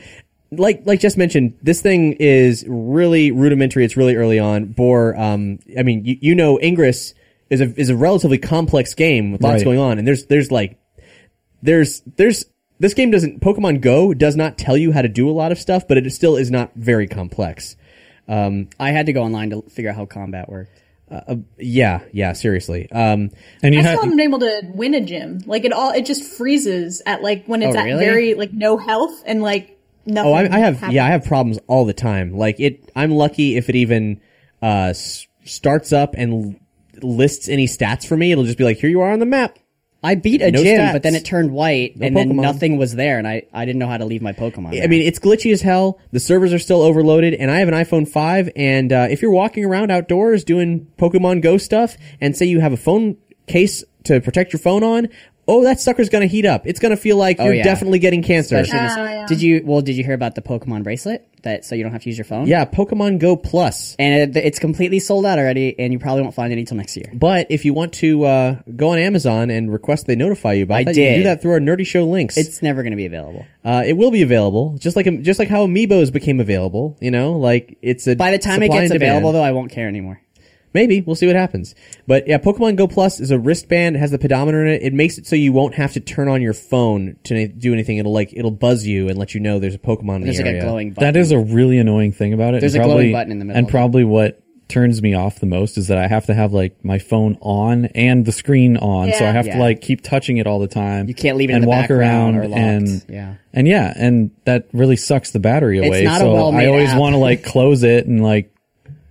[SPEAKER 2] like like just mentioned, this thing is really rudimentary. It's really early on. Bor, um, I mean, you, you know, Ingress is a is a relatively complex game with lots
[SPEAKER 4] Right.
[SPEAKER 2] going on, and there's there's like there's there's this game doesn't Pokemon Go does not tell you how to do a lot of stuff, but it still is not very complex.
[SPEAKER 3] I had to go online to figure out how combat worked.
[SPEAKER 2] Yeah, yeah, seriously. Um,
[SPEAKER 4] And you
[SPEAKER 1] I
[SPEAKER 4] *laughs* had
[SPEAKER 1] still haven't been able to win a gym. Like it all, it just freezes at like when it's
[SPEAKER 3] Oh,
[SPEAKER 1] at
[SPEAKER 3] really?
[SPEAKER 1] very like no health and like nothing.
[SPEAKER 2] Oh, I, I have yeah, I have problems all the time. Like it, I'm lucky if it even uh, s- starts up and l- lists any stats for me. It'll just be like, here you are on the map.
[SPEAKER 3] I beat a
[SPEAKER 2] No
[SPEAKER 3] gym,
[SPEAKER 2] stats.
[SPEAKER 3] but then it turned white, and then
[SPEAKER 2] Pokemon.
[SPEAKER 3] nothing was there, and I, I didn't know how to leave my Pokemon.
[SPEAKER 2] I
[SPEAKER 3] there.
[SPEAKER 2] mean, it's glitchy as hell. The servers are still overloaded, and I have an iPhone 5. And uh, if you're walking around outdoors doing Pokemon Go stuff, and say you have a phone case to protect your phone on, oh, that sucker's gonna heat up. It's gonna feel like you're
[SPEAKER 3] Oh, yeah.
[SPEAKER 2] definitely getting cancer.
[SPEAKER 3] Especially this- did you well? Did you hear about the Pokemon bracelet that so you don't have to use your phone?
[SPEAKER 2] yeah, Pokemon Go Plus.
[SPEAKER 3] and it, it's completely sold out already, and you probably won't find any till next year.
[SPEAKER 2] But if you want to uh, go on Amazon and request they notify you about
[SPEAKER 3] I
[SPEAKER 2] that, you can do
[SPEAKER 3] did.
[SPEAKER 2] that through our Nerdy Show links.
[SPEAKER 3] It's never going to be available.
[SPEAKER 2] Uh, it will be available, just like just like how Amiibos became available. You know, like it's a
[SPEAKER 3] By the time it
[SPEAKER 2] supply
[SPEAKER 3] gets
[SPEAKER 2] and demand.
[SPEAKER 3] available, though, I won't care anymore.
[SPEAKER 2] maybe we'll see what happens. But yeah, Pokemon Go Plus is a wristband. It has the pedometer in it. It makes it so you won't have to turn on your phone to na- do anything. It'll like it'll buzz you and let you know there's a Pokemon in
[SPEAKER 3] There's
[SPEAKER 2] the
[SPEAKER 3] like
[SPEAKER 2] area.
[SPEAKER 3] a glowing button.
[SPEAKER 4] that is a really annoying thing about it.
[SPEAKER 3] There's
[SPEAKER 4] and
[SPEAKER 3] a glowing
[SPEAKER 4] probably-
[SPEAKER 3] button in the middle
[SPEAKER 4] and
[SPEAKER 3] of it.
[SPEAKER 4] probably what turns me off the most is that I have to have like my phone on and the screen on, so
[SPEAKER 1] Yeah.
[SPEAKER 4] I have
[SPEAKER 3] Yeah.
[SPEAKER 4] to like keep touching it all the time.
[SPEAKER 3] You can't leave it in
[SPEAKER 4] and
[SPEAKER 3] the
[SPEAKER 4] walk
[SPEAKER 3] background
[SPEAKER 4] around
[SPEAKER 3] or locked.
[SPEAKER 4] and
[SPEAKER 3] Yeah.
[SPEAKER 4] and yeah, and that really sucks the battery away.
[SPEAKER 3] not a
[SPEAKER 4] so
[SPEAKER 3] well-made
[SPEAKER 4] I always
[SPEAKER 3] app.
[SPEAKER 4] want to
[SPEAKER 3] *laughs*
[SPEAKER 4] like close it and like,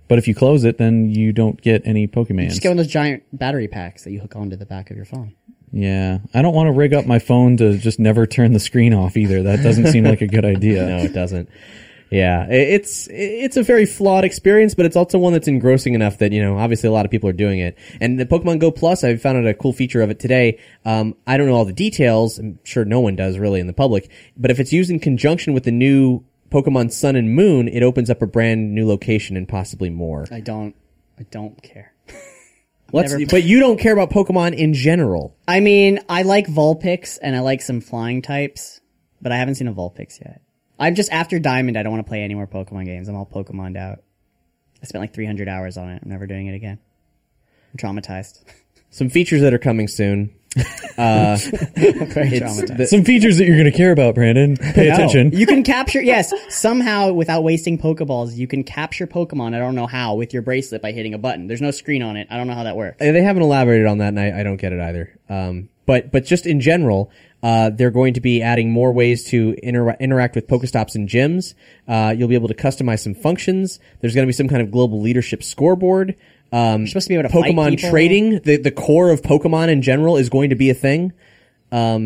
[SPEAKER 4] but if you close it, then you don't get any Pokemon.
[SPEAKER 3] Just get one of those giant battery packs that you hook onto the back of your phone.
[SPEAKER 4] Yeah, I don't want to rig up my phone to just never turn the screen off either. That doesn't seem like a
[SPEAKER 3] *laughs*
[SPEAKER 4] good idea.
[SPEAKER 2] No, it doesn't. Yeah, i- it's it's a very flawed experience, but it's also one that's engrossing enough that you know obviously a lot of people are doing it. And the Pokemon Go Plus, I found out a cool feature of it today. Um, I don't know all the details. I'm sure no one does really in the public. But if it's used in conjunction with the new Pokemon Sun and Moon, it opens up a brand new location and possibly more.
[SPEAKER 3] I don't. I don't care.
[SPEAKER 2] Let's,
[SPEAKER 3] never-
[SPEAKER 2] but you don't care about Pokemon in general.
[SPEAKER 3] I mean, I like Vulpix and I like some flying types, but I haven't seen a Vulpix yet. I'm just after Diamond. I don't want to play any more Pokemon games. I'm all Pokemoned out. I spent like 300 hours on it. I'm never doing it again. I'm traumatized. *laughs*
[SPEAKER 2] Some features that are coming soon.
[SPEAKER 3] Very traumatized.
[SPEAKER 4] Some features that you're going to care about, Brandon. Pay attention.
[SPEAKER 3] You can
[SPEAKER 4] *laughs*
[SPEAKER 3] capture, yes, somehow without wasting Pokeballs, you can capture Pokemon, I don't know how, with your bracelet by hitting a button. There's no screen on it. I don't know how that works.
[SPEAKER 2] Uh, they haven't elaborated on that, and I, I don't get it either. Um, but but just in general, uh, they're going to be adding more ways to inter- interact with Pokestops and gyms. Uh, you'll be able to customize some functions. There's going to be some kind of global leadership scoreboard. Um, You're
[SPEAKER 3] supposed to be able to fight
[SPEAKER 2] Pokemon
[SPEAKER 3] people.
[SPEAKER 2] trading. The the core of Pokemon in general is going to be a thing.
[SPEAKER 3] I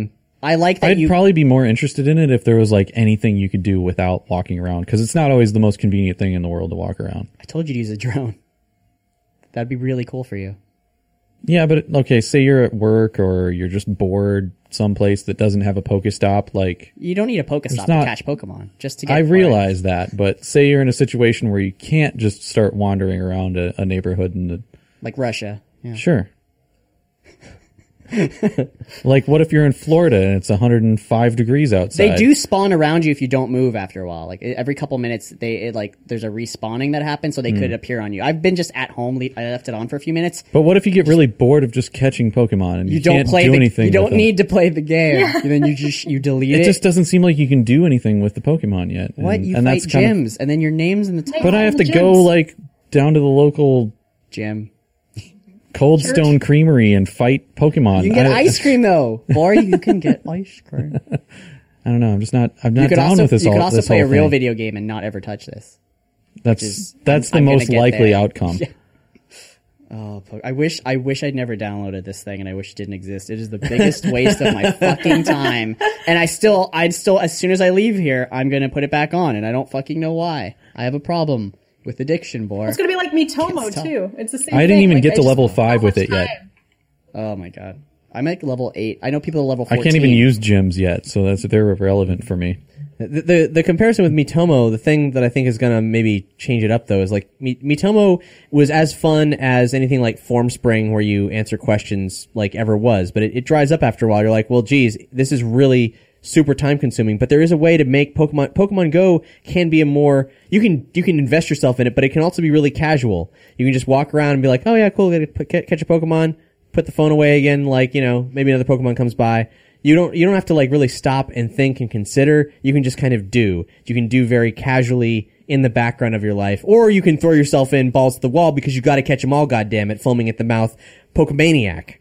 [SPEAKER 3] like that
[SPEAKER 4] I'd
[SPEAKER 3] you.
[SPEAKER 4] probably be more interested in it if there was like anything you could do without walking around because it's not always the most convenient thing in the world to walk around.
[SPEAKER 3] I told you to use a drone. That'd be really cool for you.
[SPEAKER 4] Yeah, but okay, say you're at work or you're just bored someplace that doesn't have a Pokestop. Like,
[SPEAKER 3] You don't need a Pokestop to
[SPEAKER 4] not-
[SPEAKER 3] catch Pokemon. Just to get.
[SPEAKER 4] I
[SPEAKER 3] far.
[SPEAKER 4] realize that, but say you're in a situation where you can't just start wandering around a, a neighborhood and the,
[SPEAKER 3] Like Russia. Yeah. *laughs*
[SPEAKER 4] Sure. like, what if you're in Florida and it's 105 degrees outside?
[SPEAKER 3] They do spawn around you if you don't move after a while. Like e- every couple minutes, they it, like there's a respawning that happens, so they
[SPEAKER 4] Hmm.
[SPEAKER 3] could appear on you. I've been just at home. le- I left it on for a few minutes.
[SPEAKER 4] But what if you get really bored of just catching Pokemon and you,
[SPEAKER 3] You, don't
[SPEAKER 4] can't
[SPEAKER 3] play
[SPEAKER 4] do
[SPEAKER 3] the,
[SPEAKER 4] anything?
[SPEAKER 3] You
[SPEAKER 4] with
[SPEAKER 3] don't
[SPEAKER 4] them?
[SPEAKER 3] need to play the game. And then you just
[SPEAKER 4] *laughs*
[SPEAKER 3] you delete it.
[SPEAKER 4] It just doesn't seem like you can do anything with the Pokemon yet.
[SPEAKER 3] what
[SPEAKER 4] And,
[SPEAKER 3] you
[SPEAKER 4] Mm, and
[SPEAKER 3] fight
[SPEAKER 4] that's kind
[SPEAKER 3] gyms, and then your name's in the top
[SPEAKER 4] Of, but I have to go like down to the local
[SPEAKER 3] gym.
[SPEAKER 4] Cold Stone Creamery and fight Pokemon.
[SPEAKER 3] You can get
[SPEAKER 4] I,
[SPEAKER 3] ice cream though, or you can get ice cream.
[SPEAKER 4] *laughs* I don't know. I'm just not. I'm
[SPEAKER 3] You
[SPEAKER 4] not
[SPEAKER 3] could
[SPEAKER 4] down
[SPEAKER 3] also
[SPEAKER 4] with this.
[SPEAKER 3] you
[SPEAKER 4] all,
[SPEAKER 3] could also
[SPEAKER 4] this
[SPEAKER 3] play a
[SPEAKER 4] whole
[SPEAKER 3] real
[SPEAKER 4] thing.
[SPEAKER 3] video game and not ever touch this.
[SPEAKER 4] That's
[SPEAKER 3] is-
[SPEAKER 4] that's the
[SPEAKER 3] I'm gonna
[SPEAKER 4] most
[SPEAKER 3] get
[SPEAKER 4] likely
[SPEAKER 3] there. *laughs*
[SPEAKER 4] outcome.
[SPEAKER 3] Oh, po- I wish I wish I'd never downloaded this thing, and I wish it didn't exist. It is the
[SPEAKER 4] *laughs*
[SPEAKER 3] biggest waste of my fucking time, and I still, I'd still, as soon as I leave here, I'm gonna put it back on, and I don't fucking know why. I have a problem with addiction, Bor.
[SPEAKER 1] It's gonna be like Mitomo too. It's the same.
[SPEAKER 4] I didn't
[SPEAKER 1] thing.
[SPEAKER 4] even
[SPEAKER 1] Like,
[SPEAKER 4] get
[SPEAKER 1] I
[SPEAKER 4] to
[SPEAKER 1] just
[SPEAKER 4] level
[SPEAKER 1] spent so
[SPEAKER 4] five with
[SPEAKER 1] much
[SPEAKER 4] it yet.
[SPEAKER 1] time.
[SPEAKER 3] Oh my god, I'm at level eight. I know people at level.
[SPEAKER 4] I
[SPEAKER 3] 14.
[SPEAKER 4] can't even use gyms yet, so that's they're irrelevant for me.
[SPEAKER 2] The, the the comparison with Mitomo, the thing that I think is gonna maybe change it up though is like Mi- Mitomo was as fun as anything like Form Spring where you answer questions like ever was, but it, it dries up after a while. You're like, well, geez, this is really super time consuming. But there is a way to make Pokemon Pokemon Go can be a more you can you can invest yourself in it, but it can also be really casual. You can just walk around and be like, oh yeah, cool, gotta put- ca- catch a Pokemon, put the phone away again, like you know maybe another Pokemon comes by you don't you don't have to like really stop and think and consider you can just kind of do you can do very casually in the background of your life or you can throw yourself in balls to the wall because you got to catch them all goddamn it foaming at the mouth pokemaniac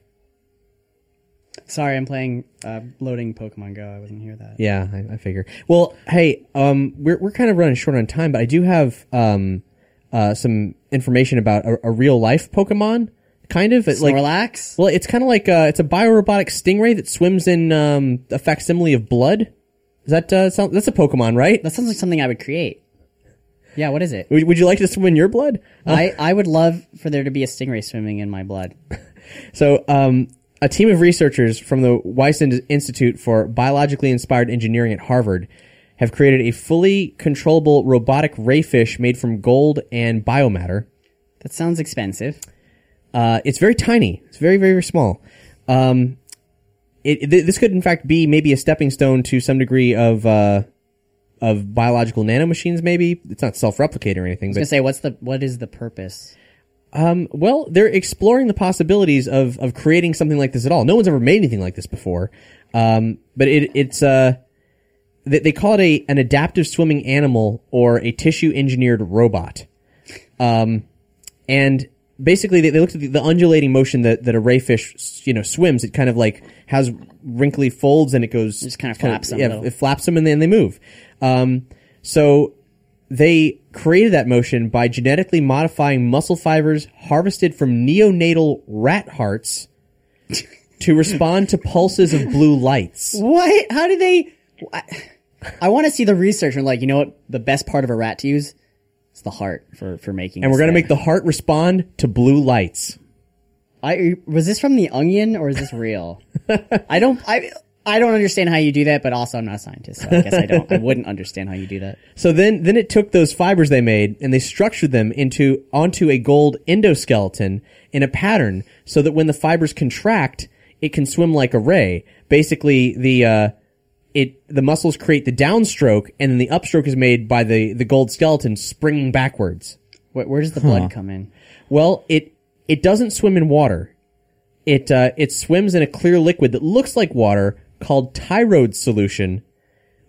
[SPEAKER 3] Sorry, I'm playing uh, loading Pokemon Go. I wasn't hear that.
[SPEAKER 2] yeah I, I figure well hey um we're, we're kind of running short on time but i do have um uh some information about a, a real life pokemon kind of It's like
[SPEAKER 3] Snorlax?
[SPEAKER 2] well it's kind of like uh it's a biorobotic stingray that swims in um a facsimile of blood is that uh sound, that's a pokemon right
[SPEAKER 3] That sounds like something I would create. Yeah, what is it?
[SPEAKER 2] Would, would you like to swim in your blood?
[SPEAKER 3] I, I would love for there to be a stingray swimming in my blood.
[SPEAKER 2] So, um, a team of researchers from the Weiss In- Institute for Biologically Inspired Engineering at Harvard have created a fully controllable robotic rayfish made from gold and biomatter.
[SPEAKER 3] That sounds expensive.
[SPEAKER 2] Uh, it's very tiny. It's very, very, very small. Um, it, th- this could, in fact, be maybe a stepping stone to some degree of uh, of biological nanomachines. Maybe it's not self-replicating or anything,
[SPEAKER 3] I
[SPEAKER 2] but
[SPEAKER 3] was gonna say, what's the what is the purpose?
[SPEAKER 2] Well, they're exploring the possibilities of of creating something like this at all. No one's ever made anything like this before. Um, but it it's uh they, they call it a an adaptive swimming animal or a tissue engineered robot. Um, and basically they, they looked at the, the undulating motion that, that a rayfish you know swims. It kind of like has wrinkly folds and it goes
[SPEAKER 3] Just kinda flaps them,
[SPEAKER 2] yeah,
[SPEAKER 3] though.
[SPEAKER 2] it flaps them and then they move. Um, so they created that motion by genetically modifying muscle fibers harvested from neonatal rat hearts
[SPEAKER 3] *laughs*
[SPEAKER 2] to respond to pulses of blue lights.
[SPEAKER 3] What? How do they? I, I want to see the research and like, you know what? The best part of a rat to use is the heart for for making.
[SPEAKER 2] And we're going to
[SPEAKER 3] to
[SPEAKER 2] make the heart respond to blue lights.
[SPEAKER 3] I was this from the Onion or is
[SPEAKER 2] *laughs*
[SPEAKER 3] this real? I don't. I I don't understand how you do that, but also I'm not a scientist, so I guess I don't. I wouldn't understand how you do that.
[SPEAKER 2] So then, then it took those fibers they made and they structured them into onto a gold endoskeleton in a pattern, so that when the fibers contract, it can swim like a ray. Basically, the uh, it the muscles create the downstroke, and then the upstroke is made by the the gold skeleton springing backwards.
[SPEAKER 3] Where, where does the blood come in?
[SPEAKER 2] Well, it it doesn't swim in water. It uh, it swims in a clear liquid that looks like water called tyrode solution,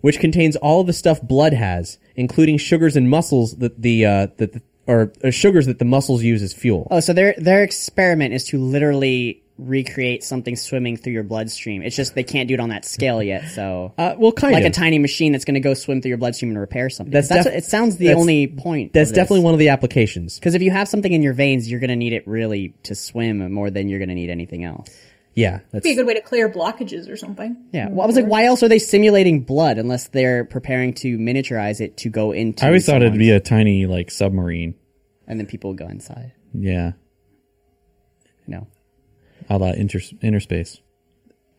[SPEAKER 2] which contains all the stuff blood has, including sugars and muscles that the uh, that the, or, or sugars that the muscles use as fuel.
[SPEAKER 3] Oh, so their their experiment is to literally recreate something swimming through your bloodstream. It's just they can't do it on that scale yet. So
[SPEAKER 2] Uh, well, kind
[SPEAKER 3] like
[SPEAKER 2] of.
[SPEAKER 3] a tiny machine that's going to go swim through your bloodstream and repair something.
[SPEAKER 2] That's
[SPEAKER 3] That's,
[SPEAKER 2] def-
[SPEAKER 3] what, it sounds the
[SPEAKER 2] that's-
[SPEAKER 3] only point.
[SPEAKER 2] That's definitely one of the applications.
[SPEAKER 3] because if you have something in your veins, you're going to need it really to swim more than you're going to need anything else.
[SPEAKER 2] Yeah, that's
[SPEAKER 1] Be a good way to clear blockages or something.
[SPEAKER 3] Yeah. Well, I was like, why else are they simulating blood unless they're preparing to miniaturize it to go into?
[SPEAKER 4] I always thought it'd
[SPEAKER 3] someone's-
[SPEAKER 4] be a tiny like submarine.
[SPEAKER 3] and then people would go inside.
[SPEAKER 4] Yeah,
[SPEAKER 3] You know.
[SPEAKER 4] a la inter interspace.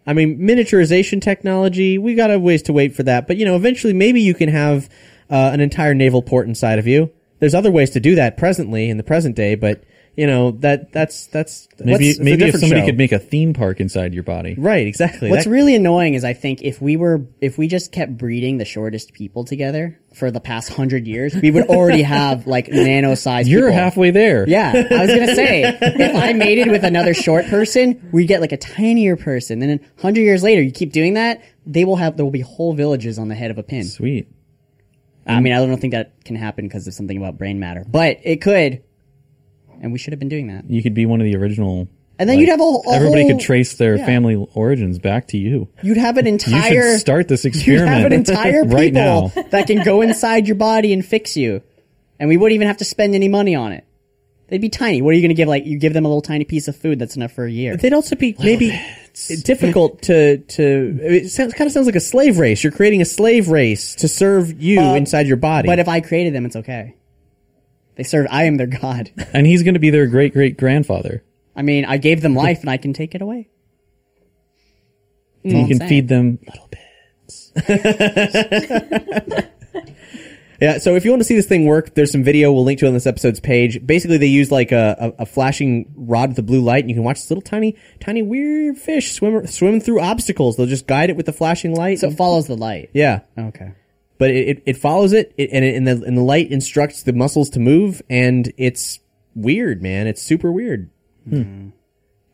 [SPEAKER 2] I mean, miniaturization technology, we got a ways to wait for that. But, you know, eventually maybe you can have uh, an entire naval port inside of you. There's other ways to do that presently in the present day, but, you know, that that's, that's,
[SPEAKER 4] Maybe
[SPEAKER 2] what's- it's a
[SPEAKER 4] maybe if
[SPEAKER 2] different
[SPEAKER 4] somebody
[SPEAKER 2] show.
[SPEAKER 4] could make a theme park inside your body.
[SPEAKER 2] Right, exactly.
[SPEAKER 3] What's
[SPEAKER 2] That-
[SPEAKER 3] really annoying is I think if we were if we just kept breeding the shortest people together for the past hundred years, we would already have like nano sized.
[SPEAKER 4] You're halfway there.
[SPEAKER 3] Yeah, I was gonna say if I mated with another short person, we'd get like a tinier person. And then hundred years later, you keep doing that, they will have there will be whole villages on the head of a pin.
[SPEAKER 4] Sweet.
[SPEAKER 3] I mean, I don't think that can happen because of something about brain matter, but it could. And we should have been doing that.
[SPEAKER 4] You could be one of the original.
[SPEAKER 3] And then you'd have a, a
[SPEAKER 4] Everybody
[SPEAKER 3] whole,
[SPEAKER 4] could trace their family origins back to you.
[SPEAKER 3] You'd have an
[SPEAKER 4] You
[SPEAKER 3] entire.
[SPEAKER 4] should start
[SPEAKER 3] *laughs*
[SPEAKER 4] this
[SPEAKER 3] you
[SPEAKER 4] experiment *laughs*
[SPEAKER 3] have an entire people
[SPEAKER 4] right now.
[SPEAKER 3] that can go inside your body and fix you, and we wouldn't even have to spend any money on it. They'd be tiny. What are you going to give? Like you give them a little tiny piece of food that's enough for a year.
[SPEAKER 2] They'd also be maybe difficult to, to, it sounds, kind of sounds like a slave race. You're creating a slave race to serve you inside your body.
[SPEAKER 3] But if I created them, it's okay. They serve. I am their god.
[SPEAKER 4] And he's going to be their great great grandfather.
[SPEAKER 3] I mean, I gave them life, and I can take it away.
[SPEAKER 4] You
[SPEAKER 3] I'm
[SPEAKER 4] can
[SPEAKER 3] saying.
[SPEAKER 4] feed them little bit.
[SPEAKER 2] Yeah, so if you want to see this thing work, there's some video we'll link to on this episode's page. Basically, they use like a, a, a flashing rod with a blue light, and you can watch this little tiny, tiny weird fish swim swimming through obstacles. They'll just guide it with the flashing light.
[SPEAKER 3] So it follows the light.
[SPEAKER 2] yeah,
[SPEAKER 3] Okay.
[SPEAKER 2] but it, it, it follows it, it and it, and the and the light instructs the muscles to move, and it's weird, man. It's super weird Hmm.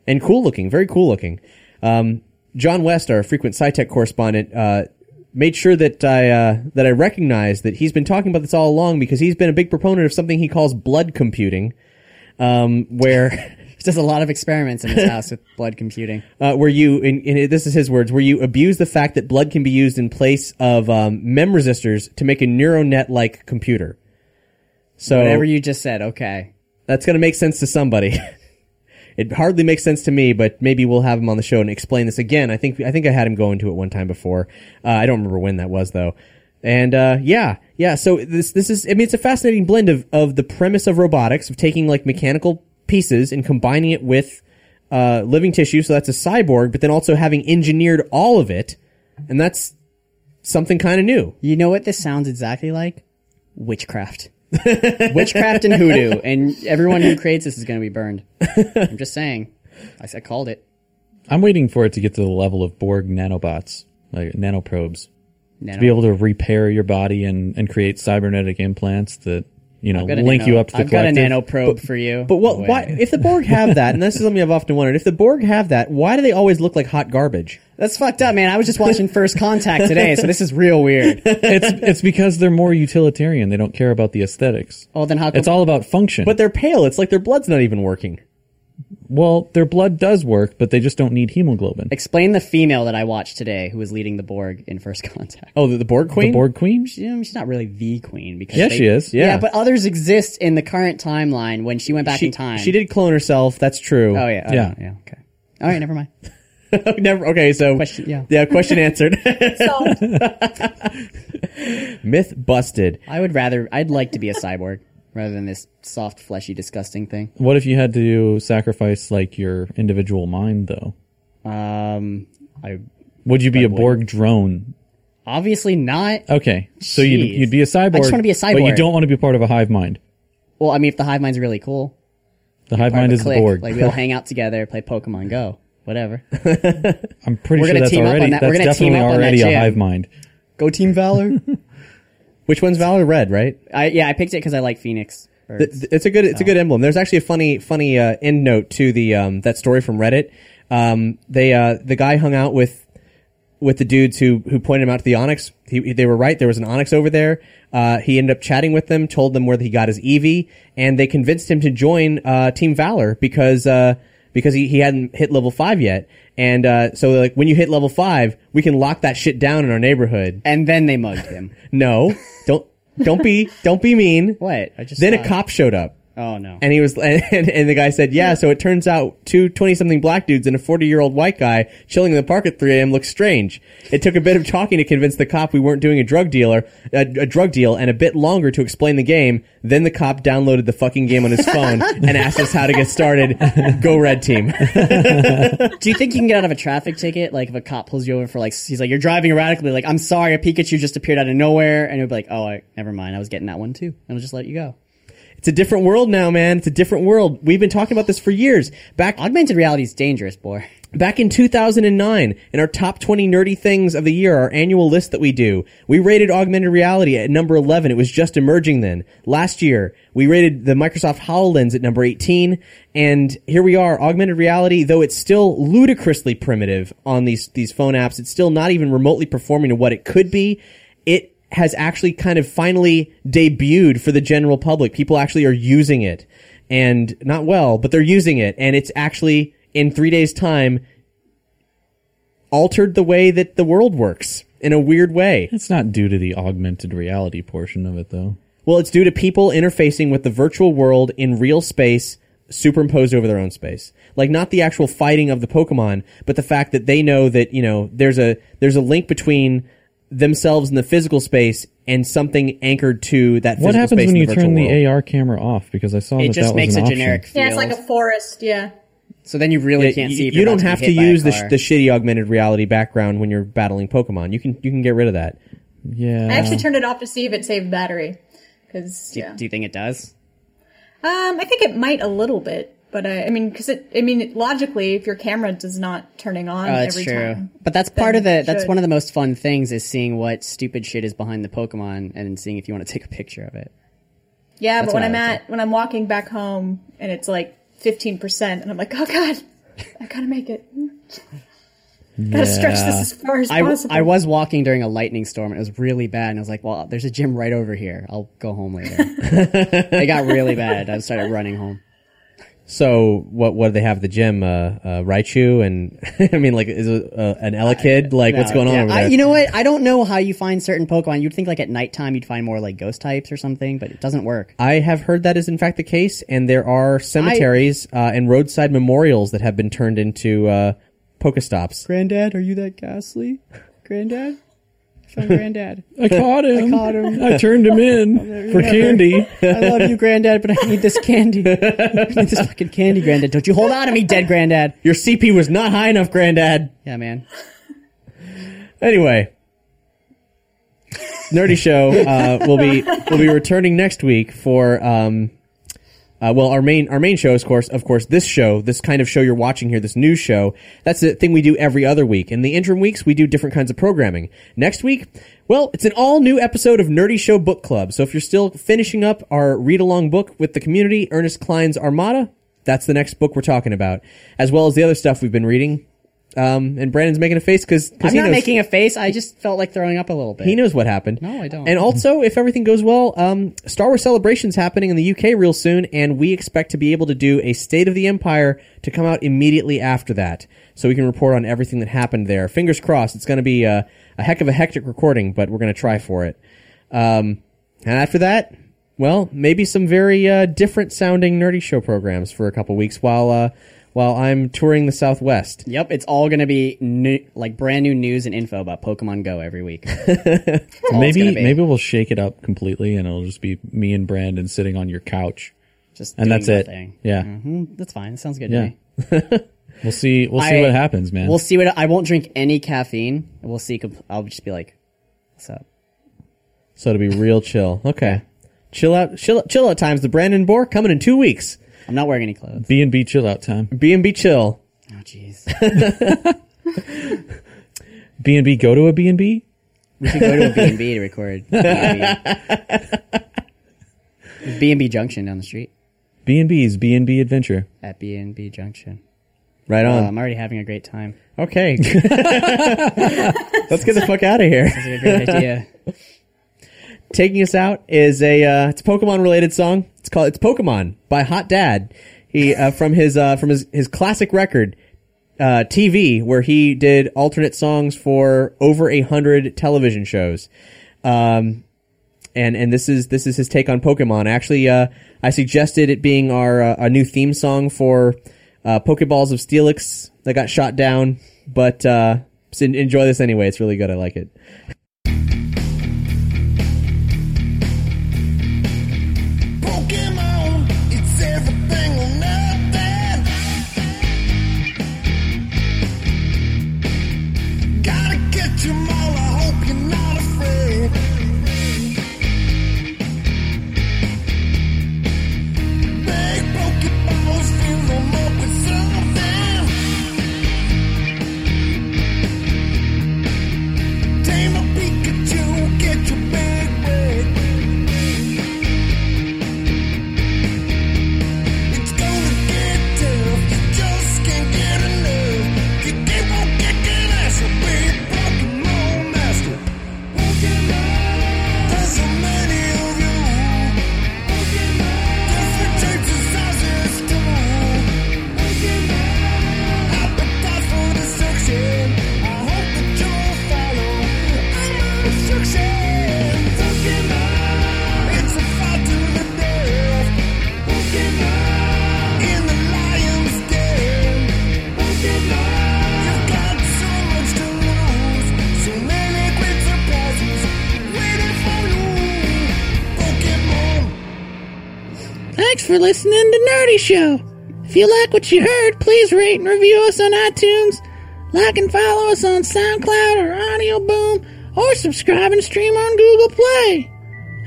[SPEAKER 2] and cool looking, very cool looking. Um, John West, our frequent SciTech correspondent, uh, made sure that I uh, that I recognized that he's been talking about this all along because he's been a big proponent of something he calls blood computing, um, where.
[SPEAKER 3] He does a lot of experiments in
[SPEAKER 4] *laughs*
[SPEAKER 3] his house with blood computing.
[SPEAKER 2] uh, where you in, in this is his words where you abuse the fact that blood can be used in place of um, mem resistors to make a neural net like computer so
[SPEAKER 3] Whatever you just said. Okay.
[SPEAKER 2] that's going to make sense to somebody *laughs* it hardly makes sense to me but maybe we'll have him on the show and explain this again i think i think i had him go into it one time before uh, i don't remember when that was though and uh, yeah yeah so this this is i mean it's a fascinating blend of of the premise of robotics of taking like mechanical pieces and combining it with uh, living tissue, so that's a cyborg, but then also having engineered all of it, and that's something kind of new.
[SPEAKER 3] You know what this sounds exactly like? Witchcraft. *laughs* Witchcraft and hoodoo. And everyone who creates this is going to be burned. I'm just saying. I, s- I called it.
[SPEAKER 4] I'm waiting for it to get to the level of Borg nanobots, like nanoprobes,
[SPEAKER 3] Nano.
[SPEAKER 4] to be able to repair your body and, and create cybernetic implants that you know,
[SPEAKER 3] I've got a
[SPEAKER 4] link
[SPEAKER 3] nano-
[SPEAKER 4] you up to the
[SPEAKER 3] I've got a
[SPEAKER 4] collective.
[SPEAKER 3] nano probe for you.
[SPEAKER 2] But what?
[SPEAKER 3] Wait.
[SPEAKER 2] Why? If the Borg have that, and this is something I've often wondered, if the Borg have that, why do they always look like hot garbage?
[SPEAKER 3] That's fucked up, man. I was just watching First Contact today, so this is real *laughs* weird.
[SPEAKER 4] it's it's because they're more utilitarian. They don't care about the aesthetics.
[SPEAKER 3] Oh, then how come
[SPEAKER 4] It's all about function.
[SPEAKER 2] But they're pale. It's like their blood's not even working.
[SPEAKER 4] well, their blood does work, but they just don't need hemoglobin.
[SPEAKER 3] Explain the female that I watched today who was leading the Borg in First Contact.
[SPEAKER 2] Oh, the, the Borg queen.
[SPEAKER 4] The Borg Queen.
[SPEAKER 3] She- you know, she's not really the queen because
[SPEAKER 4] Yeah,
[SPEAKER 3] they-
[SPEAKER 4] she is.
[SPEAKER 2] Yeah.
[SPEAKER 3] but others exist in the current timeline when she went back
[SPEAKER 2] She,
[SPEAKER 3] in time.
[SPEAKER 2] she did clone herself. That's true.
[SPEAKER 3] Oh yeah. Oh,
[SPEAKER 4] Yeah.
[SPEAKER 3] Yeah. Okay. All right. Never mind.
[SPEAKER 2] *laughs* Never. Okay. So
[SPEAKER 3] Question- yeah.
[SPEAKER 2] Question *laughs* answered.
[SPEAKER 1] Solved.
[SPEAKER 2] Myth busted.
[SPEAKER 3] I would rather. I'd like to be a cyborg *laughs* rather than this soft, fleshy, disgusting thing.
[SPEAKER 4] What if you had to sacrifice like your individual mind though?
[SPEAKER 3] Um. I
[SPEAKER 4] Would you be a Borg drone?
[SPEAKER 3] obviously not.
[SPEAKER 4] Okay, so you'd,
[SPEAKER 3] Jeez.
[SPEAKER 4] you'd be a cyborg.
[SPEAKER 3] I just wanna be a
[SPEAKER 4] but you
[SPEAKER 3] cyborg.
[SPEAKER 4] don't want to be part of a hive mind.
[SPEAKER 3] Well, I mean, if the hive mind's really cool,
[SPEAKER 4] The hive
[SPEAKER 3] part of
[SPEAKER 4] mind
[SPEAKER 3] a
[SPEAKER 4] is the
[SPEAKER 3] clique,
[SPEAKER 4] Borg.
[SPEAKER 3] Like
[SPEAKER 4] *laughs*
[SPEAKER 3] we all hang out together, play Pokemon Go, whatever.
[SPEAKER 4] I'm pretty
[SPEAKER 3] We're
[SPEAKER 4] sure
[SPEAKER 3] gonna
[SPEAKER 4] that's
[SPEAKER 3] team up on
[SPEAKER 4] already
[SPEAKER 3] that- we're
[SPEAKER 4] that's
[SPEAKER 3] gonna team
[SPEAKER 4] definitely
[SPEAKER 3] up on that
[SPEAKER 4] already a
[SPEAKER 3] jam.
[SPEAKER 4] hive mind.
[SPEAKER 3] Go Team Valor.
[SPEAKER 2] Which one's Valor Red? Right.
[SPEAKER 3] *laughs* I yeah, I picked it because I like Phoenix.
[SPEAKER 2] Th-
[SPEAKER 3] birds.
[SPEAKER 2] th- It's a good it's a good emblem. There's actually a funny funny uh, end note to the um, that story from Reddit. Um, they uh, the guy hung out with with the dudes who who pointed him out to the onyx. He, he- they were right. There was an onyx over there. Uh, he ended up chatting with them, told them where he got his EV, and they convinced him to join uh, Team Valor because uh, because he, he hadn't hit level five yet. And uh, so like when you hit level five, we can lock that shit down in our neighborhood.
[SPEAKER 3] and then they mugged him.
[SPEAKER 2] No, don't don't be don't be mean.
[SPEAKER 3] *laughs* What? I just
[SPEAKER 2] Then a
[SPEAKER 3] thought-
[SPEAKER 2] cop showed up.
[SPEAKER 3] Oh no.
[SPEAKER 2] And he was, *laughs* and, and the guy said, yeah, so it turns out two 20 something black dudes and a 40 year old white guy chilling in the park at 3 a.m. looks strange. It took a bit of talking to convince the cop we weren't doing a drug dealer, a, a drug deal, and a bit longer to explain the game. Then the cop downloaded the fucking game on his
[SPEAKER 3] *laughs*
[SPEAKER 2] phone and asked us how to get started. Go red team. *laughs*
[SPEAKER 3] Do you think you can get out of a traffic ticket? Like if a cop pulls you over for like, he's like, you're driving erratically. Like, I'm sorry, a Pikachu just appeared out of nowhere, and you'll be like, oh, I, never mind, I was getting that one too, and I'll just let you go.
[SPEAKER 2] it's a different world now, man. It's a different world. We've been talking about this for years. Back
[SPEAKER 3] Augmented reality is dangerous, boy.
[SPEAKER 2] Back in 2009, in our top 20 nerdy things of the year, our annual list that we do, we rated augmented reality at number 11. It was just emerging then. Last year, we rated the Microsoft HoloLens at number 18. And here we are, augmented reality, though it's still ludicrously primitive on these, these phone apps. It's still not even remotely performing to what it could be. It has actually kind of finally debuted for the general public. People actually are using it and not well, but they're using it. And it's actually in three days time altered the way that the world works in a weird way.
[SPEAKER 4] It's not due to the augmented reality portion of it though.
[SPEAKER 2] Well, it's due to people interfacing with the virtual world in real space superimposed over their own space. Like not the actual fighting of the Pokemon, but the fact that they know that, you know, there's a there's a link between themselves in the physical space and something anchored to that
[SPEAKER 4] What
[SPEAKER 2] physical
[SPEAKER 4] happens
[SPEAKER 2] space in
[SPEAKER 4] when you
[SPEAKER 2] the
[SPEAKER 4] turn
[SPEAKER 2] virtual world.
[SPEAKER 4] the AR camera off? Because I saw
[SPEAKER 3] It
[SPEAKER 4] that
[SPEAKER 3] just
[SPEAKER 4] that
[SPEAKER 3] makes
[SPEAKER 4] was
[SPEAKER 3] a
[SPEAKER 4] an
[SPEAKER 3] generic
[SPEAKER 4] option.
[SPEAKER 3] feel.
[SPEAKER 1] Yeah,
[SPEAKER 3] *laughs*
[SPEAKER 1] it's like a forest. Yeah.
[SPEAKER 3] so then you really can't
[SPEAKER 2] you,
[SPEAKER 3] see. If
[SPEAKER 2] you
[SPEAKER 3] you're
[SPEAKER 2] don't
[SPEAKER 3] about
[SPEAKER 2] have
[SPEAKER 3] be
[SPEAKER 2] to
[SPEAKER 3] hit by a
[SPEAKER 2] use the, sh-
[SPEAKER 3] car.
[SPEAKER 2] the shitty augmented reality background when you're battling Pokemon. You can you can get rid of that.
[SPEAKER 1] I
[SPEAKER 4] Yeah.
[SPEAKER 1] actually turned it off to see if it saved battery. Because yeah,
[SPEAKER 3] Do you think it does?
[SPEAKER 1] um, I think it might a little bit, but uh, I, I mean, because it, I mean, logically, if your camera does not turning on
[SPEAKER 3] Oh, that's
[SPEAKER 1] every
[SPEAKER 3] true.
[SPEAKER 1] time,
[SPEAKER 3] But that's part of the.
[SPEAKER 1] it
[SPEAKER 3] That's
[SPEAKER 1] should.
[SPEAKER 3] one of the most fun things is seeing what stupid shit is behind the Pokemon and seeing if you want to take a picture of it.
[SPEAKER 1] yeah. But
[SPEAKER 3] what
[SPEAKER 1] when
[SPEAKER 3] I
[SPEAKER 1] I'm
[SPEAKER 3] would
[SPEAKER 1] at when I'm walking back home and it's like fifteen percent, and I'm like, oh god, I gotta make it. *laughs* Gotta stretch this as far as
[SPEAKER 3] I,
[SPEAKER 1] possible.
[SPEAKER 3] I was walking during a lightning storm and it was really bad. And I was like, well, there's a gym right over here. I'll go home
[SPEAKER 2] *laughs*
[SPEAKER 3] later. it got really bad. I started running home.
[SPEAKER 2] So what what do they have at the gym? Uh, uh, Raichu and *laughs* I mean like is it uh, an Elekid? Like what's going on
[SPEAKER 3] Yeah,
[SPEAKER 2] over
[SPEAKER 3] I-
[SPEAKER 2] there?
[SPEAKER 3] you know what? I don't know how you find certain Pokemon. You'd think like at nighttime you'd find more like ghost types or something, but it doesn't work.
[SPEAKER 2] I have heard that is in fact the case, and there are cemeteries uh, and roadside memorials that have been turned into uh, Pokestops.
[SPEAKER 3] Granddad, are you that ghastly? Granddad? I *laughs* found Granddad.
[SPEAKER 4] I caught him. I
[SPEAKER 3] caught him.
[SPEAKER 4] I turned him in
[SPEAKER 2] *laughs*
[SPEAKER 4] for candy.
[SPEAKER 3] I love you, Granddad, but I need this candy. I need this fucking candy, Granddad. Don't you hold on to me, dead Granddad.
[SPEAKER 2] Your CP was not high enough, Granddad.
[SPEAKER 3] Yeah, man.
[SPEAKER 2] Anyway, Nerdy Show uh, will be will be returning next week for um, uh, well our main our main show is of course of course this show this kind of show you're watching here this news show that's the thing we do every other week in the interim weeks we do different kinds of programming next week Well, it's an all new episode of Nerdy Show Book Club. So if you're still finishing up our read along book with the community, Ernest Klein's Armada, that's the next book we're talking about, as well as the other stuff we've been reading. Um, and Brandon's making a face because
[SPEAKER 3] I'm
[SPEAKER 2] he
[SPEAKER 3] not
[SPEAKER 2] knows,
[SPEAKER 3] making a face. I just felt like throwing up a little bit.
[SPEAKER 2] he knows what happened.
[SPEAKER 3] No, I don't.
[SPEAKER 2] And also, if everything goes well, um, Star Wars Celebration's happening in the UK real soon, and we expect to be able to do a State of the Empire to come out immediately after that, so we can report on everything that happened there. Fingers crossed, it's going to be a, a heck of a hectic recording, but we're going to try for it. Um, and after that, well, maybe some very uh, different sounding nerdy show programs for a couple weeks while uh, while I'm touring the Southwest.
[SPEAKER 3] Yep, it's all going to be new, like brand new news and info about Pokemon Go
[SPEAKER 2] *laughs*
[SPEAKER 3] every week.
[SPEAKER 4] maybe
[SPEAKER 3] gonna be.
[SPEAKER 4] maybe we'll shake it up completely, and it'll just be me and Brandon sitting on your couch,
[SPEAKER 3] Just
[SPEAKER 4] and
[SPEAKER 3] doing
[SPEAKER 4] that's it.
[SPEAKER 3] nothing.
[SPEAKER 4] Yeah,
[SPEAKER 3] Mhm, that's fine. Sounds good. To
[SPEAKER 4] yeah.
[SPEAKER 3] me.
[SPEAKER 4] *laughs* we'll see. We'll see
[SPEAKER 3] I-
[SPEAKER 4] what happens, man.
[SPEAKER 3] We'll see what I won't drink any caffeine. We'll see. compl- I'll just be like, "What's up?"
[SPEAKER 2] So it'll be real chill. Okay. Chill out, chill, chill out times. The Brandon Bohr coming in two weeks.
[SPEAKER 3] I'm not wearing any clothes.
[SPEAKER 4] B and B chill out time.
[SPEAKER 2] B and B chill.
[SPEAKER 3] Oh, jeez.
[SPEAKER 4] B and B go to a B and B.
[SPEAKER 3] we *laughs* should go to a B and B to record. B and B Junction down the street
[SPEAKER 4] B and B's B and B adventure.
[SPEAKER 3] at B and B Junction.
[SPEAKER 2] Right
[SPEAKER 3] Uh,
[SPEAKER 2] on.
[SPEAKER 3] I'm already having a great time.
[SPEAKER 2] okay. *laughs* Let's get the fuck out of here.
[SPEAKER 3] That's a great idea.
[SPEAKER 2] Taking us out is a uh, it's a Pokemon related song. It's called it's Pokemon by Hot Dad. He uh, from his uh, from his his classic record uh, TV where he did alternate songs for over a hundred television shows. Um, and and this is this is his take on Pokemon. Actually, uh, I suggested it being our uh, our new theme song for uh, Pokeballs of Steelix that got shot down, but uh, s- enjoy this anyway. It's really good. I like it.
[SPEAKER 7] Pokemon, it's everything or nothing. Gotta get them all, I hope you're not afraid. Big Pokeballs, fill them up with something. Tame a Pikachu, get your big break. It's gonna get tough. You just can't get enough. You keep on kicking ass, you'll be a Pokemon master. Pokemon. There's so many of you. Pokemon. Different shapes and sizes too. Pokemon. Appetite for destruction. I hope that you'll follow. I'm on instruction. Pokemon. It's a fight to the death. Pokemon. In the lion's den, you've got so much to lose, so many great surprises waiting for you. Pokemon,
[SPEAKER 8] Thanks for listening to Nerdy Show. If you like what you heard, please rate and review us on iTunes, like and follow us on SoundCloud or Audio Boom, or subscribe and stream on Google Play.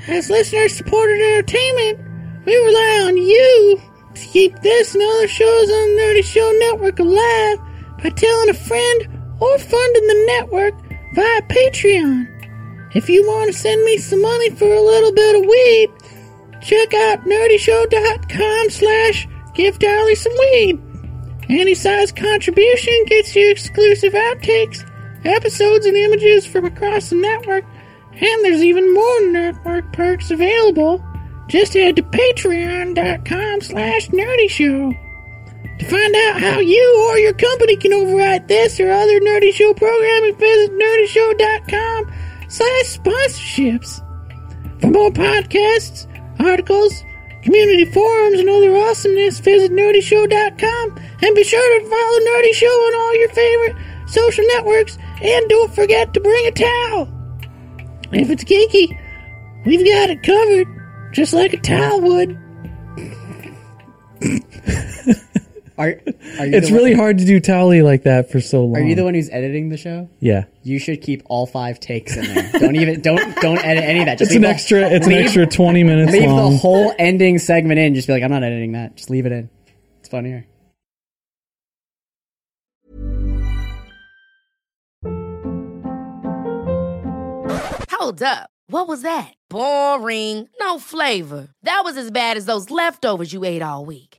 [SPEAKER 8] As listener supported entertainment, we rely on you to keep this and other shows on the Nerdy Show Network alive by telling a friend or funding the network via Patreon. If you want to send me some money for a little bit of weed, check out nerdyshow.com slash give Darley some weed. Any size contribution gets you exclusive outtakes, episodes, and images from across the network, and there's even more network perks available. Just head to patreon.com slash nerdyshow. To find out how you or your company can override this or other Nerdy Show programming, visit nerdyshow.com slash sponsorships. For more podcasts, articles, community forums, and other awesomeness, visit nerdyshow.com and be sure to follow Nerdy Show on all your favorite social networks and don't forget to bring a towel. If it's geeky, we've got it covered, just like a towel would.
[SPEAKER 3] Are, are you
[SPEAKER 4] It's
[SPEAKER 3] the
[SPEAKER 4] really
[SPEAKER 3] one,
[SPEAKER 4] hard to do tally like that for so long.
[SPEAKER 3] Are you the one who's editing the show?
[SPEAKER 4] Yeah.
[SPEAKER 3] You should keep all five takes in there. Don't even don't don't edit any of that. Just
[SPEAKER 4] It's an
[SPEAKER 3] leave the-
[SPEAKER 4] extra. It's an extra twenty minutes
[SPEAKER 3] Leave
[SPEAKER 4] long.
[SPEAKER 3] the whole ending segment in. Just be like, I'm not editing that. Just leave it in. It's funnier.
[SPEAKER 6] How Hold up. What was that? Boring. No flavor. That was as bad as those leftovers you ate all week.